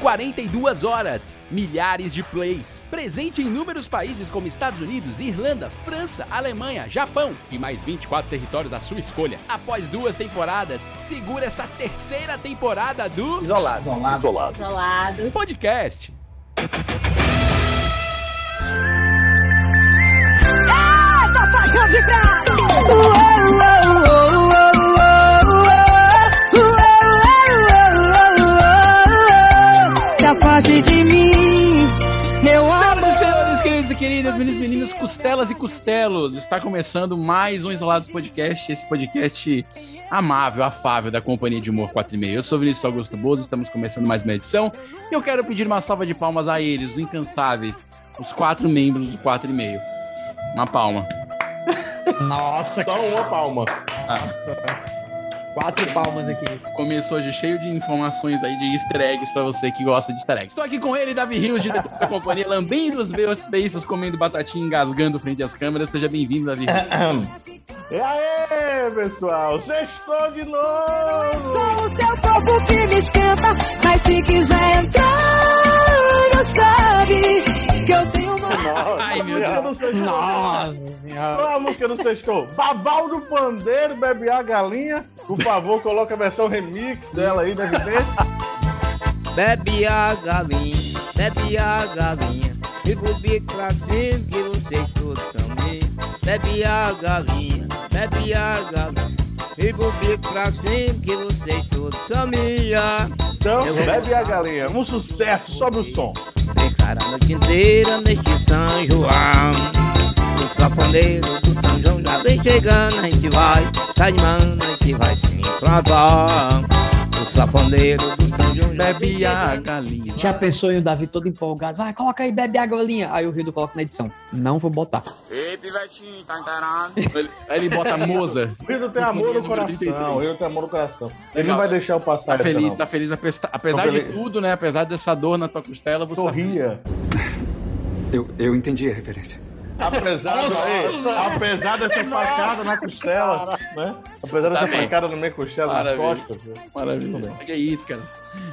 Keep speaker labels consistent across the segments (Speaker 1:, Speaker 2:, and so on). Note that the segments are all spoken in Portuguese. Speaker 1: 42 horas, milhares de plays. Presente em inúmeros países como Estados Unidos, Irlanda, França, Alemanha, Japão e mais 24 territórios à sua escolha. Após duas temporadas, segura essa terceira temporada do
Speaker 2: Isolado.
Speaker 3: Isolado. Isolado.
Speaker 4: Isolados.
Speaker 1: podcast.
Speaker 5: tá Se afaste Tá de mim, meu
Speaker 1: Senhoras e senhores, queridos e queridas, meninos e meninos, costelas e costelos, está começando mais um Isolados Podcast, esse podcast amável, afável da Companhia de Humor 4 e meio. Eu sou Vinícius Augusto Bozo, estamos começando mais uma edição e eu quero pedir uma salva de palmas a eles, os incansáveis, os quatro membros do 4 e meio. Uma palma.
Speaker 2: Nossa,
Speaker 3: Só uma palma.
Speaker 2: nossa. Quatro palmas aqui.
Speaker 1: Começou hoje cheio de informações aí de easter eggs pra você que gosta de easter eggs. Estou aqui com ele, Davi Rios, diretor da companhia, lambendo os meus beiços, comendo batatinha, engasgando frente às câmeras. Seja bem-vindo, Davi.
Speaker 3: E aí, pessoal? Sextou de novo!
Speaker 5: Sou o seu corpo que me esquenta, mas se quiser entrar, não sabe que eu tenho uma.
Speaker 3: Nossa,
Speaker 1: Ai, meu
Speaker 3: música
Speaker 1: Deus.
Speaker 3: do Sextou.
Speaker 2: Nossa senhora.
Speaker 3: Qual a música do Sextou? Babal do Pandeiro, Bebe a Galinha. Por favor, coloca a versão remix dela aí, deve ter.
Speaker 2: Bebe a galinha, bebe a galinha. Fica o bico pra cima que você todos também. Bebe a galinha, bebe a galinha. Fica o bico pra cima que você todos samia.
Speaker 3: Então,
Speaker 2: Eu vou
Speaker 3: Bebe a
Speaker 2: gostar.
Speaker 3: Galinha. Um sucesso, sobe o som.
Speaker 2: Tem cara a noite inteira neste São João. O saponeiro do São João já vem chegando, a gente vai, tá de mano, a gente vai se enfrentar. O saponeiro do São João já vem
Speaker 1: Bebe a
Speaker 2: chegando.
Speaker 1: galinha.
Speaker 6: Já pensou em o Davi todo empolgado? Vai, coloca aí, bebe a galinha. Aí o Rido coloca na edição. Não vou botar.
Speaker 7: Ei, pivetinho, tá encarado?
Speaker 1: Ele- Aí ele bota Moza.
Speaker 3: O Rio tem amor no
Speaker 1: Número 33.
Speaker 3: coração. O Rio tem amor no coração. Ele
Speaker 1: Legal.
Speaker 3: não vai deixar eu
Speaker 1: Tá
Speaker 3: passar essa,
Speaker 1: feliz,
Speaker 3: não.
Speaker 1: tá feliz. apesta- Apesar
Speaker 3: Tô
Speaker 1: de
Speaker 3: feliz.
Speaker 1: tudo, né? Apesar dessa dor na tua costela, você tá feliz.
Speaker 3: Sorria.
Speaker 8: Eu, eu entendi a referência.
Speaker 3: Apesar, Ei, apesar dessa facada na costela, né? Apesar dessa
Speaker 1: Tá bem.
Speaker 3: facada na minha costela, nas
Speaker 1: Maravilha.
Speaker 3: costas. né?
Speaker 1: Maravilha.
Speaker 3: Tudo bem.
Speaker 1: Que isso, cara.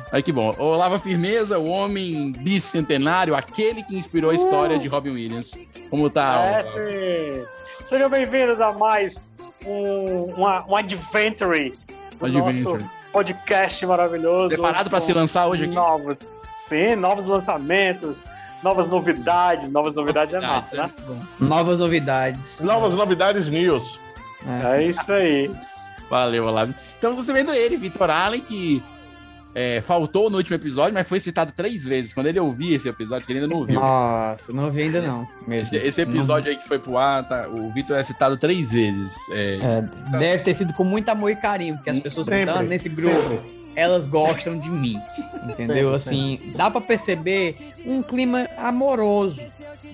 Speaker 1: Aí que bom. O Lava Firmeza, o homem bicentenário, aquele que inspirou a história de Robin Williams. Como tá?
Speaker 9: É,
Speaker 1: ó?
Speaker 9: sim. Sejam bem-vindos a mais um, uma, um Adventure
Speaker 3: é
Speaker 9: do
Speaker 1: tá Adventure.
Speaker 9: nosso podcast maravilhoso.
Speaker 1: Preparado pra
Speaker 9: Com
Speaker 1: se lançar hoje aqui?
Speaker 9: Novos, sim, novos lançamentos, novas novidades, novas novidades é
Speaker 1: Ah,
Speaker 9: massa,
Speaker 1: isso é
Speaker 9: né?
Speaker 1: muito bom.
Speaker 6: Novas novidades.
Speaker 3: Novas novidades news.
Speaker 9: É isso aí.
Speaker 1: Valeu, Olavo. Então você vendo ele, Vitor Allen, que é, faltou no último episódio, mas foi citado três vezes. Quando ele ouvir esse episódio, que ele ainda não ouviu.
Speaker 6: Nossa, não ouvi ainda não. Mesmo.
Speaker 1: Esse, esse episódio aí que foi pro ar, tá, o Vitor é citado três vezes. É,
Speaker 6: É, deve ter sido com muito amor e carinho, porque as pessoas que estão
Speaker 3: Sempre,
Speaker 6: nesse grupo,
Speaker 3: sempre.
Speaker 6: elas gostam de mim. Entendeu? assim, dá pra perceber um clima amoroso. É.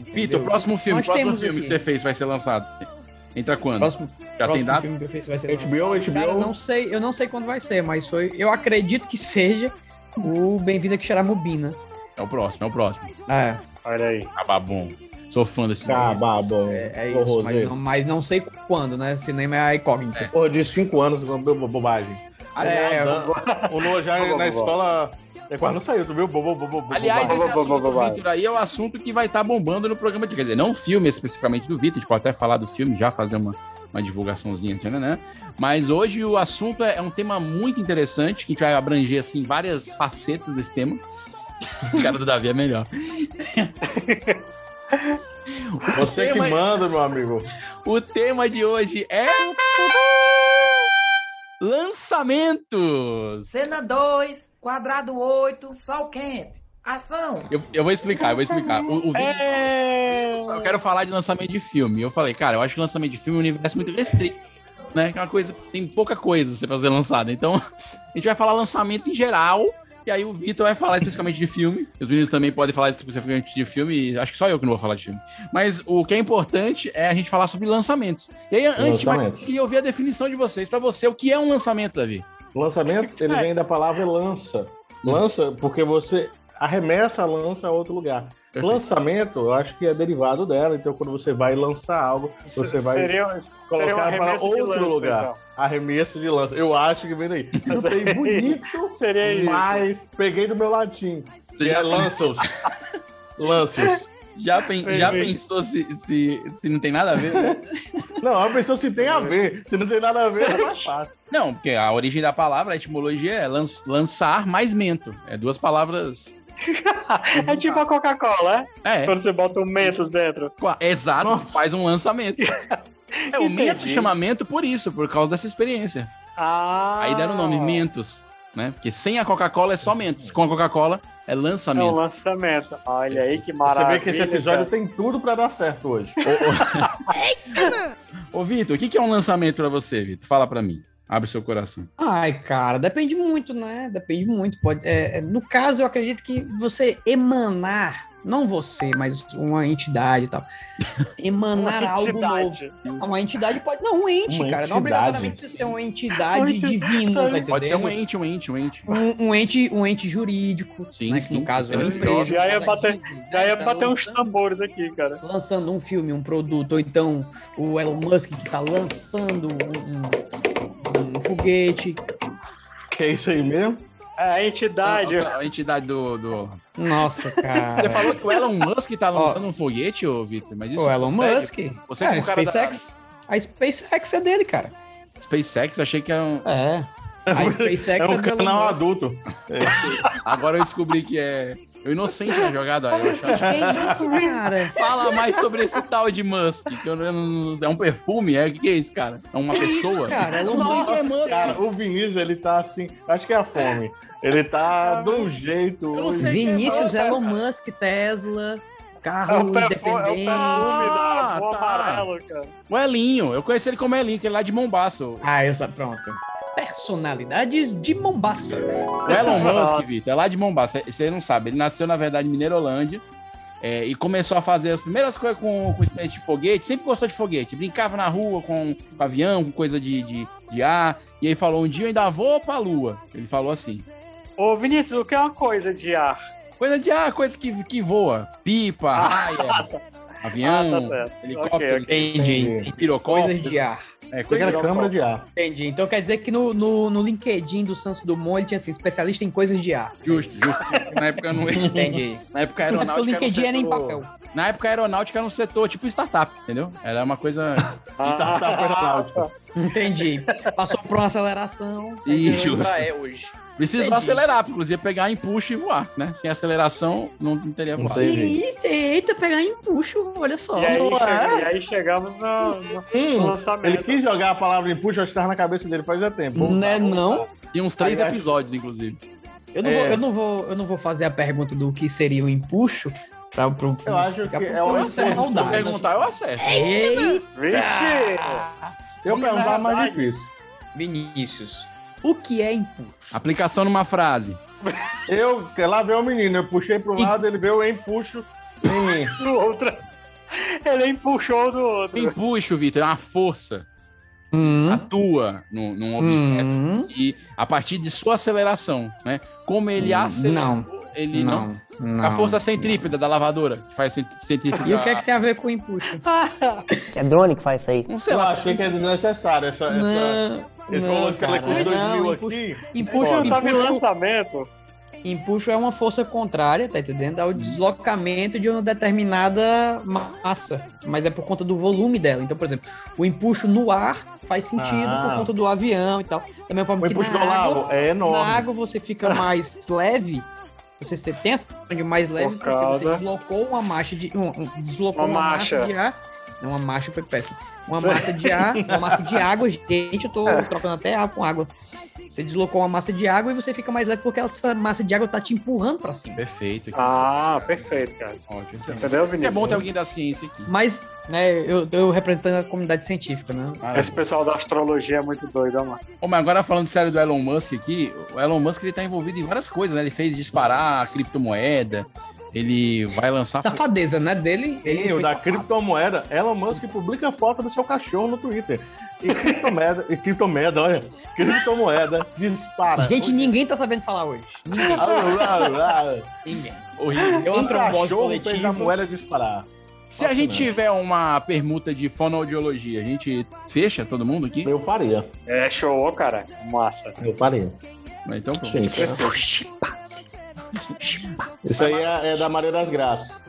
Speaker 1: Vitor,
Speaker 6: entendeu?
Speaker 1: próximo filme,
Speaker 6: Nós
Speaker 1: próximo
Speaker 6: temos
Speaker 1: filme
Speaker 6: aqui.
Speaker 1: que você fez vai ser lançado. Entra quando?
Speaker 6: Próximo,
Speaker 1: Já tem
Speaker 6: próximo
Speaker 1: data?
Speaker 6: filme que eu fiz vai ser
Speaker 3: HBO,
Speaker 6: lançado. Cara,
Speaker 3: HBO.
Speaker 6: eu não sei, eu não sei quando vai ser, mas foi, eu acredito que seja o Bem-vindo a Xaramubina.
Speaker 1: É o próximo, é o próximo.
Speaker 6: É,
Speaker 9: Olha aí.
Speaker 1: Ah, babum. Sou fã desse
Speaker 6: Tá.
Speaker 3: Ah,
Speaker 1: filme.
Speaker 3: babo.
Speaker 6: é, é
Speaker 3: Ô,
Speaker 6: isso, mas
Speaker 3: Rosê.
Speaker 6: não, mas não sei quando, né? Cinema é a incógnita.
Speaker 3: Porra, de 5 anos que eu não deu bo- bobagem.
Speaker 1: Ah,
Speaker 6: É,
Speaker 3: Aliás, né? o Noah já
Speaker 9: Bo- bo-
Speaker 3: na
Speaker 9: bo-
Speaker 3: escola. É, quase não saiu, tu viu? Bo- bo- bo- bo- bo-
Speaker 1: Aliás,
Speaker 3: bo-
Speaker 1: esse
Speaker 3: bo- bo-
Speaker 1: assunto do Vitor aí é o assunto que vai estar bombando no programa de. Quer dizer, não o filme especificamente do Vitor, a gente pode até falar do filme, já fazer uma, uma divulgaçãozinha, né? Mas hoje o assunto é, é um tema muito interessante, que a gente vai abranger assim, várias facetas desse tema. O cara do Davi é melhor.
Speaker 3: Você que
Speaker 1: Tema-
Speaker 3: manda, meu amigo.
Speaker 1: O tema de hoje é. Lançamentos!
Speaker 10: Cena 2, quadrado 8, sol quente. Ação!
Speaker 1: Eu, eu vou explicar, eu vou explicar. O,
Speaker 9: É.
Speaker 1: o Vitor- Eu quero falar de lançamento de filme. Eu falei, cara, eu acho que lançamento de filme é um universo muito restrito, né? Que é uma coisa, tem pouca coisa você fazer lançada. Então, a gente vai falar lançamento em geral. E aí o Vitor vai falar especificamente de filme. Os meninos também podem falar especificamente de filme. e Acho que só eu que não vou falar de filme. Mas o que é importante é a gente falar sobre lançamentos. E aí, antes,
Speaker 3: Lançamento.
Speaker 1: eu queria ouvir a definição de vocês. Pra você, o que é um lançamento, Davi?
Speaker 3: O lançamento,
Speaker 1: É.
Speaker 3: ele vem da palavra lança. Lança, porque você arremessa a lança a outro lugar.
Speaker 1: Perfeito.
Speaker 3: Lançamento, eu acho que é derivado dela. Então, quando você vai lançar algo, você vai
Speaker 9: Seria, seria um
Speaker 3: colocar para
Speaker 9: arremesso de
Speaker 3: outro
Speaker 9: lança,
Speaker 3: lugar.
Speaker 9: então.
Speaker 3: Arremesso de lança. Eu acho que vem daí. Eu tenho bonito,
Speaker 9: então. Seria isso.
Speaker 3: mas peguei do meu latim.
Speaker 1: Você
Speaker 3: Que é
Speaker 1: já,
Speaker 3: lanços. lanços.
Speaker 1: já, pen- já
Speaker 9: Perfeito.
Speaker 1: pensou se, se, se não tem nada a ver? né?
Speaker 3: Não, a pessoa se tem a ver. Se não tem nada a ver, é mais fácil.
Speaker 1: não, porque a origem da palavra, a etimologia é lan- lançar mais mento. É duas palavras.
Speaker 9: É tipo a Coca-Cola, né?
Speaker 1: É,
Speaker 9: Quando você bota um Mentos dentro.
Speaker 1: Qua- Exato, faz um lançamento. É, o
Speaker 9: Entendi.
Speaker 1: Mentos chama Mento por isso, por causa dessa experiência.
Speaker 9: Ah.
Speaker 1: Aí deram o nome Mentos, né? Porque sem a Coca-Cola é só Mentos, com a Coca-Cola é
Speaker 9: É um
Speaker 1: lançamento.
Speaker 9: lançamento. Olha aí que
Speaker 3: Você
Speaker 9: maravilha.
Speaker 3: vê que esse episódio
Speaker 9: cara.
Speaker 3: tem tudo pra dar certo hoje.
Speaker 1: Ô, Vitor, o que que é um lançamento pra você, Vitor? Fala pra mim. Abre seu coração.
Speaker 6: Ai, cara, depende muito, né? Depende muito. Pode, é, é, no caso, eu acredito que você emanar, não você, mas uma entidade e tal, emanar
Speaker 9: Uma
Speaker 6: algo novo. Ah,
Speaker 9: entidade.
Speaker 6: Uma entidade pode. Não, um ente,
Speaker 3: Uma
Speaker 6: cara.
Speaker 3: entidade.
Speaker 6: Não obrigatoriamente precisa ser uma entidade
Speaker 9: Uma entidade.
Speaker 6: divina, tá entendendo?
Speaker 1: Pode ser um ente, um ente, um ente.
Speaker 6: Um, um ente, um ente jurídico,
Speaker 1: Sim,
Speaker 6: né, que
Speaker 1: sim.
Speaker 6: no caso é uma
Speaker 1: Maravilhoso.
Speaker 6: empresa.
Speaker 9: Já ia
Speaker 6: cada
Speaker 9: bater-
Speaker 6: Disney,
Speaker 9: Já ia
Speaker 6: né,
Speaker 9: bater um
Speaker 6: tá
Speaker 9: uns
Speaker 6: lançando-
Speaker 9: tambores aqui, cara.
Speaker 6: lançando um filme, um produto, ou então o Elon Musk que tá lançando um, um- um foguete.
Speaker 3: Que é isso aí mesmo?
Speaker 9: É, a entidade.
Speaker 1: A, a entidade do, do-
Speaker 6: Nossa,
Speaker 1: Você
Speaker 6: cara.
Speaker 1: falou que o Elon Musk tá lançando um foguete, ô Vitor, mas isso.
Speaker 6: o Elon
Speaker 1: consegue?
Speaker 6: Musk.
Speaker 1: Você
Speaker 6: é,
Speaker 1: que é
Speaker 6: a
Speaker 1: um cara da-
Speaker 6: SpaceX. A SpaceX é dele, cara.
Speaker 1: SpaceX, achei que era um.
Speaker 6: É. A SpaceX é,
Speaker 3: É um
Speaker 6: do Elon
Speaker 3: canal
Speaker 6: Musk.
Speaker 3: adulto.
Speaker 1: Agora eu descobri que é. Eu inocente na jogada, eu achava.
Speaker 6: Que isso, cara?
Speaker 1: Fala mais sobre esse tal de Musk. Que eu não- é um perfume? É o que, que é isso, cara? É uma pessoa?
Speaker 6: cara?
Speaker 1: Eu
Speaker 6: Elon
Speaker 1: não sei o
Speaker 6: Musk.
Speaker 1: que é Musk.
Speaker 3: Cara, o Vinícius, ele tá assim. Acho que é a fome. Ele tá de um jeito.
Speaker 1: Eu não
Speaker 3: hoje.
Speaker 1: sei quem é
Speaker 6: Vinícius,
Speaker 1: não, cara.
Speaker 6: Elon Musk, Tesla,
Speaker 9: É o
Speaker 6: carro
Speaker 9: perfume, é o perfume
Speaker 6: independente.
Speaker 9: da
Speaker 1: Ah,
Speaker 9: Rua
Speaker 1: tá.
Speaker 9: Amarelo, cara.
Speaker 1: O Elinho. Eu conheci ele como Elinho, que ele é lá de Mombaço.
Speaker 6: ah, eu sabia. Pronto. Personalidades de Mombaça.
Speaker 1: O Elon Musk, Vitor, é lá de Mombaço. Você não sabe. Ele nasceu, na verdade, em Mineirolândia. é, e começou a fazer as primeiras coisas com, com espécie de foguete. Sempre gostou de foguete. Brincava na rua com, com avião, com coisa de, de, de ar. E aí falou, um dia eu ainda vou pra lua. Ele falou assim.
Speaker 9: Ô, Vinícius, o que é uma coisa de ar?
Speaker 1: Coisa de ar, coisa que, que voa. Pipa, raia, avião.
Speaker 9: tá Ah, tá certo.
Speaker 1: helicóptero,
Speaker 9: Ok,
Speaker 6: Entendi.
Speaker 1: pirocóptero.
Speaker 6: Coisas de ar.
Speaker 1: É,
Speaker 3: Tem
Speaker 1: coisa
Speaker 3: aquela câmara de ar.
Speaker 6: Entendi. Então quer dizer que no, no, no LinkedIn do Santos Dumont ele tinha assim, especialista em coisas de ar.
Speaker 1: Justo, justo. Porque Na época não
Speaker 6: Entendi.
Speaker 1: Na época a
Speaker 6: É porque o
Speaker 1: aeronáutica.
Speaker 6: LinkedIn
Speaker 1: era
Speaker 6: era
Speaker 1: um
Speaker 6: em
Speaker 1: setor-
Speaker 6: papel.
Speaker 1: Na época a aeronáutica era um setor tipo startup, entendeu? Era uma coisa.
Speaker 3: Tá, tá,
Speaker 9: Ah,
Speaker 6: Entendi. Passou por uma aceleração.
Speaker 1: Ih,
Speaker 6: entendeu?
Speaker 1: justo.
Speaker 6: Ah, é hoje.
Speaker 1: Precisava
Speaker 6: Entendi.
Speaker 1: acelerar, porque inclusive pegar empuxo e voar, né? Sem aceleração não, não teria
Speaker 3: Não
Speaker 1: voado.
Speaker 3: sei.
Speaker 6: Eita, eita, pegar empuxo, olha só.
Speaker 9: E aí,
Speaker 3: Não
Speaker 9: chega-
Speaker 3: é?
Speaker 9: e aí chegamos no, no
Speaker 3: Hum, ele
Speaker 9: lançamento.
Speaker 3: quis jogar a palavra em puxa, acho que tava na cabeça dele faz tempo.
Speaker 6: Não é não?
Speaker 1: E uns três
Speaker 3: Aliás-
Speaker 1: episódios, inclusive.
Speaker 6: Eu não,
Speaker 3: É.
Speaker 6: vou, eu, não vou, eu não vou fazer a pergunta do que seria um empuxo pra, um pro
Speaker 3: Eu acho que é
Speaker 1: Eu
Speaker 3: uma
Speaker 1: acerto. Se eu perguntar, eu acerto.
Speaker 6: Eita!
Speaker 9: Vixe!
Speaker 3: Eu perguntar é mais
Speaker 9: Verdade.
Speaker 3: difícil.
Speaker 6: Vinícius, o que é empuxo?
Speaker 1: Aplicação numa frase.
Speaker 3: Eu, lá veio o menino, eu puxei pro lado, ele veio em puxo. em mim.
Speaker 9: Do outro. Ele empuxou do outro.
Speaker 1: Empuxo, Vitor, é uma força.
Speaker 6: Hum,
Speaker 1: Atua num, num objeto.
Speaker 6: hum,
Speaker 1: E a partir de sua aceleração, né? Como ele acelerou, ele não
Speaker 6: Hum, não, não.
Speaker 1: A força Ah. centrípeta da lavadora, que faz cent- centrífuga.
Speaker 6: E o que é que tem a ver com empuxo?
Speaker 9: Ah,
Speaker 2: É drone que faz isso aí.
Speaker 1: Não sei
Speaker 3: Eu
Speaker 1: lá.
Speaker 3: achei que é desnecessário essa. essa-
Speaker 6: Não,
Speaker 3: Eles
Speaker 6: não,
Speaker 3: colocaram
Speaker 6: cara,
Speaker 3: aqui os 2000
Speaker 6: não, empuxo,
Speaker 3: aqui.
Speaker 6: empuxo,
Speaker 9: Puxa,
Speaker 3: Pode.
Speaker 9: eu tava em
Speaker 6: empuxo,
Speaker 9: lançamento.
Speaker 6: empuxo é uma força contrária, tá entendendo? Ao deslocamento de uma determinada massa, mas é por conta do volume dela. Então, por exemplo, o empuxo no ar faz sentido
Speaker 3: Ah.
Speaker 6: por conta do avião e tal. Da mesma forma
Speaker 3: O
Speaker 6: que
Speaker 3: empuxo do
Speaker 6: na água,
Speaker 3: Lau é
Speaker 6: na
Speaker 3: enorme.
Speaker 6: água você fica mais leve, você se- tem essa sensação de mais leve porque você
Speaker 9: causa-
Speaker 6: deslocou uma marcha de um, um- deslocou
Speaker 9: Uma
Speaker 6: uma, marcha.
Speaker 9: marcha.
Speaker 6: de ar. Não, uma marcha foi péssimo. Uma massa de ar, uma massa de água, gente, eu tô trocando até ar com água. Você deslocou uma massa de água e você fica mais leve porque essa massa de água tá te empurrando pra cima.
Speaker 1: Perfeito. aqui.
Speaker 9: Ah, perfeito, cara.
Speaker 1: Ótimo. excelente.
Speaker 9: Entendeu,
Speaker 1: Isso é
Speaker 9: Vinícius?
Speaker 1: bom ter alguém da ciência aqui.
Speaker 6: Mas, né, eu, eu representando a comunidade científica, né?
Speaker 9: Esse pessoal da astrologia é muito doido, ó, mano.
Speaker 1: Ô, mas agora falando sério do Elon Musk aqui, o Elon Musk ele tá envolvido em várias coisas, né? Ele fez disparar a criptomoeda, Ele vai lançar.
Speaker 6: Safadeza, né? Dele.
Speaker 3: Sim,
Speaker 6: foi
Speaker 3: o da
Speaker 6: safado.
Speaker 3: criptomoeda. Elon Musk publica foto do seu cachorro no Twitter. E criptomoeda, e criptomoeda, olha. Criptomoeda dispara.
Speaker 6: Gente, ninguém tá sabendo falar hoje. Ninguém. ninguém. É
Speaker 1: Horrível.
Speaker 6: Eu
Speaker 3: O
Speaker 6: antropólogo
Speaker 3: Um cachorro tá fez
Speaker 6: coletivo.
Speaker 3: a moeda disparar.
Speaker 1: Se a
Speaker 3: Nossa,
Speaker 1: gente
Speaker 3: não.
Speaker 1: tiver uma permuta de fonoaudiologia, a gente fecha todo mundo aqui?
Speaker 3: Eu faria.
Speaker 9: É show, cara. Massa.
Speaker 3: Eu faria.
Speaker 1: Então, pronto.
Speaker 3: Sim. Isso aí é, é da Maria das Graças.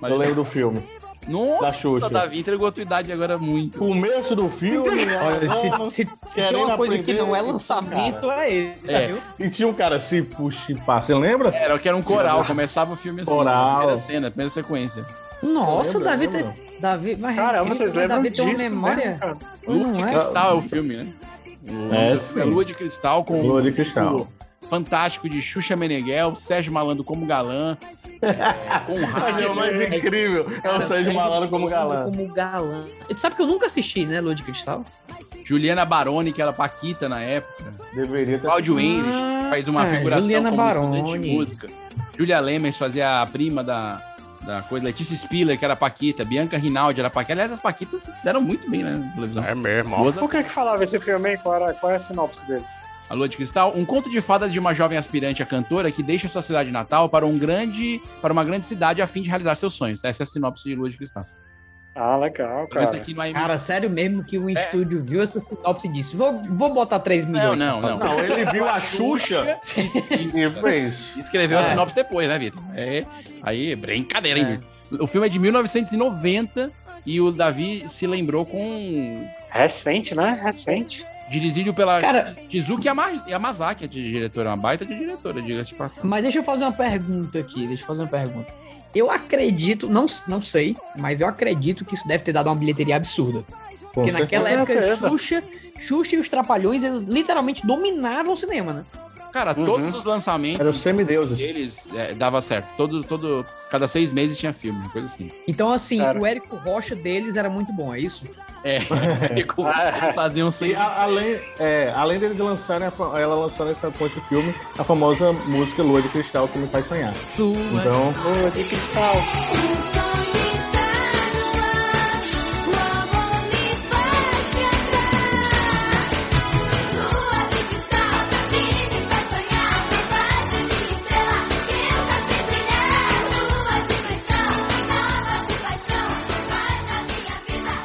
Speaker 1: Maria-
Speaker 3: Eu lembro do filme. Da
Speaker 1: Nossa,
Speaker 3: Xuxa.
Speaker 1: Davi entregou a tua idade agora muito.
Speaker 3: Começo do filme. né? Ah.
Speaker 6: Olha,
Speaker 3: ela ama,
Speaker 6: se, se, se tem
Speaker 3: querendo
Speaker 6: uma coisa que
Speaker 3: aprender,
Speaker 6: não é lançamento, é esse,
Speaker 1: É.
Speaker 6: viu?
Speaker 3: E tinha um cara assim, puxa, pá. Você lembra?
Speaker 1: Era que era um coral, começava o filme assim.
Speaker 3: Coral.
Speaker 1: Primeira cena, primeira sequência.
Speaker 6: Nossa,
Speaker 3: Lembra,
Speaker 6: Davi,
Speaker 3: lembra?
Speaker 6: tem- Davi, mas
Speaker 9: Cara,
Speaker 6: incrível,
Speaker 9: vocês
Speaker 6: né?
Speaker 9: lembram
Speaker 6: Davi
Speaker 9: disso?
Speaker 6: tem uma memória.
Speaker 9: né, cara?
Speaker 6: Não
Speaker 1: Lua de
Speaker 6: é?
Speaker 1: Cristal é o filme, né?
Speaker 3: É,
Speaker 1: O-
Speaker 3: sim.
Speaker 1: É Lua de Cristal com
Speaker 3: Lua de Cristal.
Speaker 1: Fantástico de Xuxa Meneghel, Sérgio Malandro como galã, é,
Speaker 3: Mas é o
Speaker 1: Conrado.
Speaker 3: mais incrível. É o
Speaker 6: Cara,
Speaker 3: Sérgio Malandro como galã.
Speaker 6: Como galã. E Tu sabe que eu nunca assisti, né, Lua de Cristal?
Speaker 1: Juliana Baroni, que era Paquita na época,
Speaker 3: Deveria ter.
Speaker 1: Cláudio Henrique, que faz uma
Speaker 6: Ah,
Speaker 1: figuração
Speaker 6: Juliana
Speaker 1: como estudante de
Speaker 6: Baroni.
Speaker 1: música, Julia Lemers fazia a prima da, da coisa, Letícia Spiller, que era Paquita, Bianca Rinaldi era Paquita, aliás, as Paquitas se deram muito bem, né, na televisão.
Speaker 4: É mesmo. ó.
Speaker 1: Boas
Speaker 9: Por que que falava esse filme, hein? Qual, era, qual é a sinopse dele?
Speaker 1: A Lua de Cristal, um conto de fadas de uma jovem aspirante a cantora que deixa sua cidade natal para um grande, para uma grande cidade a fim de realizar seus sonhos. Essa é a sinopse de Lua de Cristal.
Speaker 9: Ah, legal,
Speaker 1: Pelo menos
Speaker 9: cara.
Speaker 1: aqui não é-
Speaker 6: Cara, sério mesmo que o
Speaker 1: É.
Speaker 6: estúdio viu essa sinopse e disse: vou, vou botar 3
Speaker 1: Não,
Speaker 6: milhões.
Speaker 1: não,
Speaker 6: pra
Speaker 1: não.
Speaker 6: fazer.
Speaker 3: Não, ele viu a Xuxa e
Speaker 1: Isso.
Speaker 3: fez.
Speaker 1: Escreveu a
Speaker 6: É.
Speaker 1: sinopse depois, né, Vitor? É. Aí, brincadeira, hein,
Speaker 6: É.
Speaker 1: Vitor? O filme é de 1990 e o Davi se lembrou com
Speaker 9: Recente, né? Recente.
Speaker 1: dirigido pela
Speaker 6: Cara,
Speaker 1: Kizuki Yama- Yamazaki, a di- diretora, uma baita de diretora, diga-se de passagem.
Speaker 6: mas deixa eu fazer uma pergunta aqui. Deixa eu fazer uma pergunta. Eu acredito, não, não sei, mas eu acredito que isso deve ter dado uma bilheteria absurda. Porque naquela
Speaker 9: certeza.
Speaker 6: época, Xuxa, Xuxa e os Trapalhões, eles literalmente dominavam o cinema, né?
Speaker 1: Cara,
Speaker 9: Uhum.
Speaker 1: todos os lançamentos
Speaker 3: Era os assim. semideuses.
Speaker 1: deles é, dava certo. Todo, todo, cada seis meses tinha filme, uma coisa assim.
Speaker 6: Então, assim,
Speaker 9: Cara.
Speaker 6: o Érico Rocha deles era muito bom, é isso?
Speaker 1: É, ficou-
Speaker 9: Ah, é.
Speaker 1: eles faziam
Speaker 3: E
Speaker 1: sem.
Speaker 3: a- além, é, além deles lançarem, a fa- ela lançando essa ponte filme, a famosa música Lua de Cristal que me faz sonhar. Então,
Speaker 9: Lua de cristal.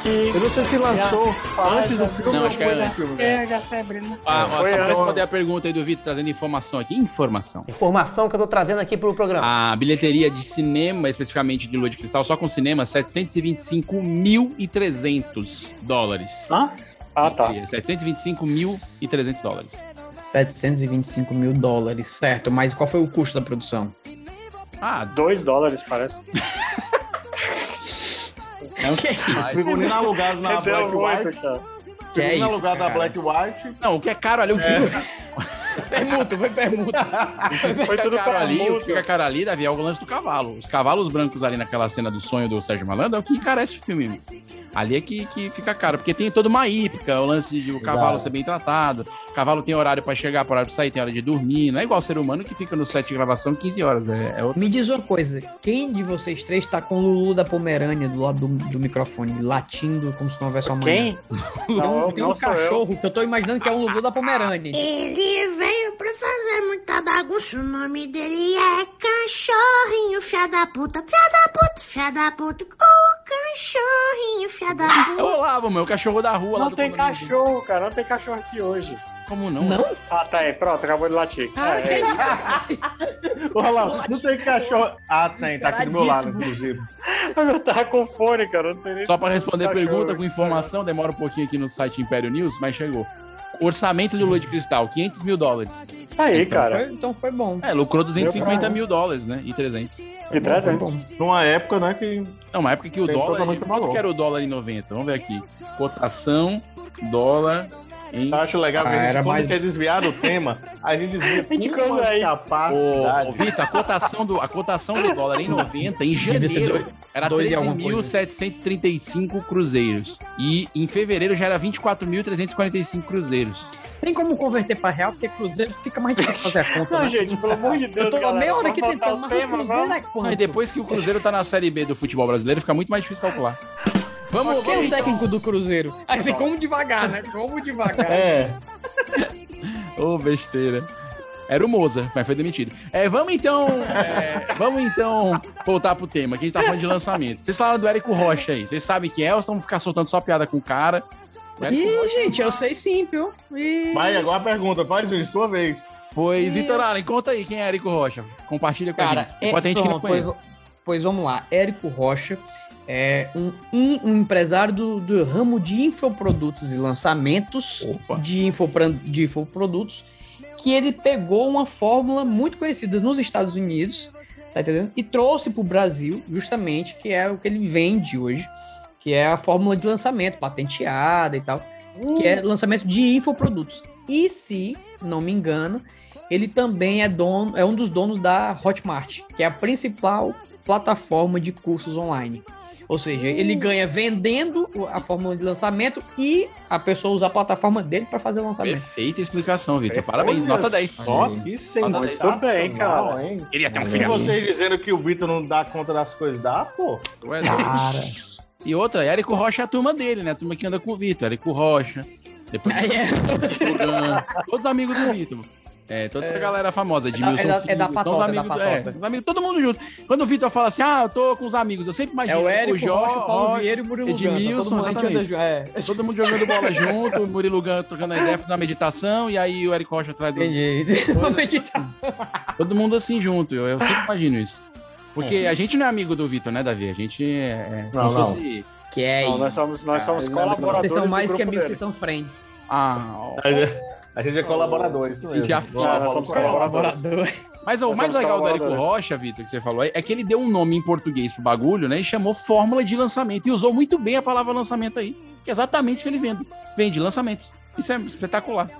Speaker 3: eu não sei se lançou antes do filme
Speaker 1: Não,
Speaker 3: ou
Speaker 1: acho que
Speaker 3: foi
Speaker 1: era
Speaker 3: no filme. né? velho.
Speaker 9: Pega, Sabrina.
Speaker 1: Ah, ó,
Speaker 9: é,
Speaker 1: só pra
Speaker 9: Foi antes. Então.
Speaker 1: responder a pergunta aí do Vitor, trazendo informação aqui. Informação.
Speaker 2: Informação que eu tô trazendo aqui pro programa.
Speaker 1: A bilheteria de cinema, especificamente de Lua de Cristal, só com cinema, 725.300 dólares.
Speaker 9: Hã? Ah, tá.
Speaker 1: 725.300 dólares.
Speaker 6: 725 mil dólares, certo. Mas qual foi o custo da produção?
Speaker 1: Ah,
Speaker 9: Dois dólares, parece.
Speaker 1: é um que
Speaker 3: Os figurinos alugados é na
Speaker 9: Rendeu
Speaker 3: Black
Speaker 9: muito,
Speaker 3: White.
Speaker 9: cara.
Speaker 6: Que é
Speaker 3: Figurino
Speaker 6: isso,
Speaker 3: alugado na
Speaker 6: cara.
Speaker 3: Black White.
Speaker 1: Não, o que é caro ali, o filme.
Speaker 6: Permuta, foi permuta.
Speaker 9: Foi
Speaker 1: Fica
Speaker 9: tudo
Speaker 1: caro
Speaker 9: para
Speaker 1: ali, o que fica caro ali, Davi, é o lance do cavalo. Os cavalos brancos ali naquela cena do sonho do Sérgio Malandro é o que encarece o filme. Ali é que, que fica caro, porque tem toda uma hípica, o lance de o cavalo
Speaker 3: Exato.
Speaker 1: ser bem tratado, o cavalo tem horário pra chegar, pra horário pra sair, tem hora de dormir, não é igual o ser humano que fica no set de gravação 15 horas, é, é outro.
Speaker 6: Me diz uma coisa, quem de vocês três tá com o Lulu da Pomerânia do lado do, do microfone, latindo como se não houvesse uma manhã?
Speaker 9: Quem?
Speaker 6: Tem um-
Speaker 9: Não,
Speaker 6: tem
Speaker 9: não
Speaker 6: um
Speaker 9: sou eu.
Speaker 6: cachorro que eu tô imaginando que é um Lulu da Pomerânia.
Speaker 5: Ele veio pra fazer muita bagunça. O nome dele é Cachorrinho, fia da puta, fia da puta, fia da puta. O cachorrinho, fia da
Speaker 1: É o Olavo, meu, o cachorro da rua lá
Speaker 9: Não
Speaker 1: do
Speaker 9: tem
Speaker 1: condomínio.
Speaker 9: cachorro, cara. Não tem cachorro aqui hoje.
Speaker 1: Como não?
Speaker 6: Não?
Speaker 9: Ah, tá aí. Pronto, acabou de latir.
Speaker 6: Cara,
Speaker 9: É,
Speaker 6: que
Speaker 9: é.
Speaker 3: Olha lá, não tem cachorro. Ah, tem, tá aqui do meu lado, inclusive.
Speaker 9: É, Eu tava com fone, cara. Não tem nem...
Speaker 1: Só pra responder a
Speaker 9: Cachorro,
Speaker 1: pergunta com informação, demora um pouquinho aqui no site Império News, mas chegou. Orçamento de Lua de Cristal, 500 mil dólares.
Speaker 9: Tá aí, cara.
Speaker 6: Foi- então foi bom.
Speaker 1: É, lucrou 250
Speaker 9: Meu
Speaker 1: mil dólares, né? E 300.
Speaker 9: Que traz,
Speaker 6: Foi
Speaker 9: hein?
Speaker 6: bom.
Speaker 3: Numa época, né, que
Speaker 1: Não, uma época que o
Speaker 3: Tem
Speaker 1: dólar.
Speaker 3: totalmente
Speaker 1: Quanto
Speaker 3: valor.
Speaker 1: que era o dólar em 90? Vamos ver aqui. Cotação, dólar em.
Speaker 3: eu acho legal que
Speaker 6: Ah,
Speaker 3: a gente,
Speaker 6: era
Speaker 3: quando
Speaker 6: mais-
Speaker 3: quer desviar do tema, a gente desvia
Speaker 9: A gente
Speaker 3: com
Speaker 9: come aí.
Speaker 1: Ô, ô,
Speaker 3: capacidade. né?"
Speaker 1: Vitor, a cotação, do, a cotação do dólar em 90, em
Speaker 6: Devia ser
Speaker 1: janeiro,
Speaker 6: dois-
Speaker 1: era
Speaker 6: dois e alguma coisa.
Speaker 1: 13.735 cruzeiros. E em fevereiro já era 24.345 cruzeiros.
Speaker 6: Tem como converter pra real, porque Cruzeiro fica mais difícil fazer a conta.
Speaker 9: Não,
Speaker 6: né?
Speaker 9: gente, pelo amor de Deus.
Speaker 6: Eu tô há
Speaker 9: galera,
Speaker 6: meia hora
Speaker 9: vamos
Speaker 6: aqui
Speaker 9: voltar
Speaker 6: tentando,
Speaker 9: ao
Speaker 6: mas o
Speaker 9: tema,
Speaker 6: Cruzeiro
Speaker 9: vamos?
Speaker 6: é
Speaker 1: Não,
Speaker 6: quanto?
Speaker 1: e depois que o Cruzeiro tá na Série B do futebol brasileiro, fica muito mais difícil calcular. Vamos,
Speaker 6: Quem é o
Speaker 1: vamos.
Speaker 6: técnico do Cruzeiro? Aí
Speaker 9: Tá
Speaker 6: você como devagar, né? Como devagar.
Speaker 3: É.
Speaker 1: Ô, besteira. Era o Moza, mas foi demitido. É, vamos então. é, vamos então voltar pro tema, que a gente tá falando de lançamento. Vocês falaram do Érico Rocha aí. Vocês sabem quem é, ou vocês vão ficar soltando só piada com o cara? O Érico Rocha,
Speaker 6: Ih, gente, eu sei sim, viu? Ih,
Speaker 3: Vai, agora a pergunta. Pode, Júlio, sua vez.
Speaker 1: Pois, Vitor Allen, conta aí quem é Érico Rocha. Compartilha com a
Speaker 6: cara,
Speaker 1: gente.
Speaker 6: é,
Speaker 1: Pode ter gente que não
Speaker 6: pronto, pois,
Speaker 1: conhece.
Speaker 6: pois vamos lá. Érico Rocha é um, in- um empresário do, do ramo de infoprodutos e lançamentos.
Speaker 1: Opa.
Speaker 6: de, infopran- de infoprodutos, que ele pegou uma fórmula muito conhecida nos Estados Unidos, tá entendendo? E trouxe para o Brasil, justamente, que é o que ele vende hoje, que é a fórmula de lançamento, patenteada e tal, que é lançamento de infoprodutos. E se não me engano, ele também é dono, é um dos donos da Hotmart, que é a principal plataforma de cursos online. Ou seja, ele ganha vendendo o- a fórmula de lançamento e a pessoa usa a plataforma dele para fazer o lançamento.
Speaker 1: Perfeita explicação, Vitor. É, Parabéns, nota 10.
Speaker 3: Só
Speaker 6: Olha aí.
Speaker 3: que
Speaker 1: Nota 10.
Speaker 3: sensacional,
Speaker 9: Também, cara.
Speaker 3: hein?
Speaker 1: Queria ter um
Speaker 6: Olha
Speaker 3: E
Speaker 1: filho assim.
Speaker 3: vocês dizendo que o Vitor não dá conta das coisas, dá, pô.
Speaker 1: Tu é doido. E outra, Érico Rocha é a turma dele, né? A turma que anda com o Vitor, Érico Rocha. Depois
Speaker 6: Aí é-
Speaker 1: Logan, todos amigos do Vitor. É, toda essa galera famosa, de
Speaker 6: da- é da- é da patota,
Speaker 1: os
Speaker 6: é da
Speaker 1: amigos,
Speaker 6: patota.
Speaker 1: os amigos, todo mundo junto. Quando o Vitor fala assim, ah, eu tô com os amigos, eu sempre
Speaker 6: É
Speaker 1: imagino
Speaker 6: o Érico,
Speaker 1: Jó,
Speaker 6: Rocha, o Paulo
Speaker 1: Rocha,
Speaker 6: Vieira e o Murilo
Speaker 1: Edmilson,
Speaker 6: Ganta. Todo mundo, a gente anda
Speaker 1: exatamente.
Speaker 6: junto. É.
Speaker 1: todo mundo jogando bola junto, o Murilo Gan trocando a ideia, fazendo a meditação, e aí o Érico Rocha atrás dos...
Speaker 6: Entendi.
Speaker 1: Coisa-
Speaker 6: Meditação.
Speaker 1: Todo mundo assim junto, eu, eu sempre imagino isso. Porque
Speaker 6: Uhum.
Speaker 1: a gente não é amigo do Vitor, né, Davi? A gente é, é
Speaker 3: Não,
Speaker 1: como se fosse...
Speaker 6: Que é
Speaker 9: Não,
Speaker 6: isso.
Speaker 9: nós somos, nós somos
Speaker 3: Cara,
Speaker 9: colaboradores.
Speaker 6: Vocês são
Speaker 9: do
Speaker 6: mais que
Speaker 9: grupo
Speaker 6: amigos,
Speaker 9: dele.
Speaker 6: vocês são friends.
Speaker 1: Ah, ó.
Speaker 3: A gente, a gente é colaborador, isso mesmo.
Speaker 1: Gente, a fila,
Speaker 9: Não,
Speaker 1: Paulo
Speaker 9: nós somos
Speaker 1: Vieira.
Speaker 9: colaboradores.
Speaker 1: Mas ó, o
Speaker 9: Nós
Speaker 1: mais
Speaker 3: é um
Speaker 9: somos
Speaker 1: legal do Érico
Speaker 9: colaboradores.
Speaker 1: Rocha, Vitor, que você falou aí, é que ele deu um nome em português pro bagulho, né? E chamou fórmula de lançamento. E usou muito bem a palavra lançamento aí. Que é exatamente o que ele vende. Vende lançamentos. Isso é espetacular.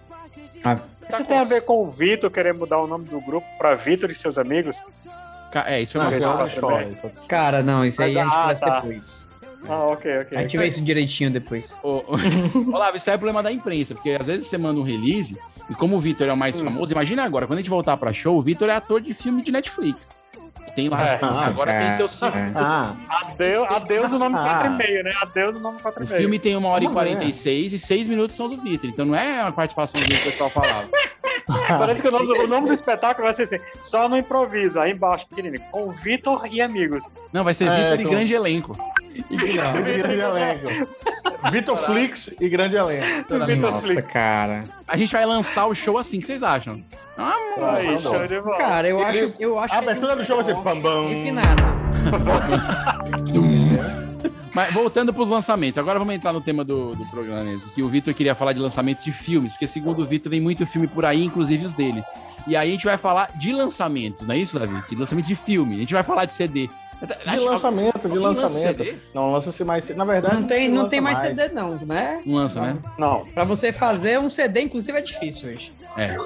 Speaker 9: Isso tem a ver com o Vitor querer mudar o nome do grupo pra Vitor e seus amigos?
Speaker 1: Ca- É, isso foi
Speaker 3: Não,
Speaker 1: uma
Speaker 3: isso
Speaker 1: vez.
Speaker 3: é
Speaker 9: Não,
Speaker 3: outra história, isso é outra-
Speaker 6: Cara, não, isso aí a gente
Speaker 9: Ah,
Speaker 6: conversa
Speaker 9: tá.
Speaker 6: depois.
Speaker 9: Ah, ok, ok.
Speaker 6: A gente vê isso direitinho depois.
Speaker 1: Ô, ô, Olavo, isso aí é problema da imprensa, porque às vezes você manda um release, e como o Vitor é o mais
Speaker 9: Hum.
Speaker 1: famoso, imagina agora, quando a gente voltar pra show, o Vitor é ator de filme de Netflix. Tem lá,
Speaker 9: É,
Speaker 1: agora tem seu saco.
Speaker 6: saco.
Speaker 3: Ah,
Speaker 9: Adeus, adeus o nome
Speaker 3: Ah.
Speaker 9: 4,5, né? Adeus o nome 4,5.
Speaker 1: O filme tem uma hora e
Speaker 3: Vamos ver.
Speaker 1: 46 e seis minutos são do Vitor, então não é uma participação que o pessoal falava.
Speaker 9: Parece que o nome, do- o nome do espetáculo vai ser assim, só no improviso, aí embaixo, pequenino, com Vitor e amigos.
Speaker 1: Não, vai ser
Speaker 3: É,
Speaker 1: Vitor
Speaker 3: então-
Speaker 1: e grande elenco.
Speaker 3: e grande elenco. Vitor Flix e grande elenco.
Speaker 1: Vitor Allen.
Speaker 9: Vitor
Speaker 6: Nossa, cara.
Speaker 1: A gente vai lançar o show assim, o que vocês acham? Ah, mano.
Speaker 9: Aí,
Speaker 3: não.
Speaker 9: show de bola.
Speaker 6: Cara, eu acho, eu acho é
Speaker 3: A abertura do é tipo, show
Speaker 6: um
Speaker 3: vai ser pam pam.
Speaker 6: Refinado.
Speaker 1: Mas voltando pros lançamentos, agora vamos entrar no tema do, do programa mesmo, que o Vitor queria falar de lançamento de filmes, porque segundo o Vitor vem muito filme por aí, inclusive os dele. E aí a gente vai falar de lançamentos, não é isso, Davi? De lançamento de filme, a gente vai falar de CD.
Speaker 3: De lançamento, de
Speaker 1: Alguém lança
Speaker 3: lançamento.
Speaker 1: CD?
Speaker 3: Não, lança-se mais. Na verdade,
Speaker 6: Não tem, não
Speaker 3: lança
Speaker 6: tem mais CD, não, né?
Speaker 1: Não lança, né?
Speaker 9: Não,
Speaker 6: Pra você fazer um CD, inclusive, é difícil hoje.
Speaker 3: É.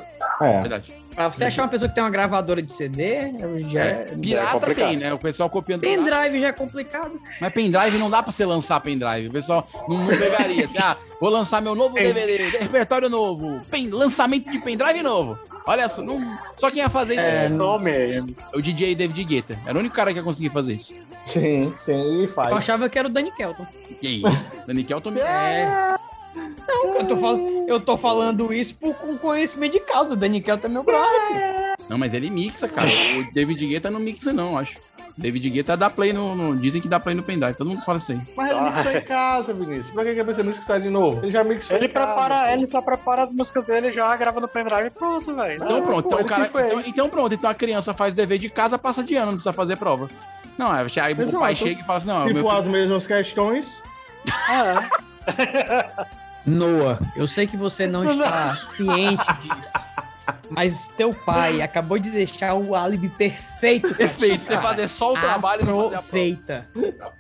Speaker 1: Verdade.
Speaker 6: Pra você achar uma pessoa que tem uma gravadora de CD, já é.
Speaker 1: É, pirata
Speaker 9: complicado.
Speaker 1: tem, né? O pessoal copiando. pirata.
Speaker 6: Pendrive já é complicado.
Speaker 1: Mas pendrive não dá pra você lançar pendrive. O pessoal não, não pegaria. Assim, ah, vou lançar meu novo DVD, repertório novo, pen- lançamento de pendrive novo. Olha só, não- só quem ia fazer isso
Speaker 6: É,
Speaker 1: é
Speaker 9: nome é.
Speaker 1: o DJ David Guetta. Era o único cara que ia conseguir fazer isso.
Speaker 3: Sim, sim, e
Speaker 6: Eu
Speaker 3: faz.
Speaker 6: achava que era o Danny Kelton.
Speaker 1: E aí, Dani Kelton
Speaker 6: É. Não, eu tô, falando, eu tô falando isso por, com conhecimento de causa. O Danny Kelton é meu brother.
Speaker 1: Não, mas ele mixa, cara. O David Guetta não mixa, não, acho. David Guetta dá play no, no- Dizem que dá play no pendrive. Todo mundo fala isso aí.
Speaker 3: Mas ele mixou em casa, Vinícius. Pra que que a pessoa mixar de novo? Ah, é. Ele já mixou
Speaker 9: Ele
Speaker 3: em casa,
Speaker 9: prepara,
Speaker 3: pô.
Speaker 9: ele só prepara as músicas dele, já grava no pendrive e pronto, velho.
Speaker 1: Então
Speaker 3: Ah,
Speaker 1: pronto,
Speaker 3: pô,
Speaker 1: então, o
Speaker 3: ele
Speaker 1: cara,
Speaker 3: que fez.
Speaker 1: então, então pronto, então a criança faz dever de casa, passa de ano, não precisa fazer prova. Não, aí o pai
Speaker 3: Exato.
Speaker 1: chega e fala assim, não,
Speaker 3: Tipo
Speaker 1: meu filho
Speaker 3: as mesmas questões.
Speaker 9: Ah,
Speaker 6: Noah, eu sei que você não está ciente disso. Mas teu pai acabou de deixar o álibi perfeito. pra
Speaker 1: Perfeito,
Speaker 6: ti,
Speaker 1: você
Speaker 6: cara.
Speaker 1: fazer só o trabalho e não fazer a prova.
Speaker 6: Aproveita.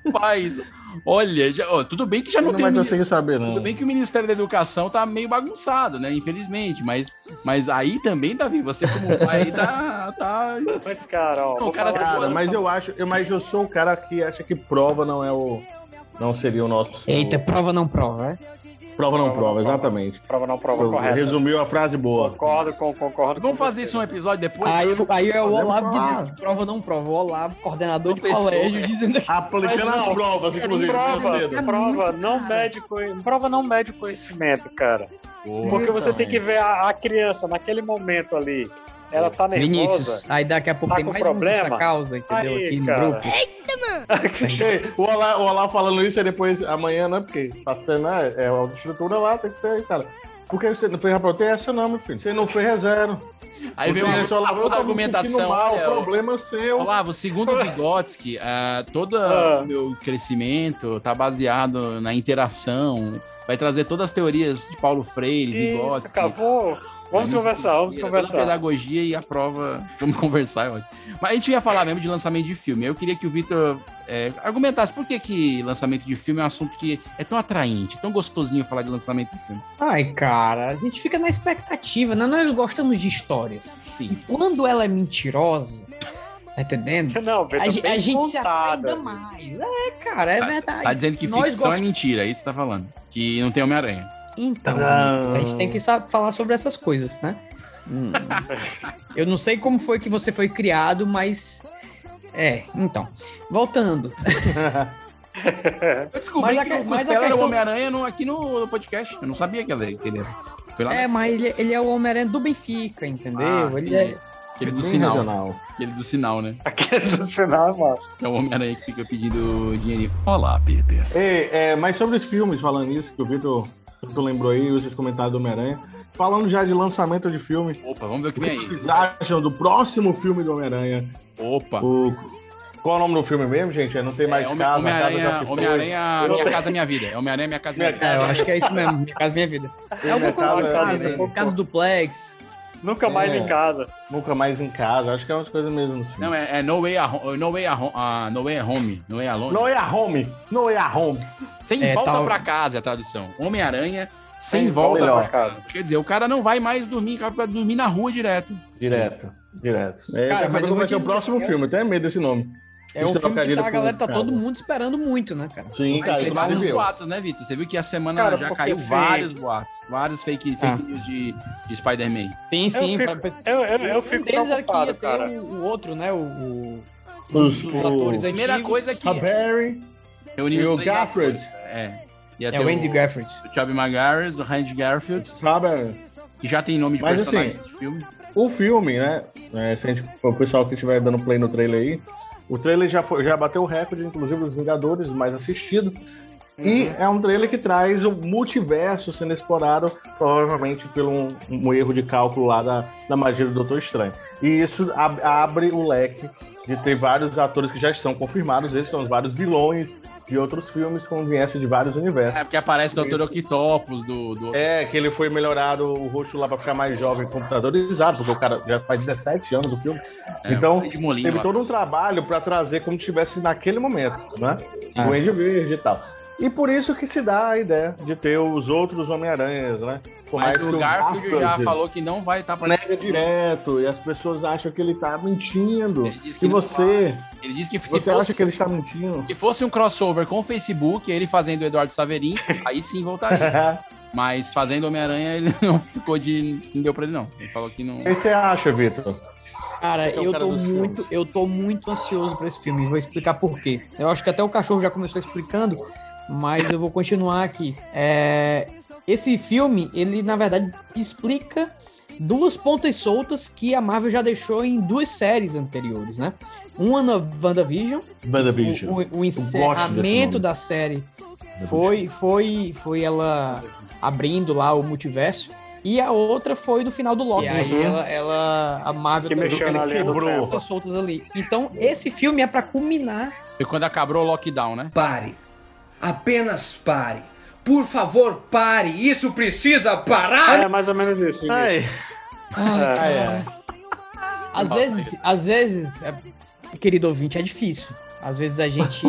Speaker 1: Rapaz, olha, já- ó, tudo bem que já
Speaker 3: Ele
Speaker 1: não,
Speaker 3: não
Speaker 1: tem.
Speaker 3: vai
Speaker 1: mini-
Speaker 3: conseguir saber, não.
Speaker 1: Tudo bem que o Ministério da Educação tá meio bagunçado, né? Infelizmente, mas, mas aí também, Davi, você como pai tá. tá...
Speaker 9: mas, cara, ó.
Speaker 1: Não,
Speaker 9: vou
Speaker 1: o cara
Speaker 9: falar-
Speaker 1: ficou-
Speaker 3: Cara, mas eu acho, eu, mas eu sou o cara que acha que prova não é o. Não seria o nosso.
Speaker 6: Eita, prova não prova, é?
Speaker 3: Prova não
Speaker 9: Prova não
Speaker 3: prova,
Speaker 9: prova.
Speaker 3: exatamente.
Speaker 9: Prova não prova correta.
Speaker 3: Resumiu a frase boa.
Speaker 9: Concordo com, concordo
Speaker 1: Vamos
Speaker 9: com
Speaker 1: fazer
Speaker 9: você.
Speaker 1: isso um episódio depois?
Speaker 6: Aí, aí é o
Speaker 3: Podemos
Speaker 6: Olavo
Speaker 3: falar.
Speaker 6: dizendo que prova não prova. O Olavo, coordenador de
Speaker 1: Professor,
Speaker 6: colégio,
Speaker 1: é.
Speaker 6: dizendo que
Speaker 3: Aplicando
Speaker 9: Mas não,
Speaker 3: as provas, inclusive.
Speaker 9: Prova,
Speaker 3: cedo.
Speaker 9: prova, não mede, co- prova não mede conhecimento, cara. Porque você tem que ver a, a criança naquele momento ali. Ela tá nervosa.
Speaker 6: Vinícius, aí daqui a pouco
Speaker 9: Tá
Speaker 6: tem
Speaker 9: com
Speaker 6: mais um
Speaker 9: problema?
Speaker 6: justa causa, entendeu?
Speaker 9: Aí,
Speaker 6: Aqui no
Speaker 9: cara.
Speaker 6: grupo.
Speaker 3: Ei, O Olá, o Olá falando isso e depois amanhã, né? Porque passando a é, a estrutura lá, tem que ser, cara. Porque você não fez a protesta, não, meu filho. Você não fez, é zero.
Speaker 1: Aí vem
Speaker 3: Porque
Speaker 1: uma
Speaker 3: esse Olá, eu
Speaker 1: toda a
Speaker 3: tô me sentindo
Speaker 1: argumentação. é
Speaker 3: Mal,
Speaker 1: olha,
Speaker 3: problema seu.
Speaker 1: Olavo, segundo o Vygotsky, ah, todo
Speaker 9: Ah.
Speaker 1: o meu crescimento tá baseado na interação. Vai trazer todas as teorias de Paulo Freire,
Speaker 9: Isso,
Speaker 1: Vygotsky.
Speaker 9: acabou. Vamos
Speaker 1: Aí,
Speaker 9: conversar, vamos
Speaker 1: toda a
Speaker 9: conversar.
Speaker 1: pedagogia e a prova. Vamos conversar, eu acho. Mas a gente ia falar mesmo de lançamento de filme. Eu queria que o Vitor é, argumentasse por que, que lançamento de filme é um assunto que é tão atraente, tão gostosinho falar de lançamento de filme.
Speaker 6: Ai, cara, a gente fica na expectativa, né? Nós gostamos de histórias. E
Speaker 1: Sim.
Speaker 6: quando ela é mentirosa, tá entendendo?
Speaker 9: Não, Vitor,
Speaker 6: A, ge- a
Speaker 9: bem
Speaker 6: gente se atrai
Speaker 9: contada.
Speaker 6: ainda mais. É, cara, é verdade.
Speaker 1: Tá dizendo que
Speaker 6: Nós
Speaker 1: ficção é mentira, é isso que tá falando. Que não tem Homem-Aranha.
Speaker 6: Então,
Speaker 3: Não.
Speaker 6: a gente tem que sa- falar sobre essas coisas, né? Hum. Eu não sei como foi que você foi criado, mas. É, então. Voltando.
Speaker 1: Eu descobri
Speaker 6: Mas a
Speaker 1: que
Speaker 6: que-
Speaker 1: o
Speaker 6: mas a
Speaker 1: Costela era o
Speaker 6: questão-
Speaker 1: Homem-Aranha no- aqui no podcast. Eu não sabia que ela- que ele era. Foi lá
Speaker 6: É, mas ele, ele é o Homem-Aranha do Benfica, entendeu?
Speaker 1: Ah,
Speaker 6: ele é.
Speaker 1: aquele do
Speaker 3: Bem
Speaker 1: sinal.
Speaker 3: regional.
Speaker 1: Aquele do sinal, né?
Speaker 9: Aquele do sinal é massa.
Speaker 1: Que é o Homem-Aranha que fica pedindo dinheiro. Olá, Peter.
Speaker 3: Ei, é, mas sobre os filmes, falando isso, que o Vitor o Vitor lembrou aí, os seus comentários do Homem-Aranha. Falando já de lançamento de filmes,
Speaker 1: Opa, vamos ver o que
Speaker 3: o
Speaker 1: vem
Speaker 3: que vocês
Speaker 1: aí.
Speaker 3: acham do próximo filme do Homem-Aranha?
Speaker 1: Opa.
Speaker 3: O... Qual é o nome do filme mesmo, gente? É, Não tem
Speaker 1: Tá. É,
Speaker 3: mais
Speaker 1: Homem-
Speaker 3: casa, a casa já
Speaker 1: Homem-Aranha,
Speaker 3: se foi.
Speaker 1: Homem-Aranha,
Speaker 3: Eu
Speaker 1: Minha
Speaker 3: não-
Speaker 1: Casa Minha Vida. É Homem-Aranha, Minha Casa Minha
Speaker 3: Minha
Speaker 1: Vida.
Speaker 6: É, eu acho que é isso mesmo. Minha casa, minha vida. É alguma coisa
Speaker 3: Casa,
Speaker 6: em
Speaker 3: Minha
Speaker 6: casa,
Speaker 3: Vida.
Speaker 6: né? Casa duplex.
Speaker 9: Nunca mais
Speaker 3: É.
Speaker 9: em casa.
Speaker 3: Nunca mais em casa. Acho que é umas coisas mesmo. Assim.
Speaker 1: Não, é, é No Way a Home. No Way a Home. ah, no Way a Home. No Way Alone.
Speaker 3: Não é a home. Não é a home.
Speaker 1: Sem
Speaker 6: É,
Speaker 1: volta
Speaker 6: tal-
Speaker 1: pra casa é a tradução. Homem-Aranha, sem
Speaker 3: Sem
Speaker 1: volta
Speaker 3: volta
Speaker 1: pra casa. Quer dizer, o cara não vai mais dormir, o cara vai dormir na rua direto.
Speaker 3: Direto. Direto. É,
Speaker 6: Cara,
Speaker 3: Cara,
Speaker 6: mas
Speaker 3: mas
Speaker 6: eu vou
Speaker 3: vai
Speaker 6: te
Speaker 3: ser o
Speaker 6: dizer
Speaker 3: próximo
Speaker 6: que eu-
Speaker 3: filme. Eu tenho medo desse nome.
Speaker 6: É um
Speaker 3: Isso
Speaker 6: filme que
Speaker 3: trocadilho
Speaker 6: tá- a galera tá
Speaker 3: com-
Speaker 6: todo mundo esperando muito, né, cara?
Speaker 3: Sim,
Speaker 1: Mas
Speaker 3: cara.
Speaker 1: tem
Speaker 3: isso
Speaker 1: vários
Speaker 3: maravilhoso.
Speaker 1: boatos, né, Vitor? Você viu que a semana
Speaker 9: Cara,
Speaker 1: já
Speaker 9: porque
Speaker 1: caiu
Speaker 9: assim-
Speaker 1: vários boatos, vários fake, fake
Speaker 6: Ah.
Speaker 1: news de, de Spider-Man.
Speaker 6: Sim, sim.
Speaker 9: fico-
Speaker 6: pra-
Speaker 9: Eu, eu, eu fico
Speaker 6: um deles era que
Speaker 9: preocupado,
Speaker 6: ia ter
Speaker 9: cara.
Speaker 6: o, o outro, né? O, o-
Speaker 3: Os-
Speaker 6: os, os
Speaker 3: o-
Speaker 6: atores antigos.
Speaker 1: A primeira coisa é que
Speaker 3: A Barry
Speaker 1: reuniu
Speaker 3: e
Speaker 1: os
Speaker 3: o
Speaker 1: três
Speaker 3: Gafford.
Speaker 1: atores. É. Ia
Speaker 6: É
Speaker 1: ter
Speaker 6: o Andy Garfield.
Speaker 1: o Tobey Maguire, o Randy Garfield,
Speaker 3: Sabe?
Speaker 1: que já tem nome de
Speaker 3: Mas,
Speaker 1: personagem
Speaker 3: assim,
Speaker 1: do filme.
Speaker 3: O filme, né? é, se a gente, o pessoal que estiver dando play no trailer aí, o trailer já, foi- já bateu o recorde, inclusive, dos Vingadores mais assistido. E
Speaker 9: Uhum.
Speaker 3: é um trailer que traz o multiverso sendo explorado, provavelmente por um, um erro de cálculo lá da, da magia do Doutor Estranho. E isso ab- abre o leque de ter vários atores que já estão confirmados, esses são os vários vilões de outros filmes com viés de vários universos.
Speaker 1: É, porque aparece o Dr. Octopus do, do
Speaker 3: É, que ele foi melhorado o rosto lá pra ficar mais jovem computadorizado, porque o cara já faz 17 anos o filme.
Speaker 1: é,
Speaker 3: então,
Speaker 1: de Molina.
Speaker 3: Teve
Speaker 1: lá.
Speaker 3: todo um trabalho pra trazer como tivesse naquele momento, né?
Speaker 6: Ah.
Speaker 3: O Andy Verde e tal. E por isso que se dá a ideia de ter os outros Homem-Aranhas, né? Por
Speaker 1: Mas
Speaker 3: mais que
Speaker 1: o Garfield já
Speaker 3: Garfield é Né,
Speaker 1: falou que não vai estar
Speaker 3: nega
Speaker 1: participando.
Speaker 3: direto e as pessoas acham que ele tá mentindo.
Speaker 1: Ele disse É, que
Speaker 3: E
Speaker 1: não
Speaker 3: você,
Speaker 1: Ele disse que se
Speaker 3: você
Speaker 1: fosse,
Speaker 3: acha que ele está mentindo?
Speaker 1: se fosse um crossover com o Facebook, ele fazendo o Eduardo Saverin, aí sim voltaria. Mas fazendo Homem-Aranha, ele não ficou de. Não deu pra ele, não. Ele falou que não.
Speaker 3: O que você acha, Vitor?
Speaker 6: Cara,
Speaker 3: Esse é o
Speaker 6: eu
Speaker 3: cara
Speaker 6: tô
Speaker 3: dos
Speaker 6: muito, eu tô muito ansioso pra esse filme. Vou explicar por quê. Eu acho que até o cachorro já começou explicando, mas eu vou continuar aqui. É, esse filme, ele na verdade explica duas pontas soltas que a Marvel já deixou em duas séries anteriores, né? Uma na WandaVision,
Speaker 3: WandaVision.
Speaker 6: o, o, o
Speaker 3: desse
Speaker 6: encerramento
Speaker 3: nome.
Speaker 6: da série foi, foi, foi ela abrindo lá o multiverso. E a outra foi no final do Loki. E aí
Speaker 3: Uhum.
Speaker 6: ela, ela a Marvel
Speaker 9: Que mexeu
Speaker 6: ela
Speaker 9: na linha do
Speaker 6: quebrou
Speaker 9: tempo.
Speaker 6: pontas soltas ali. Então, esse filme é pra culminar.
Speaker 1: Foi quando acabou o lockdown, né?
Speaker 4: Pare. Apenas pare. Por favor, pare. Isso precisa parar.
Speaker 9: É mais ou menos isso. Vinícius.
Speaker 3: Ai,
Speaker 6: Ai,
Speaker 9: É.
Speaker 6: cara. Às
Speaker 1: Nossa,
Speaker 6: vezes, às vezes, é- querido ouvinte, é difícil. Às vezes a gente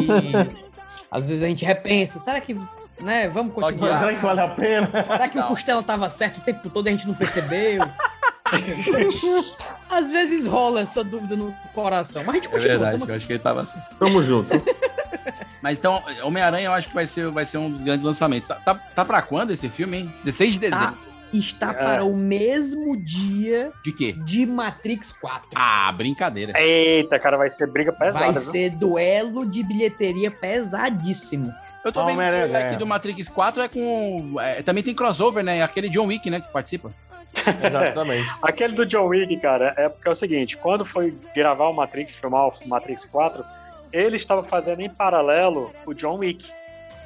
Speaker 6: às vezes a gente repensa, será que, né, vamos
Speaker 3: mas
Speaker 6: continuar?
Speaker 3: será que vale a pena?
Speaker 6: Será que o Costela tava certo o tempo todo e a gente não percebeu? Às
Speaker 9: É
Speaker 6: É vezes rola essa dúvida no coração, mas a gente continua. tamo aqui.
Speaker 1: acho que ele tava assim.
Speaker 3: Tamo junto.
Speaker 1: Mas então, Homem-Aranha eu acho que vai ser, vai ser um dos grandes lançamentos. Tá, tá, tá pra quando esse filme, hein? 16 de dezembro.
Speaker 6: Está para o mesmo dia
Speaker 1: De quê?
Speaker 6: de Matrix 4.
Speaker 1: Ah, brincadeira.
Speaker 9: Eita, cara, vai ser briga pesada.
Speaker 6: Vai ser duelo de bilheteria pesadíssimo.
Speaker 1: Eu tô vendo
Speaker 9: Homem-Aranha
Speaker 1: que aqui
Speaker 9: ganha.
Speaker 1: do Matrix 4 é com. é, também tem crossover, né? Aquele John Wick, né? Que participa.
Speaker 3: Exatamente.
Speaker 9: Aquele do John Wick, cara, é porque é o seguinte, quando foi gravar o Matrix, filmar o Matrix 4, ele estava fazendo em paralelo o John Wick.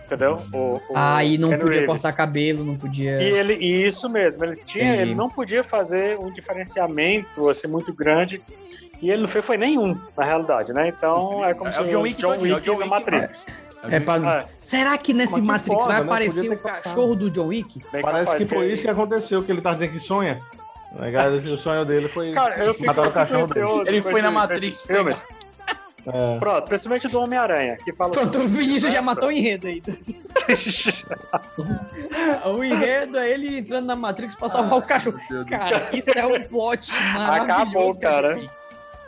Speaker 9: Entendeu? O, o
Speaker 6: Aí Ah, não
Speaker 9: Keanu
Speaker 6: podia
Speaker 9: Reeves.
Speaker 6: cortar cabelo, não podia.
Speaker 9: E ele, e isso mesmo, ele tinha,
Speaker 6: Entendi.
Speaker 9: ele não podia fazer um diferenciamento assim muito grande. E ele não fez foi nenhum, na realidade, né? Então é como
Speaker 1: É
Speaker 9: se
Speaker 1: o John Wick
Speaker 9: John
Speaker 1: todinho, é o
Speaker 9: Wick
Speaker 1: John
Speaker 9: na
Speaker 1: Wick
Speaker 9: Matrix.
Speaker 6: É pra-
Speaker 9: É,
Speaker 6: Será que nesse
Speaker 3: Mas que
Speaker 6: Matrix
Speaker 3: foda,
Speaker 6: vai
Speaker 3: né?
Speaker 6: aparecer
Speaker 3: Podia
Speaker 6: o
Speaker 3: ter cortado.
Speaker 6: cachorro do John Wick?
Speaker 3: Parece
Speaker 9: bem É capaz,
Speaker 3: que foi
Speaker 9: porque-
Speaker 3: isso que aconteceu, que ele tá dizendo que sonha. Né, cara? O sonho dele foi
Speaker 9: Cara, eu fico, eu
Speaker 3: matar o
Speaker 9: fico
Speaker 3: cachorro dele.
Speaker 9: ansioso
Speaker 1: Ele
Speaker 9: com
Speaker 1: foi na
Speaker 9: com
Speaker 1: Matrix,
Speaker 9: esses filmes.
Speaker 3: É.
Speaker 9: Pronto, principalmente do Homem-Aranha, que fala.
Speaker 6: Pronto, o Vinícius já matou o enredo aí. O enredo é ele entrando na Matrix pra salvar o cachorro. Cara, isso é um plot maravilhoso.
Speaker 9: Acabou, cara.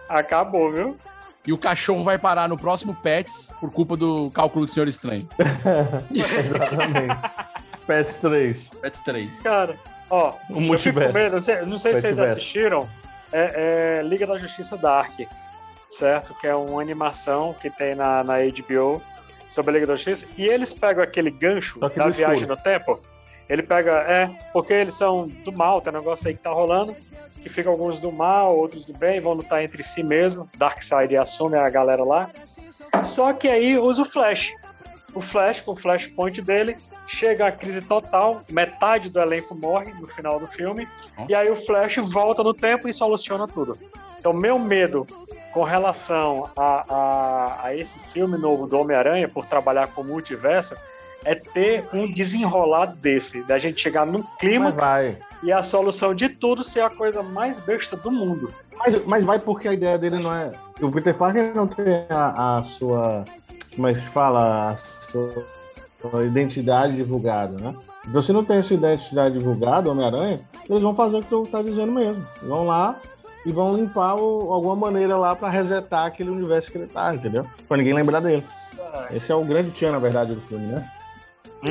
Speaker 9: Acabou, viu?
Speaker 1: E o cachorro vai parar no próximo Pets por culpa do cálculo do Senhor Estranho.
Speaker 3: É. Exatamente. Pets 3.
Speaker 1: Pets 3.
Speaker 9: Cara,
Speaker 3: O
Speaker 9: ó, eu fico com
Speaker 3: multiverso.
Speaker 9: medo, não sei, não sei se vocês
Speaker 3: Multiverso.
Speaker 9: assistiram, é, é Liga da Justiça Dark, certo? Que é uma animação que tem na, na HBO sobre a Liga da Justiça, e eles pegam aquele gancho
Speaker 3: Só que
Speaker 9: da
Speaker 3: do
Speaker 9: viagem
Speaker 3: escuro.
Speaker 9: no tempo, ele pega, é, porque eles são do mal, tem um negócio aí que tá rolando, que fica alguns do mal, outros do bem, vão lutar entre si mesmo, Darkseid assume a galera lá, só que aí usa o Flash, o Flash, com o flashpoint dele, chega a crise total, metade do elenco morre no final do filme,
Speaker 1: Nossa.
Speaker 9: e aí o Flash volta no tempo e soluciona tudo. Então, meu medo com relação a, a, a esse filme novo do Homem-Aranha, por trabalhar com o multiverso, é ter um desenrolado desse, da gente chegar num
Speaker 3: Mas
Speaker 9: clímax
Speaker 3: vai.
Speaker 9: e a solução de tudo ser a coisa mais besta do mundo.
Speaker 3: Mas, mas vai porque a ideia dele não é. O Peter Parker não tem a, a sua. Como é que se fala? A sua, sua identidade divulgada, né? Então, se não tem essa identidade divulgada, Homem-Aranha, eles vão fazer o que tu tá dizendo mesmo. Vão lá e vão limpar o- alguma maneira lá pra resetar aquele universo que ele tá, entendeu? Pra ninguém lembrar dele. Esse é o grande tchan, na verdade, do filme, né?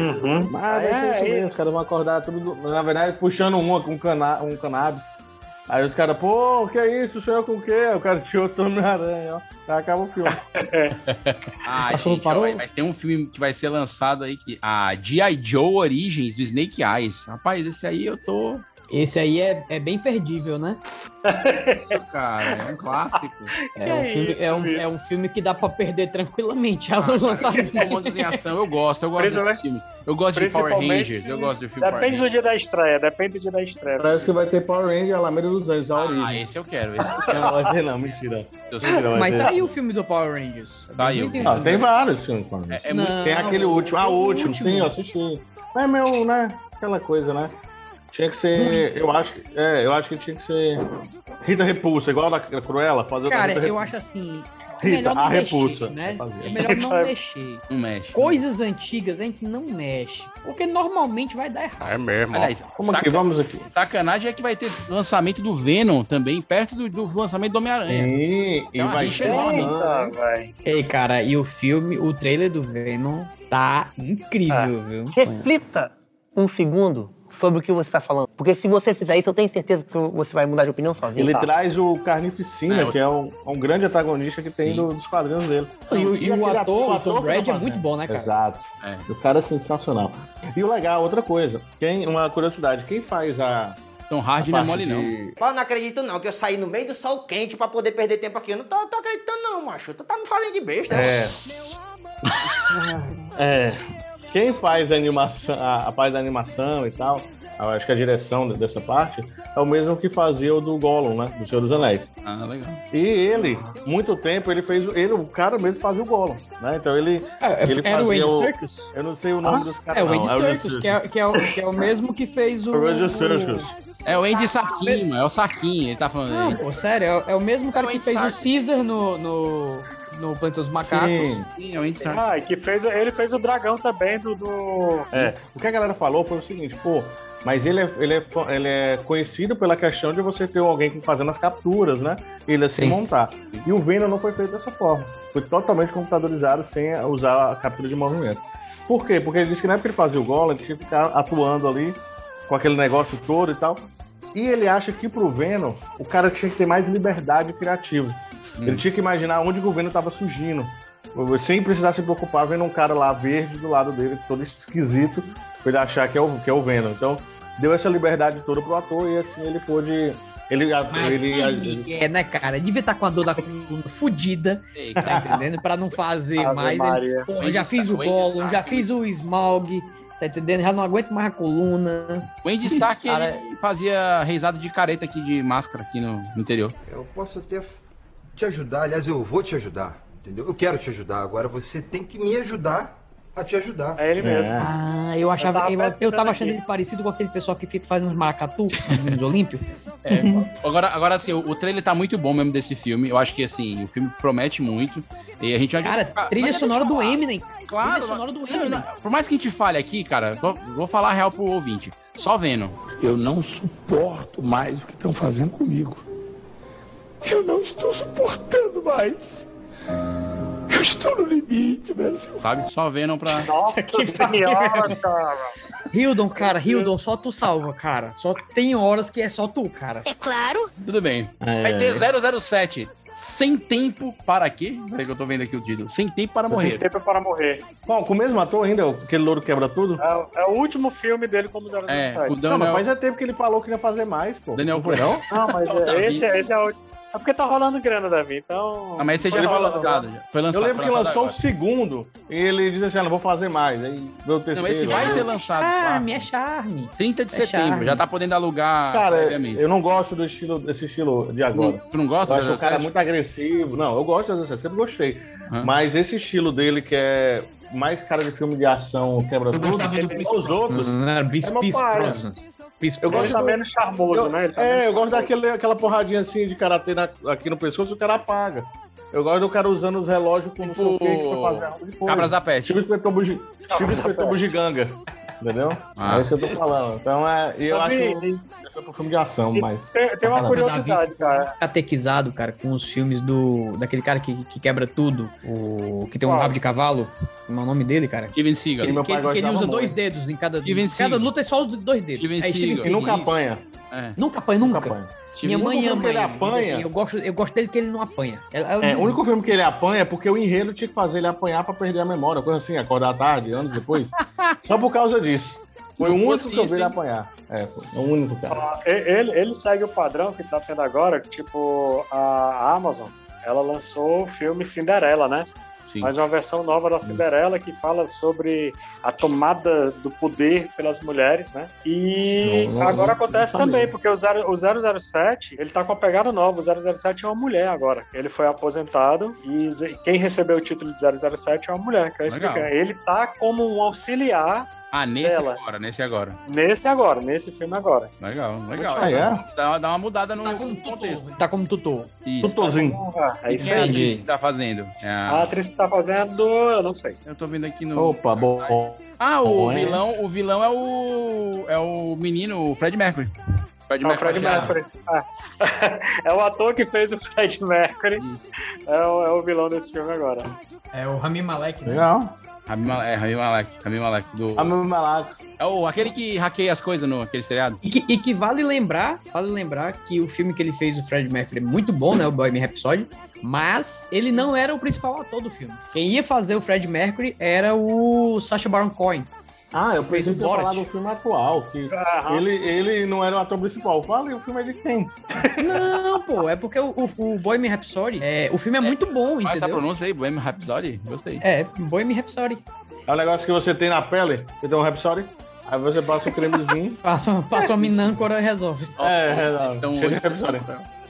Speaker 9: Uhum.
Speaker 3: Mas vai ser é isso mesmo, os caras vão acordar tudo. Na verdade, puxando um, um, cana, um cannabis. Aí os caras, pô, que é isso? Sonhou com o quê? O cara tirou todo na aranha, ó. Aí acaba o filme.
Speaker 1: Ah,
Speaker 3: cachorro
Speaker 1: gente,
Speaker 3: parou?
Speaker 1: ó, mas tem um filme que vai ser lançado aí que. Ah, G.I. Joe Origins do Snake Eyes. Rapaz, esse aí eu tô.
Speaker 6: Esse aí é, é bem perdível, né?
Speaker 1: Cara, é um clássico.
Speaker 6: É um,
Speaker 9: Que
Speaker 6: filme, é, um,
Speaker 9: isso,
Speaker 6: é um filme que dá pra perder tranquilamente. Ela
Speaker 1: Ah, cara,
Speaker 6: não sabe.
Speaker 1: Comandos em ação, eu gosto, eu gosto desses
Speaker 9: Principalmente-
Speaker 1: filmes. Eu gosto de Power
Speaker 9: principalmente-
Speaker 1: Rangers, eu gosto de filme Power
Speaker 9: Depende do
Speaker 1: Rangers.
Speaker 9: dia da estreia, depende do dia da estreia.
Speaker 3: Parece que vai ter Power Ranger Alameda dos Anjos, a
Speaker 1: Ah,
Speaker 3: origem.
Speaker 1: esse eu quero, esse eu
Speaker 3: Não, vai ter não, mentira.
Speaker 1: eu sei.
Speaker 3: Mentira, vai
Speaker 6: Mas
Speaker 3: ter.
Speaker 6: saiu o filme do Power Rangers. É bem
Speaker 1: Saiu.
Speaker 6: ruimzinho.
Speaker 3: Ah, tem vários filmes, mano.
Speaker 1: É, é
Speaker 6: Não,
Speaker 1: muito
Speaker 3: Tem aquele último. Ah, o último,
Speaker 6: último.
Speaker 3: sim, eu assisti. Mas é meu, né? Aquela coisa, né? Tinha que ser. Eu acho. É, eu acho que tinha que ser. Rita Repulsa, igual a da Cruella, fazer o da
Speaker 6: Cara,
Speaker 3: Rita
Speaker 6: eu
Speaker 3: Repulsa.
Speaker 6: acho assim. É
Speaker 3: Rita,
Speaker 6: melhor não
Speaker 3: a
Speaker 6: mexer,
Speaker 3: ah, repulsa.
Speaker 6: né? É
Speaker 3: Fazer.
Speaker 6: melhor não mexer.
Speaker 1: não mexe.
Speaker 6: Coisas antigas a gente não mexe. Porque normalmente vai dar errado.
Speaker 1: Aliás,
Speaker 3: Como
Speaker 1: saca-
Speaker 3: que vamos aqui?
Speaker 1: sacanagem é que vai ter lançamento do Venom também, perto do, do lançamento do Homem-Aranha.
Speaker 3: Sim,
Speaker 1: Isso é uma rixa enorme.
Speaker 9: Eita, vai.
Speaker 6: Ei, cara, e o filme, o trailer do Venom tá incrível,
Speaker 3: Ah.
Speaker 6: viu?
Speaker 3: É.
Speaker 2: Reflita um segundo sobre o que você está falando. Porque se você fizer isso, eu tenho certeza que você vai mudar de opinião sozinho.
Speaker 6: Tá.
Speaker 2: Tá.
Speaker 3: Ele traz o Carnificina,
Speaker 1: É, o-
Speaker 3: que é um, um grande antagonista que tem
Speaker 1: Sim.
Speaker 3: do- dos quadrinhos dele.
Speaker 6: E, o- e o
Speaker 3: aquele
Speaker 6: ator, o Tom
Speaker 3: que tá
Speaker 6: Brady, é
Speaker 3: fazendo.
Speaker 6: muito bom, né, cara?
Speaker 3: Exato.
Speaker 1: É.
Speaker 3: O cara é sensacional. E o legal, outra coisa, quem, uma curiosidade, quem faz a.
Speaker 1: Então, hard
Speaker 3: a
Speaker 1: não é mole,
Speaker 3: parte
Speaker 1: não.
Speaker 3: de-
Speaker 2: Eu não acredito não, que eu saí no meio do sol quente pra poder perder tempo aqui. Eu não tô, tô acreditando não, macho. Tu tá me fazendo de besta.
Speaker 3: É. É. Quem faz a animação, a, a parte da animação e tal, eu acho que a direção dessa parte, é o mesmo que fazia o do Gollum, né? Do Senhor dos Anéis.
Speaker 1: Ah, legal.
Speaker 3: E ele, muito tempo, ele fez. o- Ele, o cara mesmo fazia o Gollum, né? Então ele.
Speaker 6: É,
Speaker 3: Ele
Speaker 6: era o
Speaker 3: fazia
Speaker 6: Andy
Speaker 3: o-
Speaker 6: Serkis?
Speaker 3: Eu não sei o nome dos caras.
Speaker 6: É o
Speaker 3: não,
Speaker 6: Andy Serkis, que é, que, é o, que é o mesmo que fez o...
Speaker 3: O Andy
Speaker 6: o-
Speaker 3: Serkis.
Speaker 1: É o Andy Saquinho, mano, é o Saquinho, ele tá falando.
Speaker 6: Não,
Speaker 1: aí.
Speaker 6: pô, sério, é, é o mesmo cara
Speaker 1: É o
Speaker 6: que
Speaker 1: Andy
Speaker 6: fez o
Speaker 1: Serkis.
Speaker 6: Caesar no, no, no Planeta dos Macacos.
Speaker 3: Sim.
Speaker 1: Sim, é o Andy Saquinho.
Speaker 9: Ah, e que fez, ele fez o dragão também do. do...
Speaker 3: É, o que a galera falou foi o seguinte, pô, Mas ele é, ele, é, ele é conhecido pela questão de você ter alguém fazendo as capturas, né? Ele a se
Speaker 6: Sim.
Speaker 3: montar. E o Venom não foi feito dessa forma. Foi totalmente computadorizado sem usar a captura de movimento. Por quê? Porque ele disse que na época que ele fazia o Golem, ele tinha que ficar atuando ali com aquele negócio todo e tal. E ele acha que pro Venom, o cara tinha que ter mais liberdade criativa. Ele tinha que imaginar onde que o Venom tava surgindo. Sem precisar se preocupar vendo um cara lá verde do lado dele, todo esquisito, pra ele achar que é o, que é o Venom. Então, deu essa liberdade toda pro ator e assim ele pôde. Ele, ele, ele-
Speaker 6: É, né, cara? Devia estar com a dor da coluna fudida, tá entendendo? Pra não fazer
Speaker 3: Ave
Speaker 6: mais.
Speaker 3: Maria.
Speaker 6: Pô, eu já fiz o
Speaker 1: Wendy
Speaker 6: Gollum,
Speaker 1: Sack.
Speaker 6: já fiz o Smaug, tá entendendo? Já não aguento mais a coluna.
Speaker 1: O Andy Sack ele
Speaker 3: é-
Speaker 1: fazia reisado de careta aqui de máscara aqui no, no interior.
Speaker 11: Eu posso até f- te ajudar, aliás, eu vou te ajudar, entendeu? Eu quero te ajudar, agora você tem que me ajudar a te ajudar.
Speaker 9: É ele
Speaker 11: mesmo.
Speaker 6: Ah, eu achava. Eu eu tava, achando ele parecido com aquele pessoal que fica fazendo uns maracatu nos Olímpicos.
Speaker 1: É,
Speaker 3: Uhum.
Speaker 1: agora, agora, assim, o, o trailer tá muito bom mesmo desse filme. Eu acho que, assim, o filme promete muito. E a gente vai...
Speaker 6: Cara, trilha sonora do Eminem.
Speaker 3: Ah,
Speaker 1: Claro,
Speaker 6: Trilha sonora do Eminem.
Speaker 1: Por mais que a gente fale aqui, cara, vou, vou falar a real pro ouvinte. Só Venom. Eu não suporto mais o que estão fazendo comigo.
Speaker 12: Eu não estou suportando mais. Eu estou no limite, Brasil.
Speaker 1: Sabe? Só Venom pra...
Speaker 9: Nossa, que
Speaker 6: senhora, Hildon, cara, Hildon, só tu salva, cara. Só tem horas que é só tu, cara. É
Speaker 1: claro. Tudo bem.
Speaker 6: É.
Speaker 1: Vai ter 007. Sem tempo para quê? Peraí que eu tô vendo aqui o título. Sem tempo para morrer.
Speaker 9: Tempo para morrer.
Speaker 3: Bom, com o mesmo ator ainda, aquele louro quebra tudo.
Speaker 9: É, é o último filme dele como 007.
Speaker 1: É, o
Speaker 3: Não, mas
Speaker 1: Daniel-
Speaker 3: faz é tempo que ele falou que ia fazer mais, pô.
Speaker 1: Daniel tá, Cruel?
Speaker 3: Não, mas é-
Speaker 9: esse, é- esse é o. É porque tá rolando grana, Davi, então.
Speaker 1: Ah, mas esse já
Speaker 9: Foi
Speaker 1: foi
Speaker 9: lançado.
Speaker 1: lançado. já. Foi lançado.
Speaker 3: eu lembro
Speaker 1: foi
Speaker 3: que
Speaker 1: lançado
Speaker 3: lançou o
Speaker 1: agora.
Speaker 3: segundo e ele disse assim: ah, não vou fazer mais. Aí deu o terceiro. né?
Speaker 1: Não, esse vai ser lançado.
Speaker 6: Ah,
Speaker 1: claro.
Speaker 6: minha charme.
Speaker 1: 30 de
Speaker 6: É
Speaker 1: setembro.
Speaker 6: charme.
Speaker 1: Já tá podendo alugar.
Speaker 3: Cara,
Speaker 1: previamente.
Speaker 3: eu não gosto do estilo, desse estilo de agora.
Speaker 1: Não- tu não gosta
Speaker 3: Eu acho
Speaker 1: da
Speaker 3: o cara é
Speaker 1: 007?
Speaker 3: muito agressivo. Não, eu gosto da 07, sempre gostei. Mas esse estilo dele, que é mais cara de filme de ação, quebra tudo, os
Speaker 6: Uhum.
Speaker 3: outros.
Speaker 6: Peace,
Speaker 3: é uma
Speaker 6: Peace
Speaker 3: parada.
Speaker 6: Bros. Peace
Speaker 3: Eu
Speaker 6: Bros.
Speaker 3: gosto também
Speaker 9: charmoso,
Speaker 3: eu,
Speaker 9: né? Ele tá
Speaker 3: é,
Speaker 9: menos
Speaker 3: eu gosto daquela aquela porradinha assim de karatê na- aqui no pescoço e o cara apaga. Eu gosto do cara usando os relógios como tipo... o que pra fazer arma de fogo.
Speaker 1: Cabras da Peste.
Speaker 3: Tipo inspetor bugi... tipo inspetor bugiganga. Entendeu? É isso que eu tô falando. Então é. e Eu acho.
Speaker 9: Davi,
Speaker 3: Eu tô filme de ação, mas.
Speaker 9: Tem, tem uma
Speaker 3: Davi-
Speaker 9: curiosidade, cara.
Speaker 6: Catequizado, cara, com os filmes do. Daquele cara que, que quebra tudo. O. Que tem um rabo de cavalo. Como é o nome dele, cara?
Speaker 1: Steven Seagal.
Speaker 6: Que, que- que ele usa dois dedos em cada.
Speaker 1: Steven
Speaker 6: em cada
Speaker 1: Seagal.
Speaker 6: luta é só os dois dedos.
Speaker 1: Steven
Speaker 6: É Steven
Speaker 1: Seagal.
Speaker 6: Seagal, isso.
Speaker 1: É.
Speaker 6: Nunca apanha, nunca. Minha
Speaker 1: Steven
Speaker 6: mãe
Speaker 1: Seagal.
Speaker 6: ama
Speaker 1: Ele
Speaker 6: ele.
Speaker 1: apanha.
Speaker 6: Assim, eu, gosto, eu gosto dele que ele não apanha. Ela- ela
Speaker 3: É,
Speaker 6: diz
Speaker 3: o único
Speaker 6: isso.
Speaker 3: filme que ele apanha é porque o enredo tinha que fazer ele apanhar pra perder a memória, coisa assim, acordar à tarde, anos depois. Só por causa disso. Foi o
Speaker 9: não
Speaker 3: único
Speaker 9: fosse
Speaker 3: que eu vi
Speaker 9: isso,
Speaker 3: ele
Speaker 9: hein?
Speaker 3: apanhar. É, foi o único, cara.
Speaker 9: Ah, Ele, ele segue o padrão que tá tendo agora, que, tipo, a Amazon, ela lançou o filme Cinderela, né?
Speaker 1: Sim.
Speaker 9: Mas uma versão nova da Cinderela que fala sobre a tomada do poder pelas mulheres, né? E
Speaker 10: Não, tá não,
Speaker 9: agora
Speaker 10: não,
Speaker 9: acontece
Speaker 10: não sabia.
Speaker 9: também, porque o, zero, o 007, ele tá com a pegada nova. O 007 é uma mulher agora. Ele foi aposentado e ze- quem recebeu o título de 007 é uma mulher. Que eu
Speaker 1: Legal.
Speaker 9: explico. Ele tá como um auxiliar
Speaker 1: Ah, nesse
Speaker 9: Ela.
Speaker 1: agora, nesse agora.
Speaker 9: nesse agora, nesse filme agora.
Speaker 1: Legal, legal.
Speaker 9: Ah,
Speaker 3: é?
Speaker 1: Essa- Dá, dá uma mudada no contexto.
Speaker 6: Tá como tá tutor.
Speaker 1: Isso.
Speaker 3: Tutorzinho.
Speaker 9: tá
Speaker 1: E quem é a atriz que tá fazendo? É
Speaker 9: A
Speaker 1: a-
Speaker 9: atriz que tá fazendo, eu não sei.
Speaker 1: Eu tô vendo aqui no.
Speaker 3: Ah. Opa, bom.
Speaker 1: Ah, o
Speaker 3: Bom, é.
Speaker 1: vilão, o vilão é o. É o menino, o Fred Mercury.
Speaker 3: Ah,
Speaker 1: Fred
Speaker 9: É o Fred
Speaker 1: achado.
Speaker 9: Mercury. Ah. é o ator que fez o Fred Mercury. É o, é o vilão desse filme agora.
Speaker 6: É o Rami Malek, né?
Speaker 3: Legal.
Speaker 1: Rami Malek, é, Rami Malek, Rami Malek do...
Speaker 3: Rami Malek.
Speaker 1: É o, aquele que hackeia as coisas no aquele seriado.
Speaker 6: E que, e que vale lembrar, vale lembrar que o filme que ele fez, o Fred Mercury, é muito bom, né? O Bohemian Rhapsody. Mas ele não era o principal ator do filme. Quem ia fazer o Fred Mercury era o Sacha Baron Cohen.
Speaker 3: Ah, eu
Speaker 6: Fez
Speaker 3: pensei
Speaker 6: o
Speaker 3: que ia falar
Speaker 6: Borat.
Speaker 3: do filme atual, que
Speaker 9: Ah,
Speaker 3: ele, ele não era o ator principal. Fala, e o filme é de quem?
Speaker 6: Não, pô, é porque o, o, o Bohemian Rhapsody, é, o filme é, muito bom,
Speaker 1: Faz essa
Speaker 6: entendeu?
Speaker 1: tá pronúncia aí, Bohemian Rhapsody? Gostei.
Speaker 6: É, Bohemian Rhapsody.
Speaker 3: É um negócio que você tem na pele, você tem um Rhapsody, aí você passa um cremezinho.
Speaker 6: Passa, passa uma minâncora e resolve.
Speaker 3: é,
Speaker 1: vocês
Speaker 3: é,
Speaker 1: estão-
Speaker 3: cheio de Rhapsody.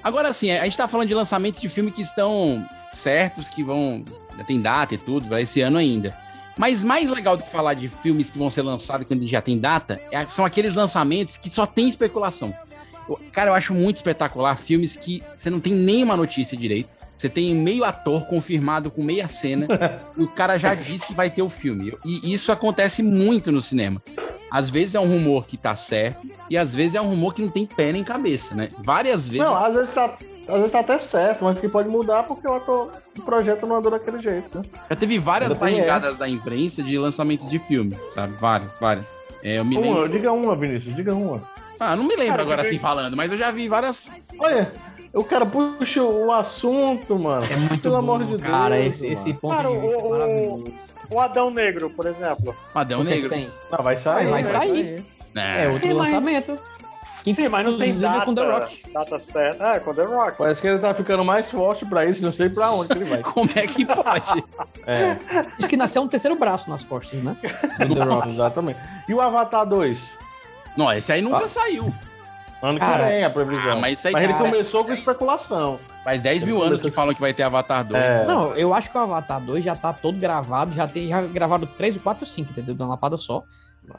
Speaker 1: Agora sim, a gente tá falando de lançamentos de filmes que estão certos, que vão. Já tem data e tudo, vai esse ano ainda. Mas mais legal do que falar de filmes que vão ser lançados quando já tem data, é- são aqueles lançamentos que só tem especulação. Eu- Cara, eu acho muito espetacular filmes que você não tem nenhuma notícia direito. Você tem meio ator confirmado com meia cena, e o cara já diz que vai ter o filme. E isso acontece muito no cinema. Às vezes é um rumor que tá certo e às vezes é um rumor que não tem pé nem cabeça, né? Várias vezes.
Speaker 3: Não, às vezes tá, às vezes tá até certo, mas que pode mudar porque o, ator, o projeto não andou daquele jeito. Né?
Speaker 1: Já teve várias
Speaker 3: Ainda tem
Speaker 1: barrigadas da imprensa de lançamentos de filme, sabe? Várias, várias. É, eu me
Speaker 3: Uma,
Speaker 1: lembro.
Speaker 3: diga uma, Vinícius, diga uma.
Speaker 1: Ah, não me lembro
Speaker 3: Cara,
Speaker 1: agora
Speaker 3: eu-
Speaker 1: assim falando, mas eu já vi várias.
Speaker 3: Olha, o cara puxa o assunto, mano. É muito Pelo amor de
Speaker 6: Cara,
Speaker 3: Deus.
Speaker 6: esse, esse ponto
Speaker 9: Cara,
Speaker 6: de vista é
Speaker 9: o,
Speaker 6: maravilhoso.
Speaker 9: o, o Adão Negro, por exemplo.
Speaker 1: Padrão
Speaker 6: O que é que
Speaker 1: negro.
Speaker 6: tem?
Speaker 3: Não, Ah, vai sair. né?
Speaker 6: Vai sair.
Speaker 1: É.
Speaker 6: É outro
Speaker 9: Sim, mas-
Speaker 6: lançamento.
Speaker 9: Sim, mas não tem
Speaker 6: Inclusive
Speaker 9: data.
Speaker 6: é com The Rock.
Speaker 9: Data certa. É, com The Rock.
Speaker 3: Parece que ele tá ficando mais forte pra isso, não sei pra onde que ele vai.
Speaker 1: Como é que pode?
Speaker 3: É,
Speaker 6: Diz que nasceu um terceiro braço nas costas, né? Do The Rock.
Speaker 3: exatamente. E o Avatar 2?
Speaker 1: Não, esse aí nunca saiu.
Speaker 3: Ano que
Speaker 6: Cara,
Speaker 3: vem a previsão.
Speaker 1: Ah, mas isso aí,
Speaker 3: ele
Speaker 1: cara,
Speaker 3: começou com especulação.
Speaker 1: Faz 10 mil anos que falam que vai ter Avatar 2.
Speaker 3: É.
Speaker 6: Não, eu acho que o Avatar 2 já tá todo gravado, já, tem, já gravaram 3, 4, 5, entendeu? De uma lapada só.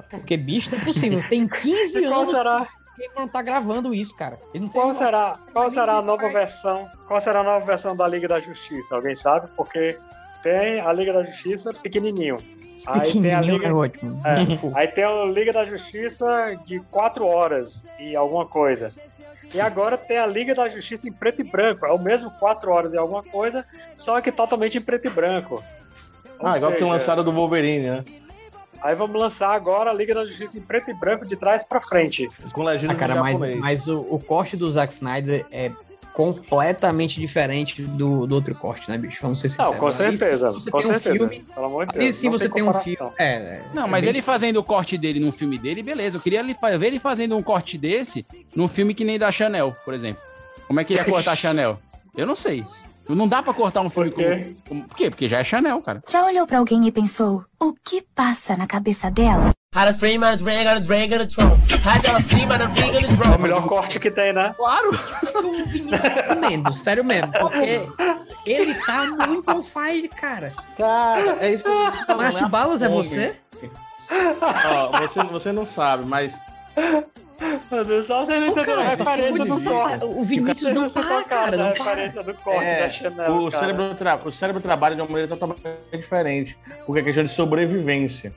Speaker 6: Porque, bicho, não é possível. Tem 15
Speaker 9: E qual
Speaker 6: anos
Speaker 9: será?
Speaker 6: que ele não tá gravando isso, cara. Ele não tem
Speaker 9: Qual
Speaker 6: noção.
Speaker 9: será, qual será a nova
Speaker 6: Vai.
Speaker 9: versão? Qual será a nova versão da Liga da Justiça? Alguém sabe? Porque tem a Liga da Justiça pequenininho. Aí tem a
Speaker 6: Pequenininho
Speaker 9: Liga,
Speaker 6: é ótimo.
Speaker 9: é,
Speaker 6: Muito fofo.
Speaker 9: aí tem a Liga da Justiça de 4 horas e alguma coisa. E agora tem a Liga da Justiça em preto e branco. É o mesmo 4 horas e alguma coisa, só que totalmente em preto e branco. Ou
Speaker 3: Ah, igual que
Speaker 9: seja,
Speaker 3: lançaram do Wolverine, né?
Speaker 9: Aí vamos lançar agora a Liga da Justiça em preto e branco de trás pra frente.
Speaker 3: Com legenda
Speaker 9: um
Speaker 6: Ah, cara, mas,
Speaker 3: japonês.
Speaker 6: mas o, o corte do Zack Snyder é completamente diferente do, do outro corte, né, bicho? Vamos ser sinceros.
Speaker 9: Não, com
Speaker 6: Ali sim
Speaker 9: certeza.
Speaker 6: você
Speaker 9: Com
Speaker 6: tem um
Speaker 9: certeza.
Speaker 6: filme-
Speaker 9: Pelo amor de Deus.
Speaker 6: Ali sim
Speaker 9: não
Speaker 6: você tem um
Speaker 9: comparação.
Speaker 6: filme. É, é,
Speaker 1: Não,
Speaker 6: é
Speaker 1: mas
Speaker 6: bem
Speaker 1: ele fazendo o corte dele num filme dele, beleza. Eu queria ele fa- ver ele fazendo um corte desse num filme que nem da Chanel, por exemplo. Como é que ele ia cortar a Chanel? Eu não sei. Não dá pra cortar um filme
Speaker 9: Por quê?
Speaker 1: como, como- Por quê? Porque já é Chanel, cara.
Speaker 13: Já olhou pra alguém e pensou o que passa na cabeça dela?
Speaker 9: É o melhor corte que tem, né?
Speaker 1: Claro!
Speaker 6: o Vinícius comendo, sério mesmo. Porque ele tá muito on fire, cara.
Speaker 3: Cara, é isso que eu tô falando,
Speaker 6: Márcio
Speaker 3: né? A
Speaker 6: Balas, é
Speaker 3: fome.
Speaker 6: você?
Speaker 3: Ó, você, você não sabe, mas
Speaker 9: Meu Deus, só você não
Speaker 6: Ô,
Speaker 9: entendeu é a
Speaker 6: cara, tá
Speaker 9: referência
Speaker 6: sendo
Speaker 9: do corte.
Speaker 6: muito- o Vinícius
Speaker 9: Vocês
Speaker 6: não
Speaker 9: se
Speaker 6: para,
Speaker 9: tocaram
Speaker 6: cara.
Speaker 9: da
Speaker 6: Não para.
Speaker 9: referência é do corte
Speaker 3: É,
Speaker 9: da Chanel,
Speaker 3: o,
Speaker 9: cara.
Speaker 3: cérebro tra- o cérebro trabalha de uma maneira totalmente diferente, porque é questão de sobrevivência.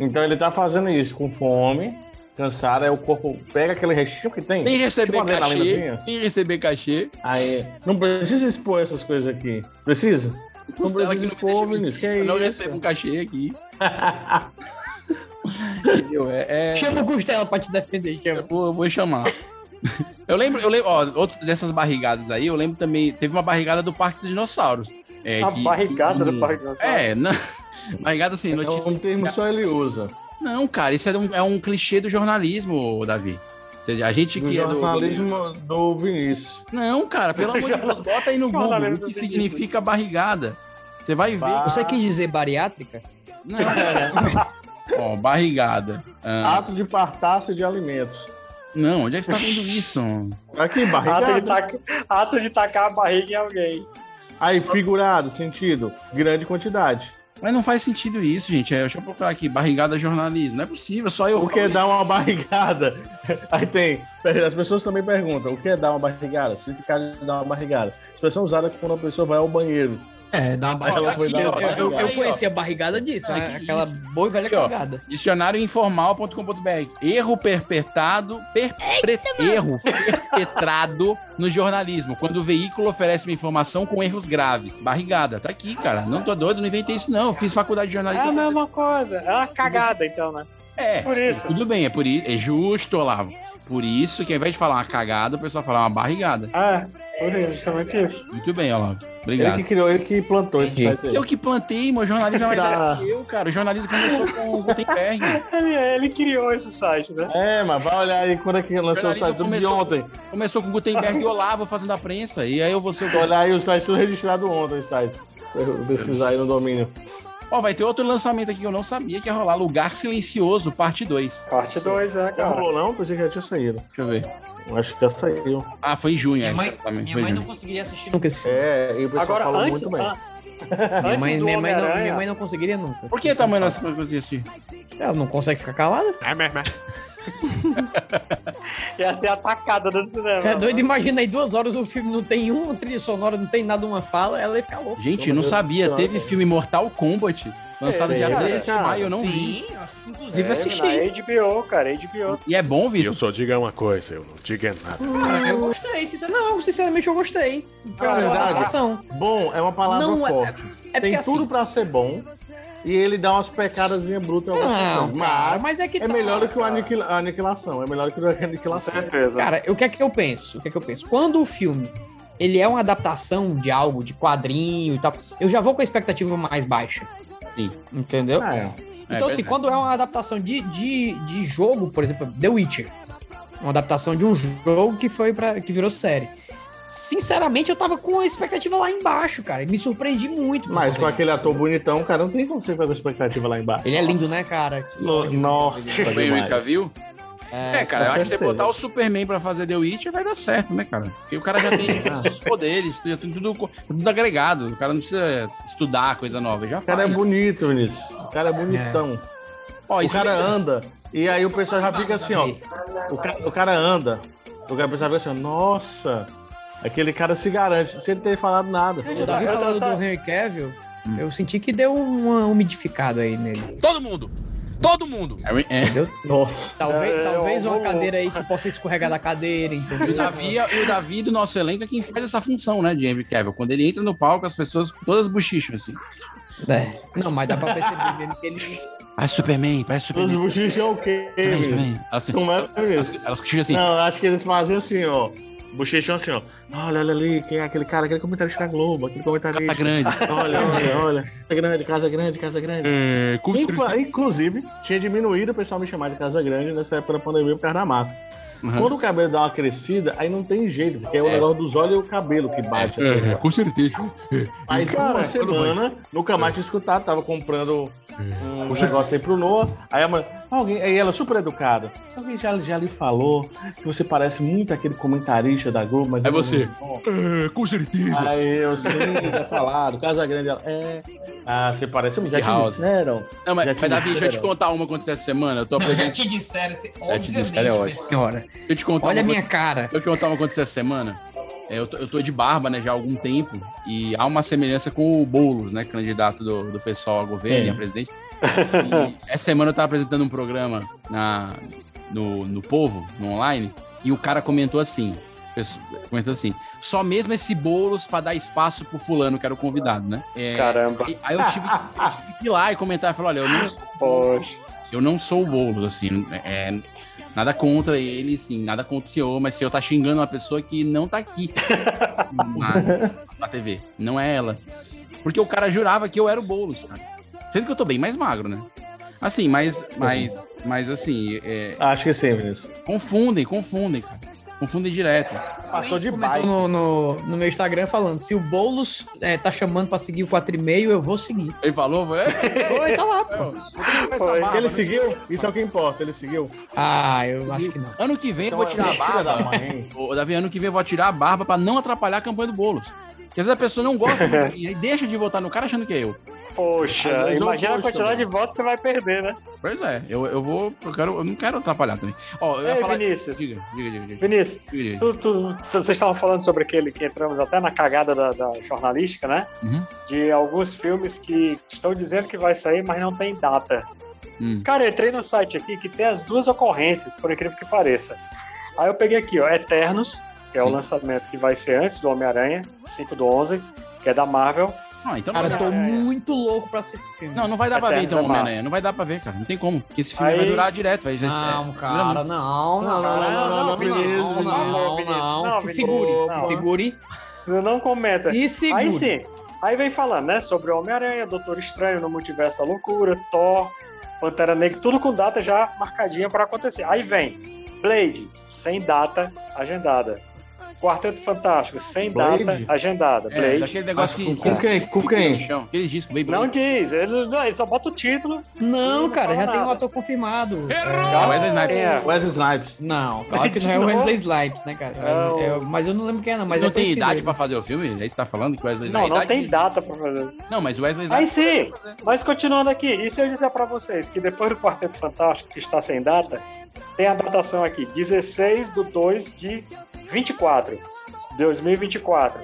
Speaker 3: Então ele tá fazendo isso com fome, cansado, aí o corpo pega aquele restinho que tem.
Speaker 1: Sem
Speaker 3: tipo
Speaker 1: receber
Speaker 3: uma
Speaker 1: cachê.
Speaker 3: adrenalinazinha.
Speaker 1: Sem receber cachê.
Speaker 3: Aí, não precisa expor essas coisas aqui. Precisa? Não
Speaker 1: Ela que não
Speaker 3: precisa
Speaker 1: me deixa
Speaker 3: expor, Vinícius. Que
Speaker 1: Eu não
Speaker 3: é isso?
Speaker 1: recebo um cachê aqui. Entendeu? É- é-
Speaker 6: Chama o Costela pra te defender, chama.
Speaker 1: Eu vou, eu vou chamar. Eu lembro, eu lembro, ó, outro dessas barrigadas aí, eu lembro também, teve uma barrigada do Parque dos Dinossauros. É,
Speaker 9: A
Speaker 1: que-
Speaker 9: barrigada
Speaker 1: que-
Speaker 9: do Parque dos Dinossauros.
Speaker 1: É, na, barrigada assim,
Speaker 3: É
Speaker 1: notícia.
Speaker 3: um termo só ele usa.
Speaker 1: Não, cara, isso é um, é um clichê do jornalismo, Davi. Ou seja, a gente
Speaker 3: Do
Speaker 1: que é do- do.
Speaker 3: jornalismo do Vinícius.
Speaker 1: Não, cara, pelo amor de Deus, bota aí no Google
Speaker 9: Jornalismo
Speaker 1: o que
Speaker 9: do
Speaker 1: significa barrigada. Você vai ver.
Speaker 3: Ba-
Speaker 6: Você quis dizer bariátrica?
Speaker 1: Não, cara. Ó, barrigada. Ah,
Speaker 3: Ato de partaça de alimentos.
Speaker 1: não, onde é que você tá vendo isso? Ah,
Speaker 3: Aqui,
Speaker 6: é
Speaker 9: Ato de,
Speaker 1: tá
Speaker 3: barrigada.
Speaker 9: taca- ato de tacar a barriga em alguém.
Speaker 3: Aí, figurado, sentido, grande quantidade.
Speaker 1: Mas não faz sentido isso, gente. É, Deixa eu procurar aqui, barrigada jornalismo. Não é possível, só eu
Speaker 3: O que é
Speaker 1: falo
Speaker 3: dar uma barrigada? Aí tem. As pessoas também perguntam: o que é dar uma barrigada? Significado de dar uma barrigada. Expressão usada quando a pessoa vai ao banheiro.
Speaker 6: É, dá uma
Speaker 3: barrigada. Ela foi dar uma
Speaker 6: Eu, eu,
Speaker 1: barrigada.
Speaker 6: eu conheci a barrigada disso,
Speaker 1: Ah,
Speaker 6: né?
Speaker 1: que
Speaker 6: aquela boa e velha
Speaker 1: Aqui, ó.
Speaker 6: cagada.
Speaker 1: dicionarioinformal.com.br. Erro perpetrado, per- pre- erro perpetrado no jornalismo, quando o veículo oferece uma informação com erros graves. Barrigada, tá aqui, cara. Não tô doido, não inventei isso não. Eu fiz faculdade de
Speaker 9: É
Speaker 1: jornalismo.
Speaker 9: a mesma coisa. É uma cagada, então, né?
Speaker 1: É,
Speaker 9: por isso.
Speaker 1: tudo bem, é por isso, é justo, Olavo. Por isso que ao invés de falar uma cagada, o pessoal fala uma barrigada.
Speaker 9: Ah, por isso, justamente isso.
Speaker 1: Muito bem, Olavo.
Speaker 3: Ele
Speaker 1: Obrigado.
Speaker 3: que criou, ele que plantou esse site aí.
Speaker 1: Eu que plantei, meu jornalismo é mais
Speaker 3: Tá.
Speaker 1: velho que eu, cara. O jornalismo começou com o Gutenberg.
Speaker 9: Ele, ele criou esse site, né?
Speaker 3: É, mas vai olhar aí quando é que lançou o site do de ontem.
Speaker 1: Começou com Gutenberg e Olavo fazendo a prensa. E aí eu vou ser
Speaker 3: Vai
Speaker 1: o.
Speaker 3: olhar aí o site tudo registrado ontem, o site. Eu pesquisar aí no domínio.
Speaker 1: Ó, vai ter outro lançamento aqui que eu não sabia que ia rolar. Lugar Silencioso, parte 2.
Speaker 9: Parte 2, é,
Speaker 3: Já
Speaker 9: cara.
Speaker 3: rolou, não? Pensei que já tinha saído.
Speaker 1: Deixa eu ver.
Speaker 3: Acho que já saiu.
Speaker 1: Ah, foi em junho, é,
Speaker 6: Minha mãe-
Speaker 1: exatamente,
Speaker 6: Minha
Speaker 1: foi em
Speaker 6: mãe não
Speaker 1: junho.
Speaker 6: conseguiria assistir nunca esse filme.
Speaker 3: É, e o pessoal
Speaker 9: Agora,
Speaker 3: falou
Speaker 9: antes,
Speaker 3: muito bem.
Speaker 9: ah,
Speaker 6: Minha
Speaker 9: antes
Speaker 6: mãe,
Speaker 9: do
Speaker 6: minha, mãe não,
Speaker 9: Homem-Aranha-
Speaker 6: minha mãe não conseguiria nunca.
Speaker 1: assim? Por que tua mãe não conseguia assistir?
Speaker 6: Ela não consegue ficar calada?
Speaker 9: Ia ser atacada no cinema.
Speaker 6: Você é doido? Imagina aí duas horas o filme não tem uma trilha sonora, não tem nada, uma fala, ela ia ficar louca.
Speaker 1: Gente, eu não sabia. Teve filme Mortal Kombat, lançado
Speaker 9: É,
Speaker 1: dia
Speaker 9: cara.
Speaker 1: 3 de maio, eu não
Speaker 6: Sim,
Speaker 1: vi.
Speaker 6: Inclusive
Speaker 9: É,
Speaker 6: assisti.
Speaker 9: Na HBO, cara, HBO.
Speaker 1: E é bom,
Speaker 14: E eu
Speaker 1: Vitor?
Speaker 14: só diga uma coisa, eu não diga nada.
Speaker 6: Cara, eu gostei, sinceramente. Não, sinceramente eu gostei.
Speaker 3: Ah, é
Speaker 6: Foi uma boa adaptação.
Speaker 3: Bom é uma palavra
Speaker 6: Não, é-
Speaker 3: forte.
Speaker 6: é porque
Speaker 3: Tem
Speaker 6: assim-
Speaker 3: tudo pra ser bom. E ele dá umas pecadazinhas brutas. em algumas
Speaker 6: Não,
Speaker 3: coisas,
Speaker 6: cara, mas é que
Speaker 3: É
Speaker 6: tá-
Speaker 3: melhor do que o aniquil- a aniquilação. É melhor do que o aniquilação.
Speaker 9: certeza.
Speaker 6: Cara, o que é que eu penso? O que é que eu penso? Quando o filme ele é uma adaptação de algo, de quadrinho e tal, eu já vou com a expectativa mais baixa.
Speaker 1: Sim.
Speaker 6: Entendeu?
Speaker 1: Ah, é. É
Speaker 6: Então, assim,
Speaker 1: verdade.
Speaker 6: quando é uma adaptação de, de, de jogo, por exemplo, The Witcher. Uma adaptação de um jogo que foi para que virou série. Sinceramente, eu tava com a expectativa lá embaixo, cara. e Me surpreendi muito. por
Speaker 3: Mas
Speaker 6: conta
Speaker 3: com
Speaker 6: disso.
Speaker 3: aquele ator bonitão, cara, não tem como você fazer expectativa lá embaixo.
Speaker 6: Ele é lindo, né, cara?
Speaker 3: Lo- Nossa,
Speaker 1: Henry
Speaker 3: demais.
Speaker 1: Cavill? É, cara, eu
Speaker 3: com
Speaker 1: acho que você
Speaker 3: certeza.
Speaker 1: botar o Superman pra fazer The Witcher vai dar certo, né, cara? Porque o cara já tem
Speaker 3: Ah.
Speaker 1: os poderes, já tem tudo, co- tudo agregado. O cara não precisa estudar coisa nova, já
Speaker 3: O cara é
Speaker 1: faz.
Speaker 3: bonito, Vinícius. O cara é bonitão.
Speaker 1: Ó,
Speaker 3: o
Speaker 1: isso
Speaker 3: cara
Speaker 1: é-
Speaker 3: anda. E aí o pessoal já fica assim, ó. O ca- o cara, anda. O cara pessoal fica assim, nossa. Aquele cara se garante, sem ter falado nada.
Speaker 6: Eu Davi falando do Henry Cavill,
Speaker 1: Hum.
Speaker 6: eu senti que deu uma umidificada aí nele.
Speaker 1: Todo mundo! Todo mundo!
Speaker 6: Entendeu?
Speaker 3: Nossa.
Speaker 6: Talvez,
Speaker 1: É,
Speaker 6: talvez
Speaker 1: eu
Speaker 6: uma
Speaker 1: vou-
Speaker 6: cadeira aí que possa escorregar da cadeira,
Speaker 1: E
Speaker 6: entendeu?
Speaker 1: o, Davi, e o Davi do nosso elenco é quem faz essa função, né, de Henry Cavill. Quando ele entra no palco, as pessoas todas bochicham, assim.
Speaker 6: É. Não, mas dá pra perceber mesmo que ele.
Speaker 1: Parece Superman, parece
Speaker 3: Os
Speaker 1: Superman.
Speaker 3: bochichos é o quê?
Speaker 1: Parece
Speaker 3: velho?
Speaker 1: Superman. Assim,
Speaker 3: Como é que é isso?
Speaker 1: Elas cochicham assim.
Speaker 3: Não, eu acho que eles fazem assim, ó. Bochechão assim, ó. Olha, olha ali, quem é aquele cara? Aquele comentarista da Globo, aquele comentarista.
Speaker 1: Casa "Tá Grande.
Speaker 3: Olha, olha, olha. Casa Grande, Casa Grande, Casa Grande.
Speaker 1: É, com
Speaker 3: Inclu- Inclusive, tinha diminuído o pessoal me chamar de Casa Grande nessa época da pandemia por causa da máscara.
Speaker 1: Uhum.
Speaker 3: Quando o cabelo dá uma crescida, aí não tem jeito, porque é o negócio dos olhos e o cabelo que bate. assim, ó.
Speaker 1: com certeza.
Speaker 11: Tá
Speaker 3: Aí uma semana, nunca mais te escutar, tava comprando um
Speaker 1: É.
Speaker 3: negócio aí pro Noah. Aí, a mãe- alguém, aí ela super educada. Alguém já, já lhe falou que você parece muito aquele comentarista da Globo, mas.
Speaker 1: É
Speaker 3: eu não-
Speaker 1: você. É, com certeza.
Speaker 3: Aí eu sim, já é falado, Casa Grande. Ela, é. Ah, você parece. Já
Speaker 1: E
Speaker 3: te
Speaker 1: House.
Speaker 3: disseram.
Speaker 1: Não, mas,
Speaker 3: Já te
Speaker 1: mas Davi, deixa eu te
Speaker 3: disseram.
Speaker 1: contar uma que aconteceu essa semana. Eu tô
Speaker 6: Já
Speaker 1: apresentando.
Speaker 6: te disseram, assim,
Speaker 1: Já te disse, ela é
Speaker 6: obviamente,
Speaker 1: ótima.
Speaker 6: senhora.
Speaker 1: Deixa eu te contar
Speaker 6: Olha a
Speaker 1: uma
Speaker 6: minha
Speaker 1: coisa-
Speaker 6: cara.
Speaker 1: Deixa eu te contar uma coisa essa semana. É, eu, tô, eu tô de barba, né, já há algum tempo. E há uma semelhança com o Boulos, né, candidato do, do pessoal a governo e a
Speaker 3: Sim.
Speaker 1: presidente. E essa semana eu tava apresentando um programa na, no, no Povo, no online. E o cara comentou assim: pessoa- comentou assim, só mesmo esse Boulos pra dar espaço pro Fulano, que era o convidado, né? É,
Speaker 9: Caramba.
Speaker 1: e- aí eu tive, que- eu tive que ir lá e comentar. Falar: olha, eu não
Speaker 6: É.
Speaker 1: sou eu não sou o Boulos, assim, é, nada contra ele, assim, nada contra o senhor, mas o senhor tá xingando uma pessoa que não tá aqui na, na TV, não é ela. Porque o cara jurava que eu era o Boulos, cara. Sendo que eu tô bem mais magro, né? Assim, mas, mas, mas assim, é,
Speaker 3: Acho que sim, Vinícius.
Speaker 1: confundem, confundem, cara. Confundem direto.
Speaker 3: Passou de
Speaker 6: Comentou no, no, no meu Instagram falando: se o Boulos é, tá chamando pra seguir o 4,5, eu vou seguir.
Speaker 1: Ele falou, foi?
Speaker 6: Oi, tá lá, pô.
Speaker 3: Foi.
Speaker 1: né?
Speaker 3: Ele seguiu? Isso é o que importa, ele seguiu.
Speaker 6: Ah, eu acho que não.
Speaker 1: Ano que vem eu vou
Speaker 3: Então
Speaker 1: tirar a
Speaker 3: é mentira da
Speaker 1: barba.
Speaker 3: mãe.
Speaker 1: Ô, Davi, ano que vem eu vou tirar a barba pra não atrapalhar a campanha do Boulos. Porque às vezes a pessoa não gosta muito de mim, aí deixa de votar no cara achando que é eu.
Speaker 9: Poxa,
Speaker 1: Mas eu
Speaker 9: imagina a
Speaker 1: gosto,
Speaker 9: quantidade de votos que vai perder, né?
Speaker 1: Pois é, eu, eu vou. Eu, quero, eu não quero atrapalhar também. Ó, eu ia
Speaker 9: Ei,
Speaker 1: falar.
Speaker 9: É, Vinícius.
Speaker 1: Diga, diga, diga, diga.
Speaker 9: Vinícius,
Speaker 1: Diga, diga.
Speaker 9: tu- tu- tu- vocês estavam falando sobre aquele que entramos até na cagada da, da jornalística, né?
Speaker 1: Uhum.
Speaker 9: De alguns filmes que estão dizendo que vai sair, mas não tem data.
Speaker 1: Hum.
Speaker 9: Cara, eu entrei no site aqui que tem as duas ocorrências, por incrível que pareça. Aí eu peguei aqui, ó, Eternos, que é o
Speaker 1: Sim.
Speaker 9: lançamento que vai ser antes do Homem-Aranha, 5 do 11, que é da Marvel.
Speaker 1: Ah, então
Speaker 6: Cara,
Speaker 1: não,
Speaker 6: eu
Speaker 1: vai
Speaker 6: tô
Speaker 1: dar.
Speaker 6: muito louco pra assistir esse filme.
Speaker 1: não, não vai dar pra ver
Speaker 9: Eternos
Speaker 1: então,
Speaker 9: é massa.
Speaker 1: Homem-Aranha. Não vai dar pra ver, cara. Não tem como. Porque esse filme
Speaker 9: Aí-
Speaker 1: vai durar direto. Vai, vai,
Speaker 6: Não,
Speaker 3: Ah,
Speaker 1: é,
Speaker 6: cara, não, não, não, não, não, não, não, não, não, não, se segure, se segure.
Speaker 9: Não comenta.
Speaker 6: E segure.
Speaker 9: Aí sim. Aí vem falando, né? Sobre o Homem-Aranha, Doutor Estranho no Multiverso da Loucura, Thor, Pantera Negra, tudo com data já marcadinha pra acontecer. Aí vem Blade, sem data agendada. Quarteto Fantástico, sem
Speaker 3: Blade?
Speaker 9: data agendada.
Speaker 3: É,
Speaker 9: Blade.
Speaker 3: daquele negócio que- Com quem? Com quem?
Speaker 1: Aqueles discos bem
Speaker 9: Não diz, ele, não, ele só bota o título.
Speaker 6: Não, cara, já
Speaker 9: fala
Speaker 6: tem um
Speaker 9: nada.
Speaker 6: ator confirmado.
Speaker 1: É Wesley Snipes.
Speaker 9: É.
Speaker 3: Wesley Snipes.
Speaker 6: Não, Claro que não é o Wesley Snipes, né, cara? Mas,
Speaker 1: Não.
Speaker 6: é, mas eu não lembro quem é, não.
Speaker 1: Mas
Speaker 6: Mas
Speaker 1: não
Speaker 6: é
Speaker 1: tem
Speaker 6: conhecido
Speaker 1: idade
Speaker 6: ele.
Speaker 1: pra fazer o filme? Aí você tá falando que o Wesley
Speaker 9: Não,
Speaker 1: a
Speaker 9: não
Speaker 1: idade-
Speaker 9: tem data pra fazer.
Speaker 1: Não, mas o Wesley
Speaker 9: Aí
Speaker 1: Snipes.
Speaker 9: sim, mas continuando aqui, e se eu disser pra vocês que depois do Quarteto Fantástico, que está sem data, tem a datação aqui, 16 de 2 de 24, 2024.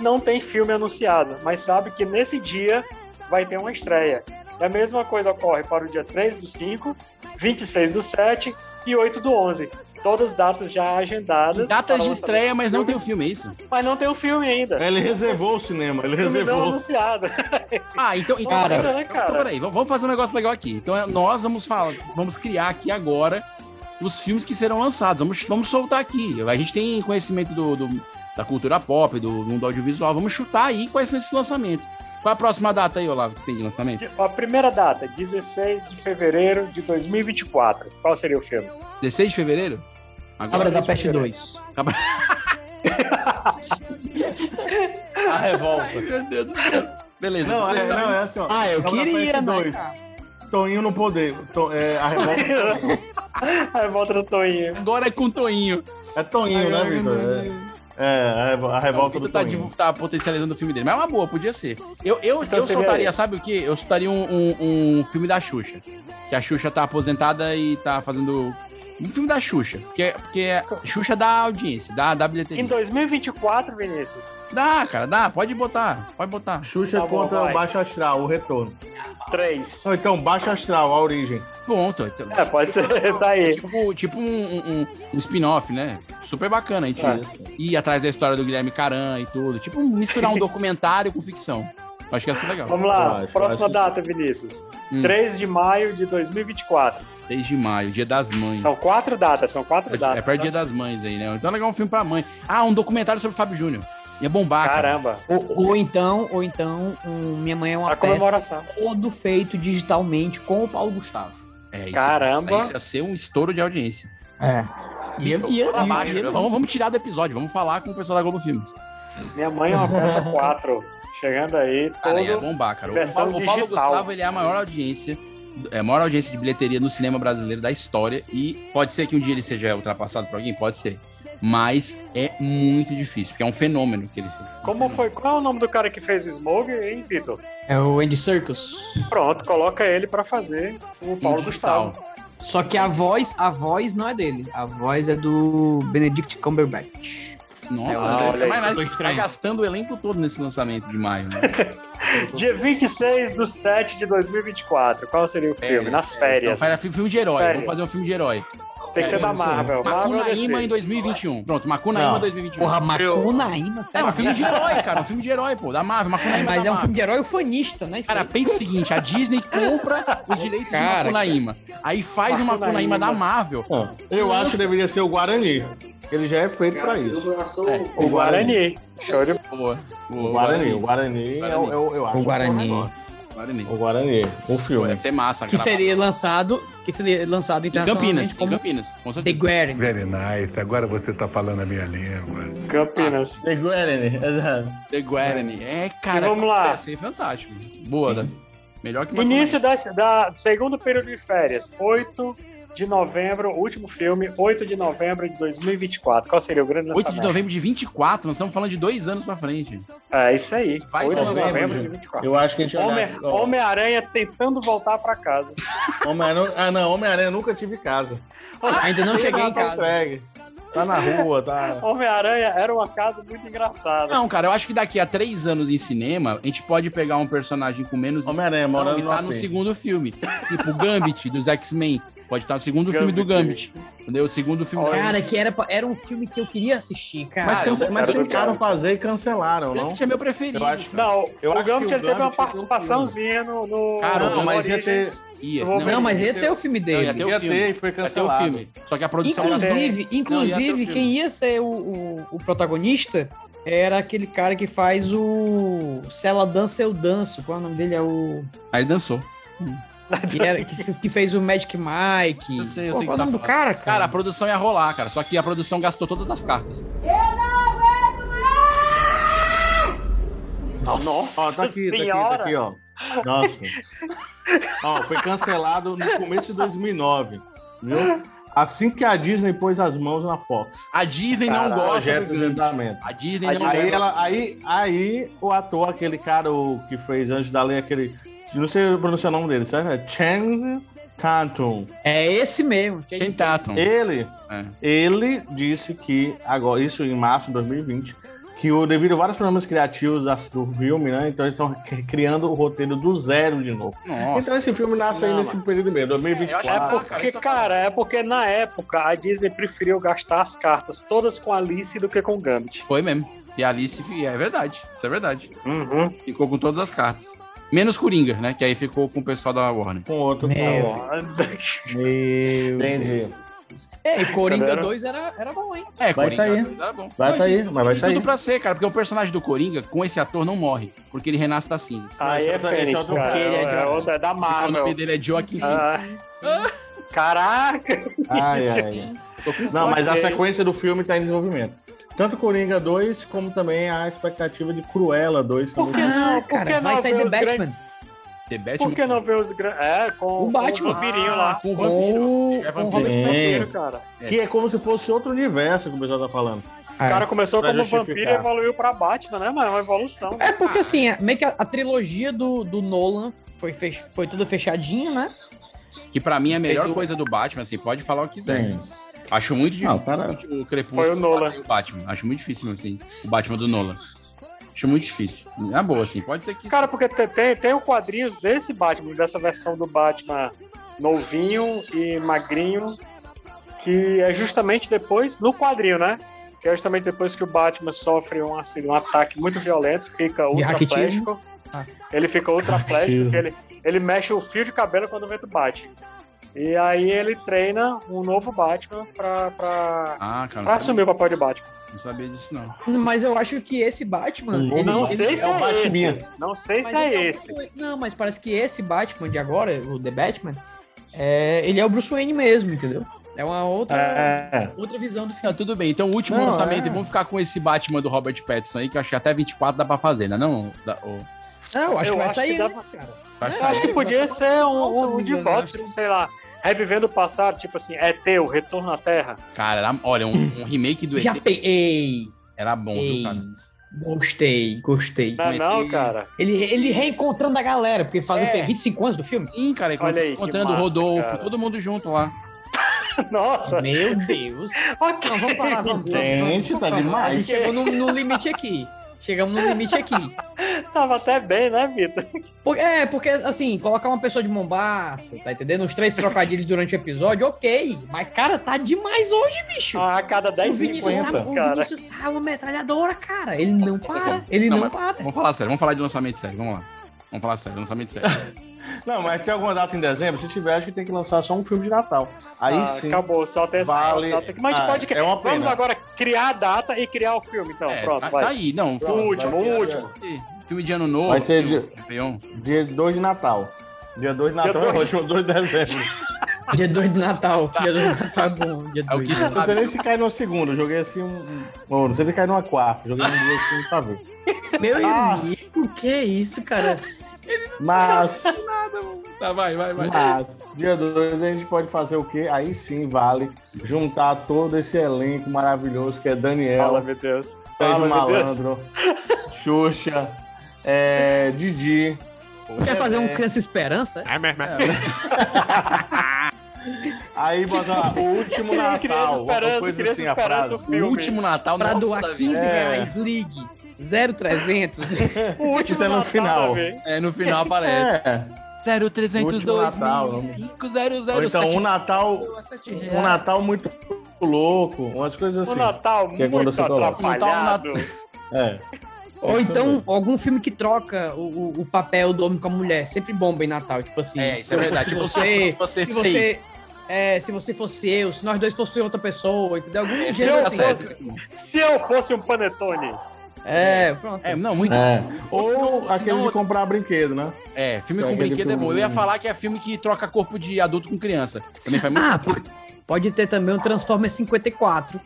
Speaker 9: Não tem filme anunciado, mas sabe que nesse dia vai ter uma estreia. E a mesma coisa ocorre para o dia 3 do 5, 26 do 7 e 8 do 11. Todas datas já agendadas.
Speaker 1: Datas
Speaker 9: para
Speaker 1: de
Speaker 9: lançamento.
Speaker 1: estreia, mas não tem o filme, é isso?
Speaker 9: Mas não tem o filme ainda.
Speaker 3: Ele reservou o cinema, ele
Speaker 9: Filme não
Speaker 3: É, reservou.
Speaker 9: anunciado.
Speaker 1: Ah, então. então
Speaker 9: Cara.
Speaker 1: então,
Speaker 9: Cara.
Speaker 1: então, peraí, vamos vamos fazer um negócio legal aqui. Então, é, nós vamos falar, vamos criar aqui agora os filmes que serão lançados. Vamos, vamos soltar aqui. A gente tem conhecimento do, do- da cultura pop, do mundo audiovisual. Vamos chutar aí quais são esses lançamentos. Qual é a próxima data aí, Olavo, que tem de lançamento?
Speaker 9: A primeira data, 16 de fevereiro de 2024. Qual seria o filme?
Speaker 1: 16 de fevereiro?
Speaker 6: Cabra da Peste 2.
Speaker 1: Cabra...
Speaker 3: A revolta.
Speaker 1: meu Deus do céu. Beleza.
Speaker 3: Não, é, não, é assim, ó.
Speaker 6: Ah, eu
Speaker 3: Cabra
Speaker 6: queria,
Speaker 3: Peste
Speaker 6: né,
Speaker 3: dois.
Speaker 6: cara?
Speaker 3: Toninho no poder. To- é, a revolta.
Speaker 9: a revolta do Toinho.
Speaker 1: Agora é com o Toinho.
Speaker 3: É Toninho, né, Vitor? É, é, a, revo- a
Speaker 1: O
Speaker 3: revolta
Speaker 1: Vitor
Speaker 3: do
Speaker 1: tá,
Speaker 3: Toninho.
Speaker 1: divu- tá potencializando o filme dele, mas é uma boa, podia ser. Eu, eu,
Speaker 9: Então
Speaker 1: eu
Speaker 9: seria
Speaker 1: soltaria,
Speaker 9: esse.
Speaker 1: sabe o que? Eu soltaria um, um- um filme da Xuxa. Que a Xuxa tá aposentada e tá fazendo. Um filme da Xuxa. Porque, porque a Xuxa dá audiência, dá, dá bilheteria.
Speaker 9: Em 2024, Vinícius.
Speaker 1: Dá, cara, dá. Pode botar, pode botar.
Speaker 3: Xuxa
Speaker 9: Tá bom,
Speaker 3: contra
Speaker 9: vai.
Speaker 3: o Baixo Astral, o retorno.
Speaker 9: 3.
Speaker 3: Não, então, Baixo Astral, a origem.
Speaker 1: Pronto. Então,
Speaker 9: É, pode ser. Tá aí.
Speaker 1: Tipo, tipo um, um- um- um spin-off, né? Super bacana a gente
Speaker 9: É.
Speaker 1: ir atrás da história do Guilherme Caran e tudo. Tipo, um- misturar um documentário com ficção. Acho que ia ser legal.
Speaker 9: Vamos lá.
Speaker 3: Eu acho,
Speaker 9: Próxima
Speaker 3: acho.
Speaker 9: data, Vinícius.
Speaker 1: Hum.
Speaker 9: 3 de maio de 2024.
Speaker 1: 3 de maio, dia das mães.
Speaker 9: São quatro datas, são quatro
Speaker 1: É,
Speaker 9: datas. tá?
Speaker 1: é perto do dia das mães aí, né? Então é legal um filme pra mãe. Ah, um documentário sobre o Fábio Júnior. é Ia bombar, cara.
Speaker 9: Caramba. Tá
Speaker 6: Ou, ou então, ou então, um Minha Mãe é uma
Speaker 9: A
Speaker 6: peça
Speaker 9: comemoração.
Speaker 6: todo feito digitalmente com o Paulo Gustavo.
Speaker 1: É, isso,
Speaker 9: Caramba.
Speaker 1: Isso ia ser um estouro de audiência.
Speaker 6: É. E eu, e eu,
Speaker 1: Fala abaixo,
Speaker 6: e eu-
Speaker 1: né? vamos, vamos tirar do episódio, vamos falar com o pessoal da Globo Filmes.
Speaker 9: Minha mãe é uma peça 4. Chegando aí,
Speaker 1: Cara, é ia
Speaker 9: todo.
Speaker 1: bombar, cara. O
Speaker 9: versão
Speaker 1: Paulo, o Paulo
Speaker 9: digital.
Speaker 1: Gustavo, ele é a maior audiência, é a maior audiência de bilheteria no cinema brasileiro da história e pode ser que um dia ele seja ultrapassado por alguém, pode ser. Mas é muito difícil, porque é um fenômeno que ele fez. Um
Speaker 9: Como
Speaker 1: fenômeno.
Speaker 9: foi? Qual é o nome do cara que fez o Smog, hein, Vitor?
Speaker 6: É o Andy Circus.
Speaker 9: Pronto, coloca ele pra fazer o Paulo
Speaker 1: digital.
Speaker 9: Gustavo.
Speaker 6: Só que a voz, a voz não é dele. A voz é do Benedict Cumberbatch.
Speaker 1: Nossa,
Speaker 6: Ah,
Speaker 1: né?
Speaker 9: olha aí.
Speaker 1: Mas nada,
Speaker 6: Tô
Speaker 1: tá
Speaker 6: estranho.
Speaker 1: gastando o elenco todo nesse lançamento de maio, né?
Speaker 9: Dia 26 do 7 de 2024. Qual seria o filme? Nas
Speaker 1: Então,
Speaker 9: férias.
Speaker 1: faz filme de herói.
Speaker 9: Férias.
Speaker 1: Vamos fazer um filme de herói.
Speaker 9: Tem que ser da Marvel. Marvel ou
Speaker 1: né? Macunaíma em
Speaker 9: DC?
Speaker 1: 2021. Pronto, Macunaíma
Speaker 3: Não.
Speaker 1: 2021.
Speaker 6: Porra, Macunaíma,
Speaker 1: é
Speaker 6: sério.
Speaker 1: um filme de herói, cara. Um filme de herói, pô. Da Marvel, Macunaíma.
Speaker 6: É, mas
Speaker 1: da
Speaker 6: é um
Speaker 1: Marvel.
Speaker 6: filme de herói ufanista, né? Isso
Speaker 1: Cara,
Speaker 6: aí.
Speaker 1: pensa o seguinte: a Disney compra os direitos
Speaker 6: Cara,
Speaker 1: de Macunaíma. Aí faz uma Macunaíma
Speaker 9: Macunaíma.
Speaker 1: da Marvel.
Speaker 6: Ah.
Speaker 3: Ó, eu acho que deveria ser o Guarani. Ele já é feito pra isso. É,
Speaker 9: O Guarani. Show de
Speaker 1: Boa.
Speaker 3: O Guarani, o Guarani, é o- é o- eu, acho.
Speaker 6: O Guarani.
Speaker 3: O
Speaker 1: Guarani.
Speaker 3: o Guarani, o
Speaker 1: Pô,
Speaker 3: filme.
Speaker 1: Ia ser massa,
Speaker 6: Que
Speaker 1: cara.
Speaker 6: seria lançado, que seria lançado
Speaker 1: Em Campinas,
Speaker 6: internacionalmente
Speaker 1: em
Speaker 6: como
Speaker 1: Campinas, com
Speaker 6: The
Speaker 1: certeza.
Speaker 6: Guardian.
Speaker 14: Very nice, agora você tá falando a minha língua.
Speaker 9: Campinas.
Speaker 3: O É Guarani, exato.
Speaker 1: The Guarani. É, cara.
Speaker 9: E vamos lá.
Speaker 1: Ia ser fantástico. Boa, Davi. Melhor que
Speaker 9: Início da, da segundo período de férias. 8 de novembro, último filme, 8 de novembro de 2024. Qual seria o grande
Speaker 1: 8 de
Speaker 9: lançamento?
Speaker 1: novembro de 24, nós estamos falando de dois anos pra frente.
Speaker 9: É isso aí.
Speaker 1: Vai
Speaker 9: 8 de
Speaker 1: novembro,
Speaker 9: novembro de
Speaker 3: gente.
Speaker 9: 24.
Speaker 3: Eu acho que a gente
Speaker 9: Homem-
Speaker 3: olhar- ó,
Speaker 9: Homem-Aranha tentando voltar pra casa.
Speaker 3: Homem-Aranha- ah, não, Homem-Aranha eu nunca tive em casa.
Speaker 6: Ainda não cheguei em
Speaker 3: Tá
Speaker 6: casa.
Speaker 3: entregue. Tá na rua, tá.
Speaker 9: Homem-Aranha era uma casa muito engraçada.
Speaker 1: Não, cara, eu acho que daqui a três anos em cinema, a gente pode pegar um personagem com menos
Speaker 3: Homem-Aranha
Speaker 1: expressão
Speaker 3: morando
Speaker 1: e
Speaker 3: no
Speaker 1: tá no
Speaker 3: AP.
Speaker 1: segundo filme. Tipo, Gambit, dos X-Men. Pode estar no segundo filme do Gambit.
Speaker 9: Gambit.
Speaker 1: Entendeu? O segundo filme do
Speaker 6: Cara, que era, pra- era um filme que eu queria assistir,
Speaker 3: Mas,
Speaker 6: cara.
Speaker 1: Cara,
Speaker 3: cance-
Speaker 1: eu-
Speaker 3: mas
Speaker 9: eu-
Speaker 3: tentaram fazer e cancelaram, não?
Speaker 1: Gambit é meu preferido.
Speaker 3: Eu acho que
Speaker 9: Não,
Speaker 3: Eu
Speaker 9: o
Speaker 3: acho que
Speaker 9: Gambit
Speaker 3: o
Speaker 9: ele teve uma
Speaker 3: Gambit é um
Speaker 9: participaçãozinha no, no.
Speaker 1: Cara,
Speaker 9: no
Speaker 1: não,
Speaker 3: mas ia ter-
Speaker 9: Origins.
Speaker 1: Ia.
Speaker 9: Eu vou ver.
Speaker 6: Não, mas ia ter o filme
Speaker 1: Não, ia
Speaker 6: dele.
Speaker 1: ter o
Speaker 3: Ia
Speaker 1: filme.
Speaker 3: ter e foi
Speaker 1: Ia ter o
Speaker 3: cancelado.
Speaker 1: filme. Só que a produção...
Speaker 6: Inclusive,
Speaker 1: Não, ia ter o
Speaker 6: inclusive
Speaker 1: filme.
Speaker 6: quem ia ser o, o- o protagonista era aquele cara que faz o Se Ela Dança, Eu Danço. Qual é o nome dele? É o...
Speaker 1: Aí dançou.
Speaker 6: Que, era- que, fe- que fez o Magic Mike.
Speaker 1: Eu sei, eu sei
Speaker 6: Pô, qual é o
Speaker 1: que tá
Speaker 6: nome do
Speaker 1: falando. Cara,
Speaker 6: cara,
Speaker 1: a
Speaker 6: cara?
Speaker 1: produção ia rolar, cara. Só que a produção gastou todas as cartas.
Speaker 3: Nossa, ó, tá aqui, tá aqui, tá
Speaker 9: Senhora!
Speaker 3: aqui, ó. Nossa. ó, foi cancelado no começo de 2009, viu? Assim que a Disney pôs as mãos na Fox.
Speaker 1: A Disney não
Speaker 3: Caralho,
Speaker 1: gosta
Speaker 3: projeto
Speaker 1: do
Speaker 3: de
Speaker 1: Gandhi.
Speaker 3: endividamento.
Speaker 1: A Disney
Speaker 3: aí,
Speaker 1: não
Speaker 3: aí,
Speaker 1: gosta.
Speaker 3: ela- aí, aí o ator, aquele cara o que fez Anjo da Lei, aquele. Não sei pronunciar o nome dele, certo? É Chang Tatum.
Speaker 6: É esse mesmo.
Speaker 1: Channing Tatum.
Speaker 3: Ele,
Speaker 1: É.
Speaker 3: ele disse que, agora, isso em março de 2020, que o, devido a vários problemas criativos das- do filme, né? Então eles estão criando o roteiro do zero de novo.
Speaker 9: Nossa.
Speaker 3: Então esse filme nasce aí
Speaker 9: Não,
Speaker 3: nesse
Speaker 9: mano.
Speaker 3: período mesmo,
Speaker 9: É
Speaker 3: 2024.
Speaker 9: porque, cara, é porque na época a Disney preferiu gastar as cartas todas com Alice do que com Gambit.
Speaker 1: Foi mesmo. E a Alice é verdade. Isso é verdade.
Speaker 9: Uhum.
Speaker 1: Ficou com todas as cartas. Menos Coringa, né? Que aí ficou com o pessoal da Warner.
Speaker 3: Com outro
Speaker 6: Meu
Speaker 1: Meu
Speaker 3: Entendi.
Speaker 6: É, e Coringa
Speaker 1: Entenderam?
Speaker 6: 2 era, era bom, hein?
Speaker 1: É,
Speaker 3: Vai
Speaker 1: Coringa
Speaker 3: sair.
Speaker 1: dois era bom.
Speaker 3: Vai
Speaker 1: Não,
Speaker 3: sair,
Speaker 1: e-
Speaker 3: mas vai
Speaker 1: e
Speaker 3: sair.
Speaker 1: Tudo pra ser, cara, porque o personagem do Coringa com esse ator não morre, porque ele renasce das cinzas.
Speaker 9: Aí é Fênix, cara.
Speaker 1: Ele
Speaker 9: É,
Speaker 1: é Joaquin.
Speaker 9: outra- é da
Speaker 1: O nome
Speaker 9: Marvel.
Speaker 1: dele é Joaquim
Speaker 9: Ah. Caraca!
Speaker 3: Ai, ai. Não, mas a sequência do filme tá em desenvolvimento. Tanto Coringa 2, como também a expectativa de Cruella 2. Por
Speaker 9: que não? Por que não ver os grandes-
Speaker 1: The
Speaker 9: Por que não ver os grandes... É, com
Speaker 1: O Batman.
Speaker 9: o vampirinho
Speaker 3: Ah,
Speaker 9: lá.
Speaker 1: Com o vampiro. Ele é
Speaker 9: Com
Speaker 1: vampiro.
Speaker 9: o Robert
Speaker 3: Sim.
Speaker 9: Pattinson, cara.
Speaker 3: Que é como se fosse outro universo que o pessoal tá falando.
Speaker 9: O cara começou
Speaker 3: Pra
Speaker 9: como
Speaker 3: justificar.
Speaker 9: vampiro e evoluiu pra Batman, né, mano? É uma evolução.
Speaker 6: É porque assim, é- meio que a, a trilogia do, do Nolan foi, fech, foi toda fechadinha, né?
Speaker 1: Que pra mim é a melhor
Speaker 6: Fez o-
Speaker 1: coisa do Batman, assim, pode falar o que quiser.
Speaker 3: Sim.
Speaker 1: assim. Acho muito difícil
Speaker 3: Não, para-
Speaker 1: o Crepúsculo
Speaker 9: Foi o Nolan.
Speaker 1: bater o Batman. Acho muito difícil, assim, o Batman do Nolan. Acho muito difícil. Na boa, assim, pode ser que...
Speaker 9: Cara, porque te- tem, tem um quadrinhos desse Batman, dessa versão do Batman novinho e magrinho, que é justamente depois, no quadrinho, né? Que é justamente depois que o Batman sofre um, assim, um ataque muito violento, fica ultraplégico. Ele fica ultraplégico, porque ele, ele mexe o fio de cabelo quando o vento bate. E aí ele treina um novo Batman pra, pra,
Speaker 1: Ah, cara,
Speaker 9: pra
Speaker 1: não
Speaker 9: assumir
Speaker 1: sabia,
Speaker 9: o papel de Batman.
Speaker 1: não sabia disso, não.
Speaker 6: Mas eu acho que esse Batman.
Speaker 1: Hum,
Speaker 6: ele- um
Speaker 9: Não
Speaker 6: ele-
Speaker 9: sei se
Speaker 1: é o
Speaker 9: é esse.
Speaker 1: Batminha.
Speaker 9: Não sei
Speaker 6: mas
Speaker 9: se é
Speaker 6: ele um o
Speaker 9: esse.
Speaker 6: Bruce Wayne. Não, mas parece que esse Batman de agora, o The Batman, é, ele é o Bruce Wayne mesmo, entendeu? É uma outra,
Speaker 1: É.
Speaker 6: outra visão do filme.
Speaker 1: Não, tudo bem. Então, o último
Speaker 6: Não,
Speaker 1: lançamento,
Speaker 6: é.
Speaker 1: vamos ficar com esse Batman do Robert Pattinson aí, que eu achei até 24 dá pra fazer, né? Não, dá, ô,
Speaker 6: Não, eu acho
Speaker 9: Eu
Speaker 6: que vai
Speaker 9: acho
Speaker 6: sair
Speaker 9: que dá
Speaker 6: antes, cara.
Speaker 1: vai
Speaker 9: Eu
Speaker 1: sair.
Speaker 9: acho que podia ser um, um, um de
Speaker 6: Nossa,
Speaker 9: volta, sei lá, revivendo o passado, tipo assim, é teu, retorno à Terra.
Speaker 1: Cara, era- olha, um, um remake do
Speaker 6: Já
Speaker 1: ET
Speaker 6: peguei.
Speaker 1: era bom,
Speaker 6: Ei.
Speaker 1: viu, cara?
Speaker 6: Gostei, gostei.
Speaker 9: Não, é não,
Speaker 1: ET.
Speaker 9: cara.
Speaker 6: Ele, ele reencontrando a galera, porque faz o
Speaker 1: É.
Speaker 6: quê? 25 anos do filme?
Speaker 1: Sim, cara, e
Speaker 9: Olha aí, que
Speaker 1: encontrando o
Speaker 9: massa,
Speaker 1: Rodolfo,
Speaker 9: cara.
Speaker 1: todo mundo junto lá.
Speaker 9: Nossa.
Speaker 6: Meu Deus.
Speaker 9: Ok.
Speaker 6: Não, vamos parar, vamos, vamos,
Speaker 3: Gente,
Speaker 6: vamos,
Speaker 3: tá
Speaker 6: vamos.
Speaker 3: demais.
Speaker 6: A gente chegou no, no limite aqui. Chegamos no limite aqui.
Speaker 9: Tava até bem, né, Vitor?
Speaker 6: Por- é, porque, assim, colocar uma pessoa de Mombaça, tá entendendo? Uns três trocadilhos durante o episódio, ok. Mas, cara, tá demais hoje, bicho.
Speaker 1: Ah,
Speaker 9: A cada
Speaker 6: o
Speaker 9: 10
Speaker 6: Vinícius, tá, o
Speaker 9: 50, cara.
Speaker 6: Vinícius tá uma metralhadora, cara. Ele não para. Ele Tá não,
Speaker 1: mas
Speaker 6: para.
Speaker 1: Vamos falar sério, vamos falar de lançamento sério, vamos lá. Vamos falar sério, lançamento sério.
Speaker 3: Não, mas tem alguma data em dezembro? Se tiver, acho que tem que lançar só um filme de Natal. Aí
Speaker 9: Ah,
Speaker 3: sim.
Speaker 9: Acabou, só tem essa
Speaker 3: Vale-
Speaker 9: data aqui. Mas a gente
Speaker 3: Ah,
Speaker 9: pode.
Speaker 3: é uma
Speaker 9: Vamos
Speaker 3: pena.
Speaker 9: agora criar a data e criar o filme, então.
Speaker 1: É,
Speaker 9: Pronto,
Speaker 1: tá,
Speaker 9: vai.
Speaker 1: tá aí, não.
Speaker 9: O
Speaker 1: Filme,
Speaker 9: último, o último.
Speaker 1: filme de ano novo.
Speaker 3: Vai ser
Speaker 1: filme
Speaker 3: de-
Speaker 1: Réveillon.
Speaker 3: Dia 2 de Natal. Dia 2 de Natal é o
Speaker 9: dois.
Speaker 3: último 2 de dezembro.
Speaker 6: Dia 2 de Natal. Dia 2 de Natal é bom. Dia 2
Speaker 1: que
Speaker 6: de Natal.
Speaker 3: Não sei nem se cai numa segunda, eu joguei assim um. um- Bom, não sei se cai numa quarta, joguei um dia assim, tá vendo?
Speaker 6: Meu
Speaker 3: Nossa.
Speaker 6: amigo, que é isso, cara?
Speaker 3: Mas,
Speaker 1: Tá, vai, vai, vai.
Speaker 3: mas, Ah, dia 2 a gente pode fazer o quê? Aí sim vale juntar todo esse elenco maravilhoso que é
Speaker 9: Fala,
Speaker 3: Daniela,
Speaker 9: meu Deus.
Speaker 3: Sérgio
Speaker 9: Fala, meu Deus.
Speaker 3: Malandro, Xuxa, é, Didi.
Speaker 6: Quer fazer um
Speaker 9: é,
Speaker 3: Dedé.
Speaker 6: Criança Esperança?
Speaker 7: É mesmo, é.
Speaker 3: Aí botar o último Natal.
Speaker 9: Criança
Speaker 3: uma
Speaker 9: Esperança,
Speaker 3: coisa
Speaker 9: Criança
Speaker 3: assim, a
Speaker 9: Esperança,
Speaker 3: frase.
Speaker 9: o filme.
Speaker 1: O último Natal,
Speaker 6: Pra
Speaker 1: nossa,
Speaker 6: doar
Speaker 1: Davi.
Speaker 6: 15
Speaker 3: É.
Speaker 6: reais, ligue 0300.
Speaker 9: O último
Speaker 3: Isso é no
Speaker 9: Natal,
Speaker 3: final.
Speaker 9: velho.
Speaker 1: É, no final aparece.
Speaker 3: É. O último
Speaker 1: 0302
Speaker 3: Natal, não. Ou então um Natal,
Speaker 2: É.
Speaker 3: um Natal muito louco, umas coisas
Speaker 9: O
Speaker 3: assim.
Speaker 9: Um Natal
Speaker 3: que é quando
Speaker 9: muito
Speaker 3: você coloca.
Speaker 9: atrapalhado.
Speaker 3: É.
Speaker 6: Ou então, algum filme que troca o, o- o papel do homem com a mulher. Sempre bomba em Natal, tipo assim.
Speaker 1: É, isso é
Speaker 6: eu
Speaker 1: verdade.
Speaker 6: fosse
Speaker 1: Tipo, se fosse você,
Speaker 6: se você, é, se você fosse eu, se nós dois fosse outra pessoa, entendeu? Algum
Speaker 1: É,
Speaker 6: gênero
Speaker 1: tá
Speaker 6: assim.
Speaker 1: certo.
Speaker 9: Se eu fosse um panetone.
Speaker 6: É, pronto.
Speaker 1: É, não, muito.
Speaker 3: É.
Speaker 1: Ou senão-
Speaker 3: Ou
Speaker 1: senão
Speaker 3: aquele de
Speaker 1: outro-
Speaker 3: comprar brinquedo, né?
Speaker 1: É, filme
Speaker 3: É
Speaker 1: com
Speaker 3: aquele
Speaker 1: brinquedo é bom.
Speaker 3: filme-
Speaker 1: Eu ia falar que é filme que troca corpo de adulto com criança. Também faz muito.
Speaker 6: um Ah, pode, pode ter também o Transformers 54.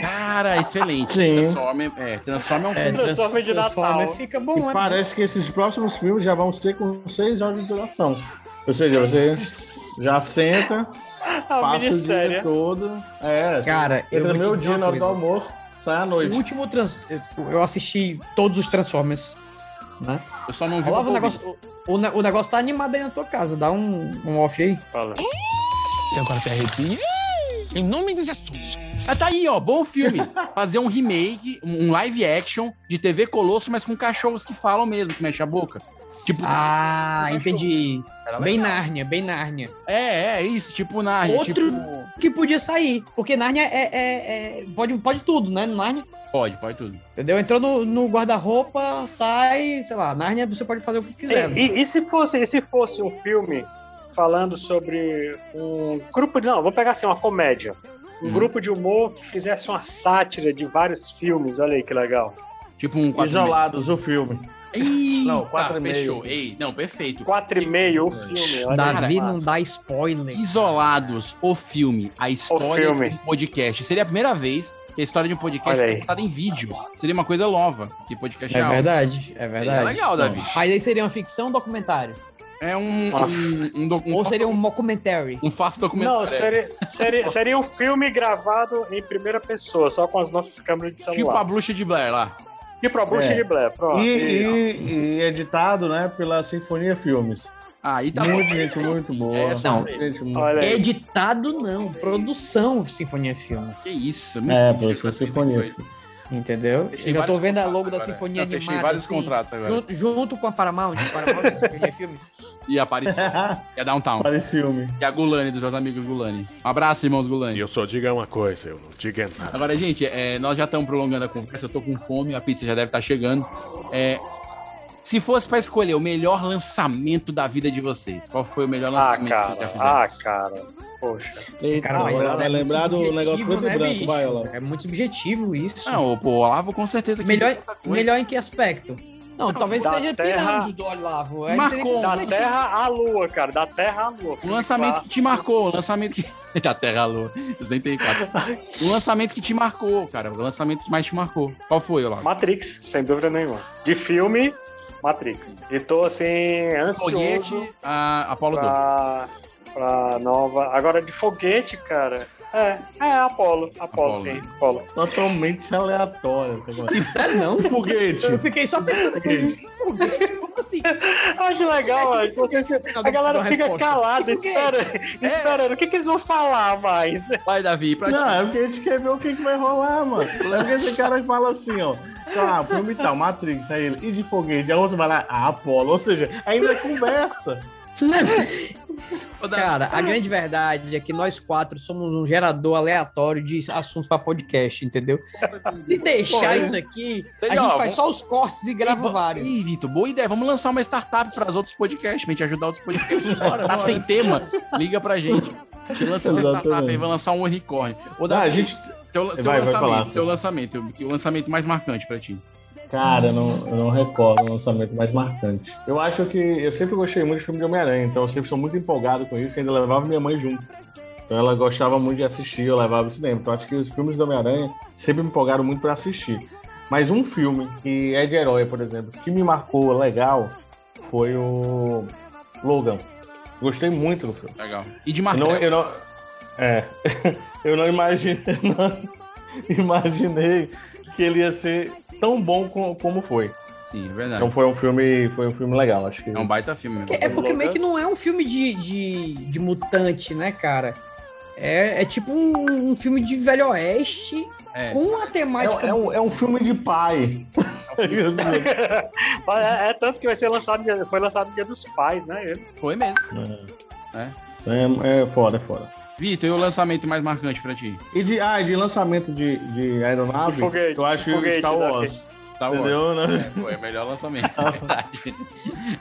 Speaker 1: Cara, excelente.
Speaker 3: Sim.
Speaker 1: Transformer, é, Transformer é um
Speaker 3: É,
Speaker 1: filme.
Speaker 3: Transformer de
Speaker 1: Transformer
Speaker 3: Natal.
Speaker 1: fica
Speaker 3: E
Speaker 6: né?
Speaker 1: bom, é
Speaker 3: parece que esses próximos filmes já vão ser com seis horas de duração. Ou seja, você já senta, passa o dia
Speaker 6: minissérie.
Speaker 3: todo. É,
Speaker 6: Cara, eu
Speaker 3: entra
Speaker 6: vou te
Speaker 3: meu
Speaker 6: dizer
Speaker 3: dia
Speaker 6: uma
Speaker 3: na hora do
Speaker 6: coisa.
Speaker 3: almoço, sai à noite.
Speaker 6: O último trans... eu- Eu assisti todos os Transformers. Né?
Speaker 1: Eu só não
Speaker 3: vi
Speaker 6: Olavo, o,
Speaker 3: porque eu
Speaker 6: negócio... O, o ne- o negócio tá animado aí na tua casa. Dá um, um off aí.
Speaker 9: Fala.
Speaker 1: Tem agora até arrepio. Em nome de Jesus. Ah, tá aí, ó. Bom filme. Fazer um remake, um um live action de TV Colosso, mas com cachorros que falam mesmo, que mexem a boca. Tipo.
Speaker 6: Ah, entendi.
Speaker 1: Era
Speaker 6: Bem
Speaker 1: legal.
Speaker 6: Nárnia, bem Nárnia.
Speaker 1: É, é isso, tipo Nárnia.
Speaker 6: Outro
Speaker 1: tipo-
Speaker 6: que podia sair, porque Nárnia é, é- é- pode, pode tudo, né? Nárnia,
Speaker 1: Pode, pode tudo.
Speaker 6: entendeu? Entrou no, no guarda-roupa, sai, sei lá, Nárnia você pode fazer o que quiser.
Speaker 9: E, e- e se fosse, e se fosse um filme falando sobre um grupo de. Não, vou pegar assim, uma comédia.
Speaker 1: Hum.
Speaker 9: Um grupo de humor que fizesse uma sátira de vários filmes, olha aí que legal.
Speaker 1: Tipo um quatro e meio.
Speaker 3: Isolados o filme.
Speaker 1: não,
Speaker 3: quatro e meio.
Speaker 1: fechou. Ei, não, perfeito.
Speaker 9: 4,5 o um filme. olha aí.
Speaker 6: Davi não dá spoiler.
Speaker 1: Isolados, o filme, a história
Speaker 9: filme.
Speaker 1: de um podcast. Seria a primeira vez que a história de um podcast
Speaker 9: Olha
Speaker 1: é
Speaker 9: aí.
Speaker 1: contada em vídeo. Seria uma coisa nova, que podcast
Speaker 6: É
Speaker 1: áudio.
Speaker 6: verdade, é verdade.
Speaker 1: legal, Davi.
Speaker 6: Aí daí seria uma ficção ou documentário?
Speaker 1: É um. um, um docu- um
Speaker 6: Ou
Speaker 1: fa-
Speaker 6: seria um mockumentary?
Speaker 1: Um fácil documentário.
Speaker 9: Ah. Não, seria, seria, seria um filme gravado em primeira pessoa, só com as nossas câmeras de
Speaker 1: Tipo a
Speaker 9: celular.
Speaker 1: bruxa de Blair lá.
Speaker 9: Tipo a bruxa
Speaker 3: É.
Speaker 9: de Blair, pronto.
Speaker 3: E,
Speaker 9: Isso.
Speaker 3: e- e editado, né, pela Sinfonia Filmes.
Speaker 1: Aí tá
Speaker 3: muito,
Speaker 1: bom.
Speaker 3: gente, muito boa.
Speaker 1: essa é
Speaker 6: não.
Speaker 3: Gente, muito-
Speaker 9: Olha aí.
Speaker 6: Editado não, produção Sinfonia Filmes.
Speaker 1: Que isso, muito
Speaker 3: É,
Speaker 1: bom.
Speaker 3: pela Sinfonia.
Speaker 6: Entendeu?
Speaker 1: Fechei
Speaker 6: Eu já tô
Speaker 1: vários
Speaker 6: vendo a logo da
Speaker 1: contratos agora.
Speaker 6: Sinfonia
Speaker 1: Eu fechei
Speaker 6: Animada. assim,
Speaker 1: vários contratos agora.
Speaker 6: Junto, junto com a Paramount, Paramount Sinfonia Filmes.
Speaker 1: E a Paris. e a Downtown.
Speaker 3: Parece filme.
Speaker 1: E a Gulani, dos meus amigos Gulani. Um abraço, irmãos Gulani. Eu só diga uma coisa, eu não diga nada. Agora, gente, é, nós já estamos prolongando a conversa, eu tô com fome, a pizza já deve estar chegando. É, se fosse pra escolher o melhor lançamento da vida de vocês, qual foi o melhor
Speaker 9: Ah,
Speaker 1: lançamento que
Speaker 9: cara.
Speaker 1: já fizeram?
Speaker 9: Ah, cara. Poxa.
Speaker 3: Eita,
Speaker 6: Cara, mas
Speaker 3: Ah, vai
Speaker 6: é muito
Speaker 3: lembrar do
Speaker 6: subjetivo,
Speaker 3: negócio preto
Speaker 6: né,
Speaker 3: e branco,
Speaker 6: bicho?
Speaker 3: vai, Olavo.
Speaker 6: É muito subjetivo isso.
Speaker 1: Não, Ah, pô, o Olavo com certeza que
Speaker 6: melhor,
Speaker 1: outra coisa.
Speaker 6: melhor em que aspecto? Não, talvez
Speaker 9: da
Speaker 6: seja
Speaker 9: terra-
Speaker 6: pirâmide do Olavo. Aí não tem nem
Speaker 1: Marcou
Speaker 6: como
Speaker 1: um
Speaker 9: Da
Speaker 6: discutir.
Speaker 9: Terra à Lua, cara. Da Terra à Lua.
Speaker 1: Um lançamento que te marcou, um lançamento que. da Terra à Lua, 64. Um lançamento que te marcou, cara. O lançamento que mais te marcou. Qual foi, Olavo?
Speaker 9: Matrix, sem dúvida nenhuma. De filme, Matrix. E tô assim,
Speaker 1: Foguete,
Speaker 9: ansioso
Speaker 1: a Apolo
Speaker 9: Ah.
Speaker 1: 12.
Speaker 9: pra, pra nova. Agora de foguete, cara. É, é Apolo. Apolo,
Speaker 1: Apollo,
Speaker 9: sim.
Speaker 1: né?
Speaker 9: Apolo.
Speaker 3: Totalmente aleatório. esse negócio.
Speaker 6: Ah, não.
Speaker 3: Foguete.
Speaker 6: Eu fiquei só pensando.
Speaker 3: Foguete.
Speaker 6: Foguete? Como assim? é
Speaker 9: Eu Acho legal, mas É você- a galera fica
Speaker 6: resposta.
Speaker 9: calada,
Speaker 6: Que foguete?
Speaker 9: espera,
Speaker 1: É.
Speaker 9: esperando. O que, que eles vão falar mais?
Speaker 1: Vai, Davi, pra
Speaker 3: Não,
Speaker 1: ti.
Speaker 3: é porque a gente quer ver o que, que vai rolar, mano. É porque esse cara fala assim, ó. Ah, filme tal, Matrix, aí ele, e de foguete, a outra vai lá, ah, Apolo, ou seja, ainda é conversa.
Speaker 1: Ô, Davi,
Speaker 6: Cara, a grande verdade é que nós quatro somos um gerador aleatório de assuntos pra podcast, entendeu? Se deixar
Speaker 3: Pô,
Speaker 6: isso aqui,
Speaker 1: Sei
Speaker 6: a
Speaker 1: lá,
Speaker 6: gente
Speaker 1: vamos-
Speaker 6: faz só os cortes e grava
Speaker 1: Ih,
Speaker 6: vários.
Speaker 1: Ih, Vitor, boa ideia. Vamos lançar uma startup para os outros podcasts, pra gente ajudar outros podcasts.
Speaker 6: Bora,
Speaker 1: tá
Speaker 6: bora.
Speaker 1: sem tema? Liga pra gente. A gente lança essa startup
Speaker 3: Exatamente.
Speaker 1: aí, vai lançar um unicórnio. Ô,
Speaker 3: Ah,
Speaker 1: Davi,
Speaker 3: a gente.
Speaker 1: seu, seu
Speaker 3: vai, vai
Speaker 1: lançamento,
Speaker 3: falar.
Speaker 1: seu lançamento, o lançamento mais marcante pra ti.
Speaker 3: Cara, eu não, eu não recordo o lançamento mais marcante. Eu acho que. Eu sempre gostei muito de filme de Homem-Aranha, então eu sempre sou muito empolgado com isso e ainda levava minha mãe junto. Então ela gostava muito de assistir, eu levava ao cinema. Então acho que os filmes do Homem-Aranha sempre me empolgaram muito pra assistir. Mas um filme que é de herói, por exemplo, que me marcou legal foi o Logan. Gostei muito do filme.
Speaker 1: Legal. E de
Speaker 3: Eu
Speaker 1: marcante.
Speaker 3: não, eu não, é, eu não imaginei, imaginei que ele ia ser tão bom co- como foi.
Speaker 1: Sim, é verdade.
Speaker 3: Então foi um filme, foi um filme legal, acho que.
Speaker 1: É um baita filme.
Speaker 6: Que-
Speaker 1: mesmo.
Speaker 6: É porque meio que não é um filme de, de, de mutante, né, cara? É, é tipo um, um filme de velho oeste
Speaker 1: É.
Speaker 6: com a
Speaker 3: É,
Speaker 6: temática...
Speaker 3: um- é um, é um filme de pai.
Speaker 9: Olha, é, é tanto que vai ser lançado, dia- foi lançado no Dia dos Pais, né? ele?
Speaker 1: Foi mesmo.
Speaker 3: é, é foda, é foda.
Speaker 1: Vitor, e o lançamento mais marcante pra ti?
Speaker 3: E de, ah, e de lançamento de, de aeronave,
Speaker 9: De foguete,
Speaker 3: eu acho
Speaker 9: de foguete,
Speaker 3: que Star
Speaker 9: né?
Speaker 3: Wars.
Speaker 1: Tá bom.
Speaker 3: Entendeu, né?
Speaker 1: É, foi o melhor lançamento, é verdade.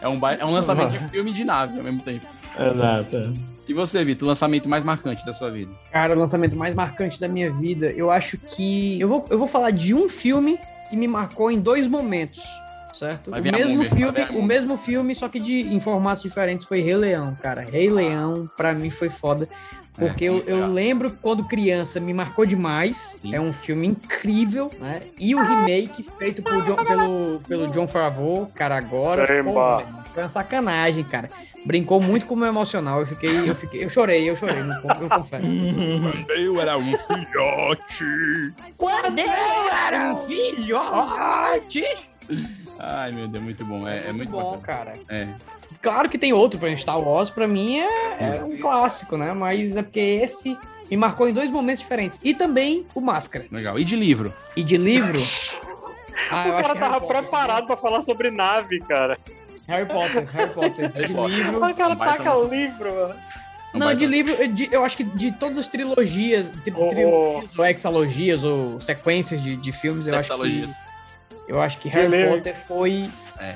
Speaker 1: É um, bai- é um lançamento de filme e de nave ao mesmo tempo.
Speaker 3: Exato. é.
Speaker 1: E você, Vitor, o lançamento mais marcante da sua vida?
Speaker 6: Cara, o lançamento mais marcante da minha vida, eu acho que. Eu vou, eu vou falar de um filme que me marcou em dois momentos, certo?
Speaker 1: Vai
Speaker 6: O
Speaker 1: ver a
Speaker 6: mesmo,
Speaker 1: Múmia, vai
Speaker 6: filme,
Speaker 1: ver a Múmia.
Speaker 6: o mesmo filme, só que de, em formatos diferentes, foi Rei Leão, cara. Rei Leão, pra mim, foi foda.
Speaker 1: É,
Speaker 6: Porque eu, eu lembro quando criança me marcou demais. É um filme incrível, né? E o remake feito por John- pelo, pelo John Favreau, cara, agora.
Speaker 9: Eba.
Speaker 6: velho, foi uma sacanagem, cara. Brincou muito com o meu emocional. Eu fiquei, eu fiquei, eu chorei, eu chorei, não con- eu confesso.
Speaker 1: Eu era um filhote.
Speaker 6: Quando eu era um filhote.
Speaker 1: Ai, meu Deus, muito bom. É, é muito
Speaker 6: bom,
Speaker 1: bom,
Speaker 6: cara.
Speaker 1: É.
Speaker 6: Claro que tem outro pra Star Wars, pra mim é, é um clássico, né? Mas é porque esse me marcou em dois momentos diferentes. E também o Máscara.
Speaker 1: Legal. E de livro?
Speaker 6: E de livro? Ah,
Speaker 9: o
Speaker 6: eu acho
Speaker 9: cara
Speaker 6: que
Speaker 9: tava
Speaker 6: Harry Potter.
Speaker 9: preparado pra falar sobre nave, cara.
Speaker 6: Harry Potter, Harry Potter. De livro.
Speaker 9: O cara
Speaker 6: Um baita
Speaker 9: taca
Speaker 6: lançamento.
Speaker 9: livro, mano.
Speaker 6: Não, de livro, eu de- eu acho que de todas as trilogias, tri- trilogias ou hexalogias ou sequências de, de filmes, eu acho que.
Speaker 1: Septalogias.
Speaker 6: Eu acho que
Speaker 9: De
Speaker 6: Harry
Speaker 9: livro.
Speaker 6: Potter foi,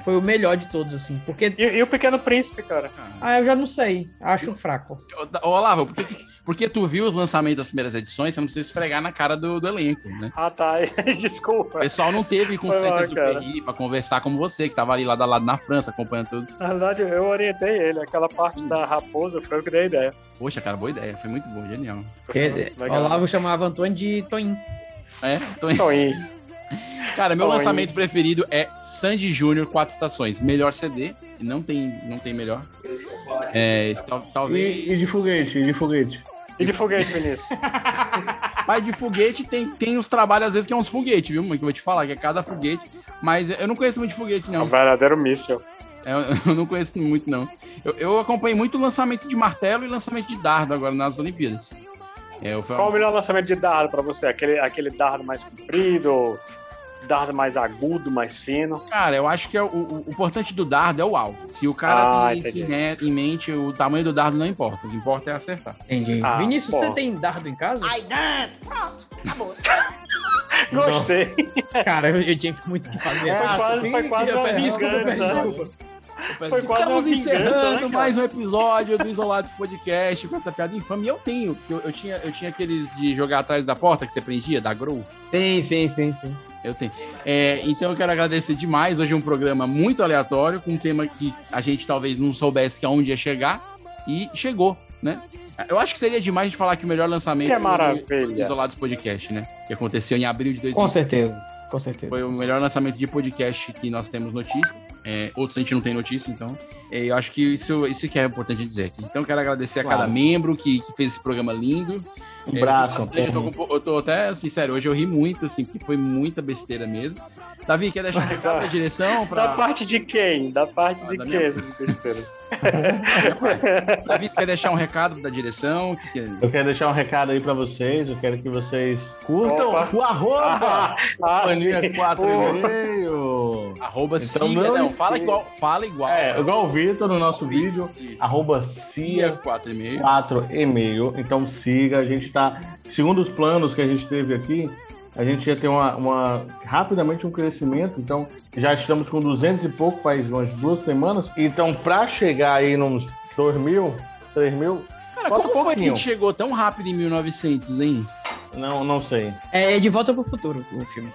Speaker 6: foi o melhor de todos, assim. Porque.
Speaker 9: E, e o Pequeno Príncipe, cara?
Speaker 6: Ah, eu já não sei. Acho fraco.
Speaker 1: Ô, Olavo, por que, por que tu viu os lançamentos das primeiras edições? Você não precisa esfregar na cara do, do elenco, né?
Speaker 9: Ah, tá. Desculpa.
Speaker 1: O pessoal não teve com
Speaker 9: Foi mal,
Speaker 1: Santos UPI pra conversar como você, que tava ali lado a lado na França, acompanhando tudo.
Speaker 9: Na verdade, eu orientei ele. Aquela parte da raposa foi eu que dei a ideia.
Speaker 1: Poxa, cara, boa ideia. Foi muito bom, genial.
Speaker 6: O Olavo chamava Antônio de Toin.
Speaker 1: É? Tô...
Speaker 9: Então,
Speaker 1: Cara, meu
Speaker 6: Tô
Speaker 1: lançamento preferido é Sandy Júnior Quatro Estações. Melhor CD. Não tem, não tem melhor. É, esse tal- talvez.
Speaker 3: E, e de foguete, e de foguete.
Speaker 9: E de foguete, Vinícius?
Speaker 1: Mas de foguete tem, tem uns trabalhos, às vezes, que é uns foguete, viu? mãe? Que eu vou te falar, que é cada foguete. Mas eu não conheço muito de foguete,
Speaker 9: É um
Speaker 1: não.
Speaker 9: verdadeiro míssil.
Speaker 1: É, Eu, eu não conheço muito, não. Eu, eu acompanhei muito o lançamento de martelo e lançamento de dardo agora nas Olimpíadas. É, eu fui-
Speaker 9: Qual o melhor lançamento de dardo pra você? Aquele, aquele dardo mais comprido, dardo mais agudo, mais fino?
Speaker 1: Cara, eu acho que é o, o- o importante do dardo é o alvo. Se o cara
Speaker 9: Ah,
Speaker 1: tem isso em,
Speaker 9: entendi.
Speaker 1: me- em mente, o tamanho do dardo não importa. O que importa é acertar.
Speaker 6: Entendi.
Speaker 1: Ah,
Speaker 6: Vinícius,
Speaker 1: pô.
Speaker 6: você tem dardo em casa?
Speaker 5: Ai, dentro. Pronto, acabou.
Speaker 9: Gostei.
Speaker 6: Cara, eu, eu tinha muito o que fazer.
Speaker 1: Ah, É
Speaker 6: Eu peço
Speaker 1: assim
Speaker 6: desculpa,
Speaker 1: que
Speaker 6: eu peço
Speaker 1: é
Speaker 6: desculpa, eu peço
Speaker 1: vingança.
Speaker 6: desculpa.
Speaker 1: Mas
Speaker 9: Foi quase
Speaker 1: Estamos
Speaker 9: uma vingança, né,
Speaker 1: encerrando
Speaker 9: cara?
Speaker 1: mais um episódio do Isolados Podcast com essa piada infame. E eu tenho, porque eu, eu tinha, eu tinha aqueles de jogar atrás da porta que você prendia, da Grow.
Speaker 6: Sim, sim, sim, sim.
Speaker 1: Eu tenho. É, então eu quero agradecer demais. Hoje é um programa muito aleatório, com um tema que a gente talvez não soubesse que aonde ia chegar. E chegou, né? Eu acho que seria demais de falar que o melhor lançamento
Speaker 6: Que
Speaker 1: o
Speaker 6: maravilha.
Speaker 1: Isolados Podcast, né? Que aconteceu em abril de 2020.
Speaker 6: Com certeza, com certeza.
Speaker 1: Foi o melhor lançamento de podcast que nós temos notícia. É, outros a gente não tem notícia, então. é, eu acho que isso, isso que é importante dizer aqui. Então, quero agradecer a
Speaker 3: Claro.
Speaker 1: cada membro que, que fez esse programa lindo.
Speaker 3: Um
Speaker 1: É,
Speaker 3: braço,
Speaker 1: bastante,
Speaker 3: uma
Speaker 1: eu, tô
Speaker 3: perna.
Speaker 1: com- eu tô até sincero, hoje eu ri muito, assim, porque foi muita besteira mesmo. Davi, quer deixar um recado na direção? Pra...
Speaker 3: Tá
Speaker 9: Da parte de quem? Da parte de
Speaker 1: Ah, da
Speaker 9: quem?
Speaker 1: minha-
Speaker 9: essas besteiras?
Speaker 1: Davi, você quer deixar um recado da direção? Que que é?
Speaker 3: Eu quero deixar um recado aí pra vocês. Eu quero que vocês curtam
Speaker 1: Opa.
Speaker 3: o arroba
Speaker 1: Ah, ah,
Speaker 3: Mania
Speaker 1: sim.
Speaker 3: 4
Speaker 1: Opa.
Speaker 3: Arroba
Speaker 1: siga, não, fala igual- Fala igual.
Speaker 3: Então É, igual o Vitor no nosso vídeo. Arroba Cia
Speaker 1: 4 e-mail.
Speaker 3: 4 e meio. Então siga, a gente tá. Segundo os planos que a gente teve aqui, a gente ia ter uma, uma- rapidamente um crescimento. Então já estamos com 200 e pouco, faz umas duas semanas. Então pra chegar aí nos 2 mil, 3 mil.
Speaker 1: Cara,
Speaker 3: falta
Speaker 1: como foi que a gente chegou tão rápido em 1900, hein?
Speaker 3: Não, não sei.
Speaker 6: É De Volta pro Futuro, o filme.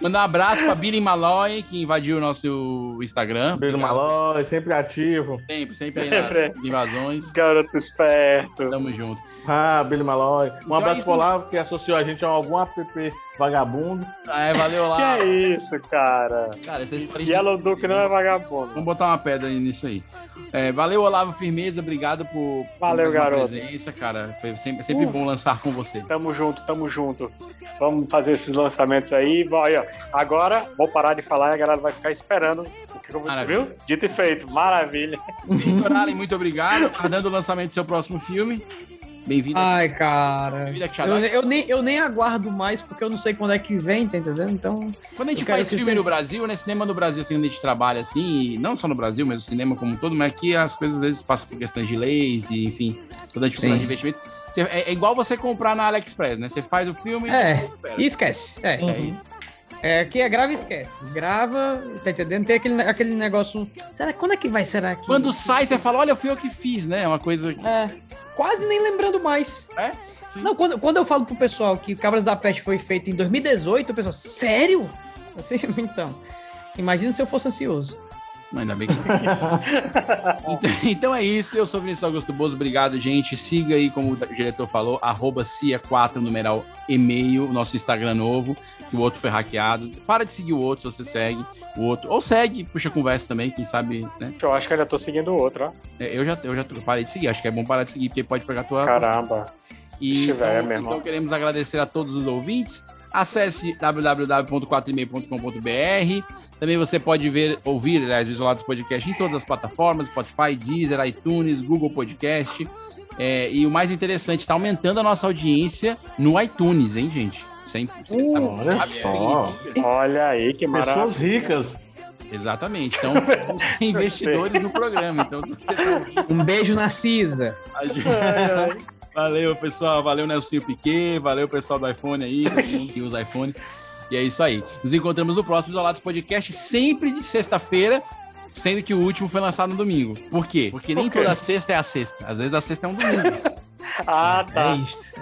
Speaker 1: Mandar um abraço pra Billy Malloy, que invadiu o nosso Instagram.
Speaker 3: Pedro Maló, é sempre ativo.
Speaker 1: Sempre, sempre aí nas invasões.
Speaker 9: Garoto esperto.
Speaker 1: Tamo junto.
Speaker 3: Ah, Billy Malloy. Um abraço
Speaker 1: isso-
Speaker 3: pro Olavo, que associou a gente a algum app vagabundo.
Speaker 1: É, valeu lá.
Speaker 9: Que isso, cara.
Speaker 1: Cara, essa história de-
Speaker 9: Yellow Duke não é vagabundo.
Speaker 1: Vamos botar uma pedra aí nisso aí. É, valeu, Olavo Firmeza. Obrigado por, por
Speaker 9: Valeu,
Speaker 1: mais uma
Speaker 9: garoto.
Speaker 1: presença, cara. Foi sempre, sempre
Speaker 9: Uh.
Speaker 1: bom lançar com você.
Speaker 9: Tamo junto, tamo junto. Vamos fazer esses lançamentos aí. Bom, aí, ó. Agora, vou parar de falar e a galera vai ficar esperando o que eu vou dizer,
Speaker 1: Maravilha.
Speaker 9: viu? Dito e feito, maravilha.
Speaker 1: Vitor Allen, muito obrigado. Aguardando o lançamento do seu próximo filme. Bem-vindo.
Speaker 6: Ai, cara.
Speaker 1: Bem-vindo aqui,
Speaker 6: Ah, Eu, eu nem, eu nem aguardo mais, porque eu não sei quando é que vem, tá entendendo? Então.
Speaker 1: Quando a gente
Speaker 6: eu quero
Speaker 1: faz
Speaker 6: que
Speaker 1: filme
Speaker 6: vocês-
Speaker 1: no Brasil, né? Cinema no Brasil, assim, onde a gente trabalha assim, e não só no Brasil, mas o cinema como um todo, mas aqui as coisas às vezes passam por questões de leis e, enfim, toda a dificuldade
Speaker 6: Sim.
Speaker 1: de investimento. Você- é, é igual você comprar na AliExpress, né? Você faz o filme
Speaker 6: É,
Speaker 1: espera.
Speaker 6: e esquece. É.
Speaker 1: É isso.
Speaker 6: É, que é grava e esquece. Grava, tá entendendo? Tem aquele, aquele negócio. Será quando é que vai? Será que.
Speaker 1: Quando sai, você fala, olha, fui eu que fiz, né? É uma coisa. que-
Speaker 6: É, quase nem lembrando mais.
Speaker 1: É?
Speaker 6: Não, quando, quando eu falo pro pessoal que Cabras da Peste foi feito em 2018, o pessoal, sério? Eu sei, então, imagina se eu fosse ansioso.
Speaker 1: Não, ainda bem que. então, então é isso. Eu sou Vinícius Augusto Bozo. Obrigado, gente. Siga aí, como o diretor falou, arroba CIA4, numeral e-mail, nosso Instagram novo, que o outro foi hackeado. Para de seguir o outro, se você segue o outro. Ou segue, puxa conversa também, quem sabe, né?
Speaker 9: Eu acho que ainda tô seguindo o outro, ó.
Speaker 1: É, Eu já, eu já parei de seguir. Acho que é bom parar de seguir, porque pode pegar a tua.
Speaker 9: Caramba.
Speaker 1: E
Speaker 9: Ixi,
Speaker 1: então,
Speaker 9: velho, é meu irmão.
Speaker 1: então queremos agradecer a todos os ouvintes. Acesse www.4meio.com.br. Também você pode ver, ouvir, aliás, o Isolados Podcast em todas as plataformas: Spotify, Deezer, iTunes, Google Podcast. É, e o mais interessante, está aumentando a nossa audiência no iTunes, hein, gente? Sempre. sempre tá bom,
Speaker 3: olha
Speaker 1: sabe?
Speaker 3: só.
Speaker 1: Significa-
Speaker 9: Olha aí que maravilha.
Speaker 3: Pessoas ricas.
Speaker 1: Exatamente. Então, tem investidores no programa. Então, se você tá ouvindo,
Speaker 6: Um beijo na Cisa.
Speaker 1: a gente- Valeu, pessoal. Valeu, Nelsinho Piquet. Valeu, pessoal do iPhone aí, todo mundo que usa iPhone. E é isso aí. Nos encontramos no próximo Isolados Podcast, sempre de sexta-feira, sendo que o último foi lançado no domingo. Por quê? Porque nem
Speaker 9: Por quê?
Speaker 1: toda sexta é a sexta. Às vezes a sexta é um domingo.
Speaker 9: Ah,
Speaker 1: É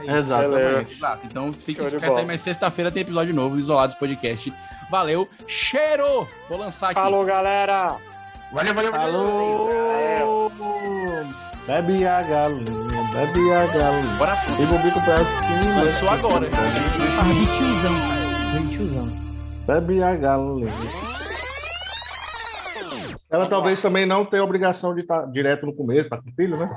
Speaker 6: É
Speaker 9: tá.
Speaker 1: Exatamente. Exato. Então fica
Speaker 9: É. Show de
Speaker 1: esperto aí,
Speaker 9: bola.
Speaker 1: mas sexta-feira tem episódio novo do Isolados Podcast. Valeu, cheiro! Vou lançar aqui.
Speaker 9: Falou, galera.
Speaker 14: Valeu, valeu,
Speaker 3: Alô! Bebe a galinha, bebe a galinha.
Speaker 1: Bora
Speaker 3: E o bico pra cima.
Speaker 1: Lançou agora.
Speaker 6: Farra de tiozão,
Speaker 1: É.
Speaker 6: cara. De tiozão.
Speaker 3: Bebe a galinha. Ela talvez também não tenha obrigação de estar direto no começo, tá com filho, né?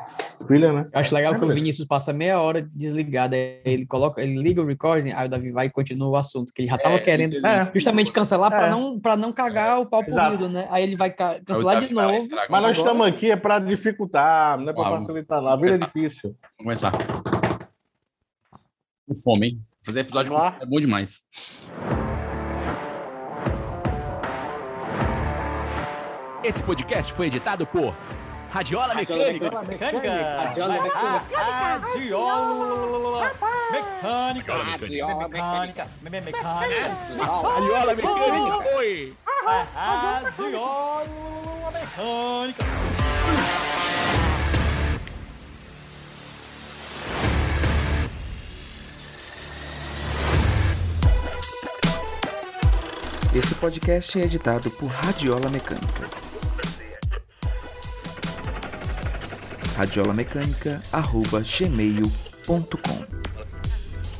Speaker 3: Filha, né?
Speaker 6: Eu acho legal
Speaker 3: Ah,
Speaker 6: que o
Speaker 3: beleza.
Speaker 6: Vinícius passa meia hora desligado, aí ele coloca, ele liga o recording, aí o Davi vai e continua o assunto, que ele já tava
Speaker 1: É,
Speaker 6: querendo
Speaker 1: entendi. É.
Speaker 6: justamente cancelar pra
Speaker 3: É.
Speaker 6: não para não cagar o pau
Speaker 3: Exato.
Speaker 6: punido, né? Aí ele vai ca-
Speaker 1: Aí o
Speaker 6: cancelar
Speaker 1: Davi
Speaker 6: de
Speaker 1: vai lá e
Speaker 6: novo.
Speaker 1: estraga.
Speaker 3: Mas nós
Speaker 6: Agora-
Speaker 3: estamos aqui é para dificultar, não é para
Speaker 1: Ah,
Speaker 3: facilitar, não. A vida é
Speaker 1: exato.
Speaker 3: difícil.
Speaker 1: Vamos começar. Com fome, hein? Fazer episódio com
Speaker 9: Vamos lá.
Speaker 1: fome é bom demais. Esse podcast foi editado por Radiola Mecânica.
Speaker 15: Radiola mecânica. Radiola mecânica.
Speaker 1: Radiola Mecânica. Oi.
Speaker 15: Radiola mecânica.
Speaker 8: Esse podcast é editado por Radiola Mecânica. radiolamecânica.gmail.com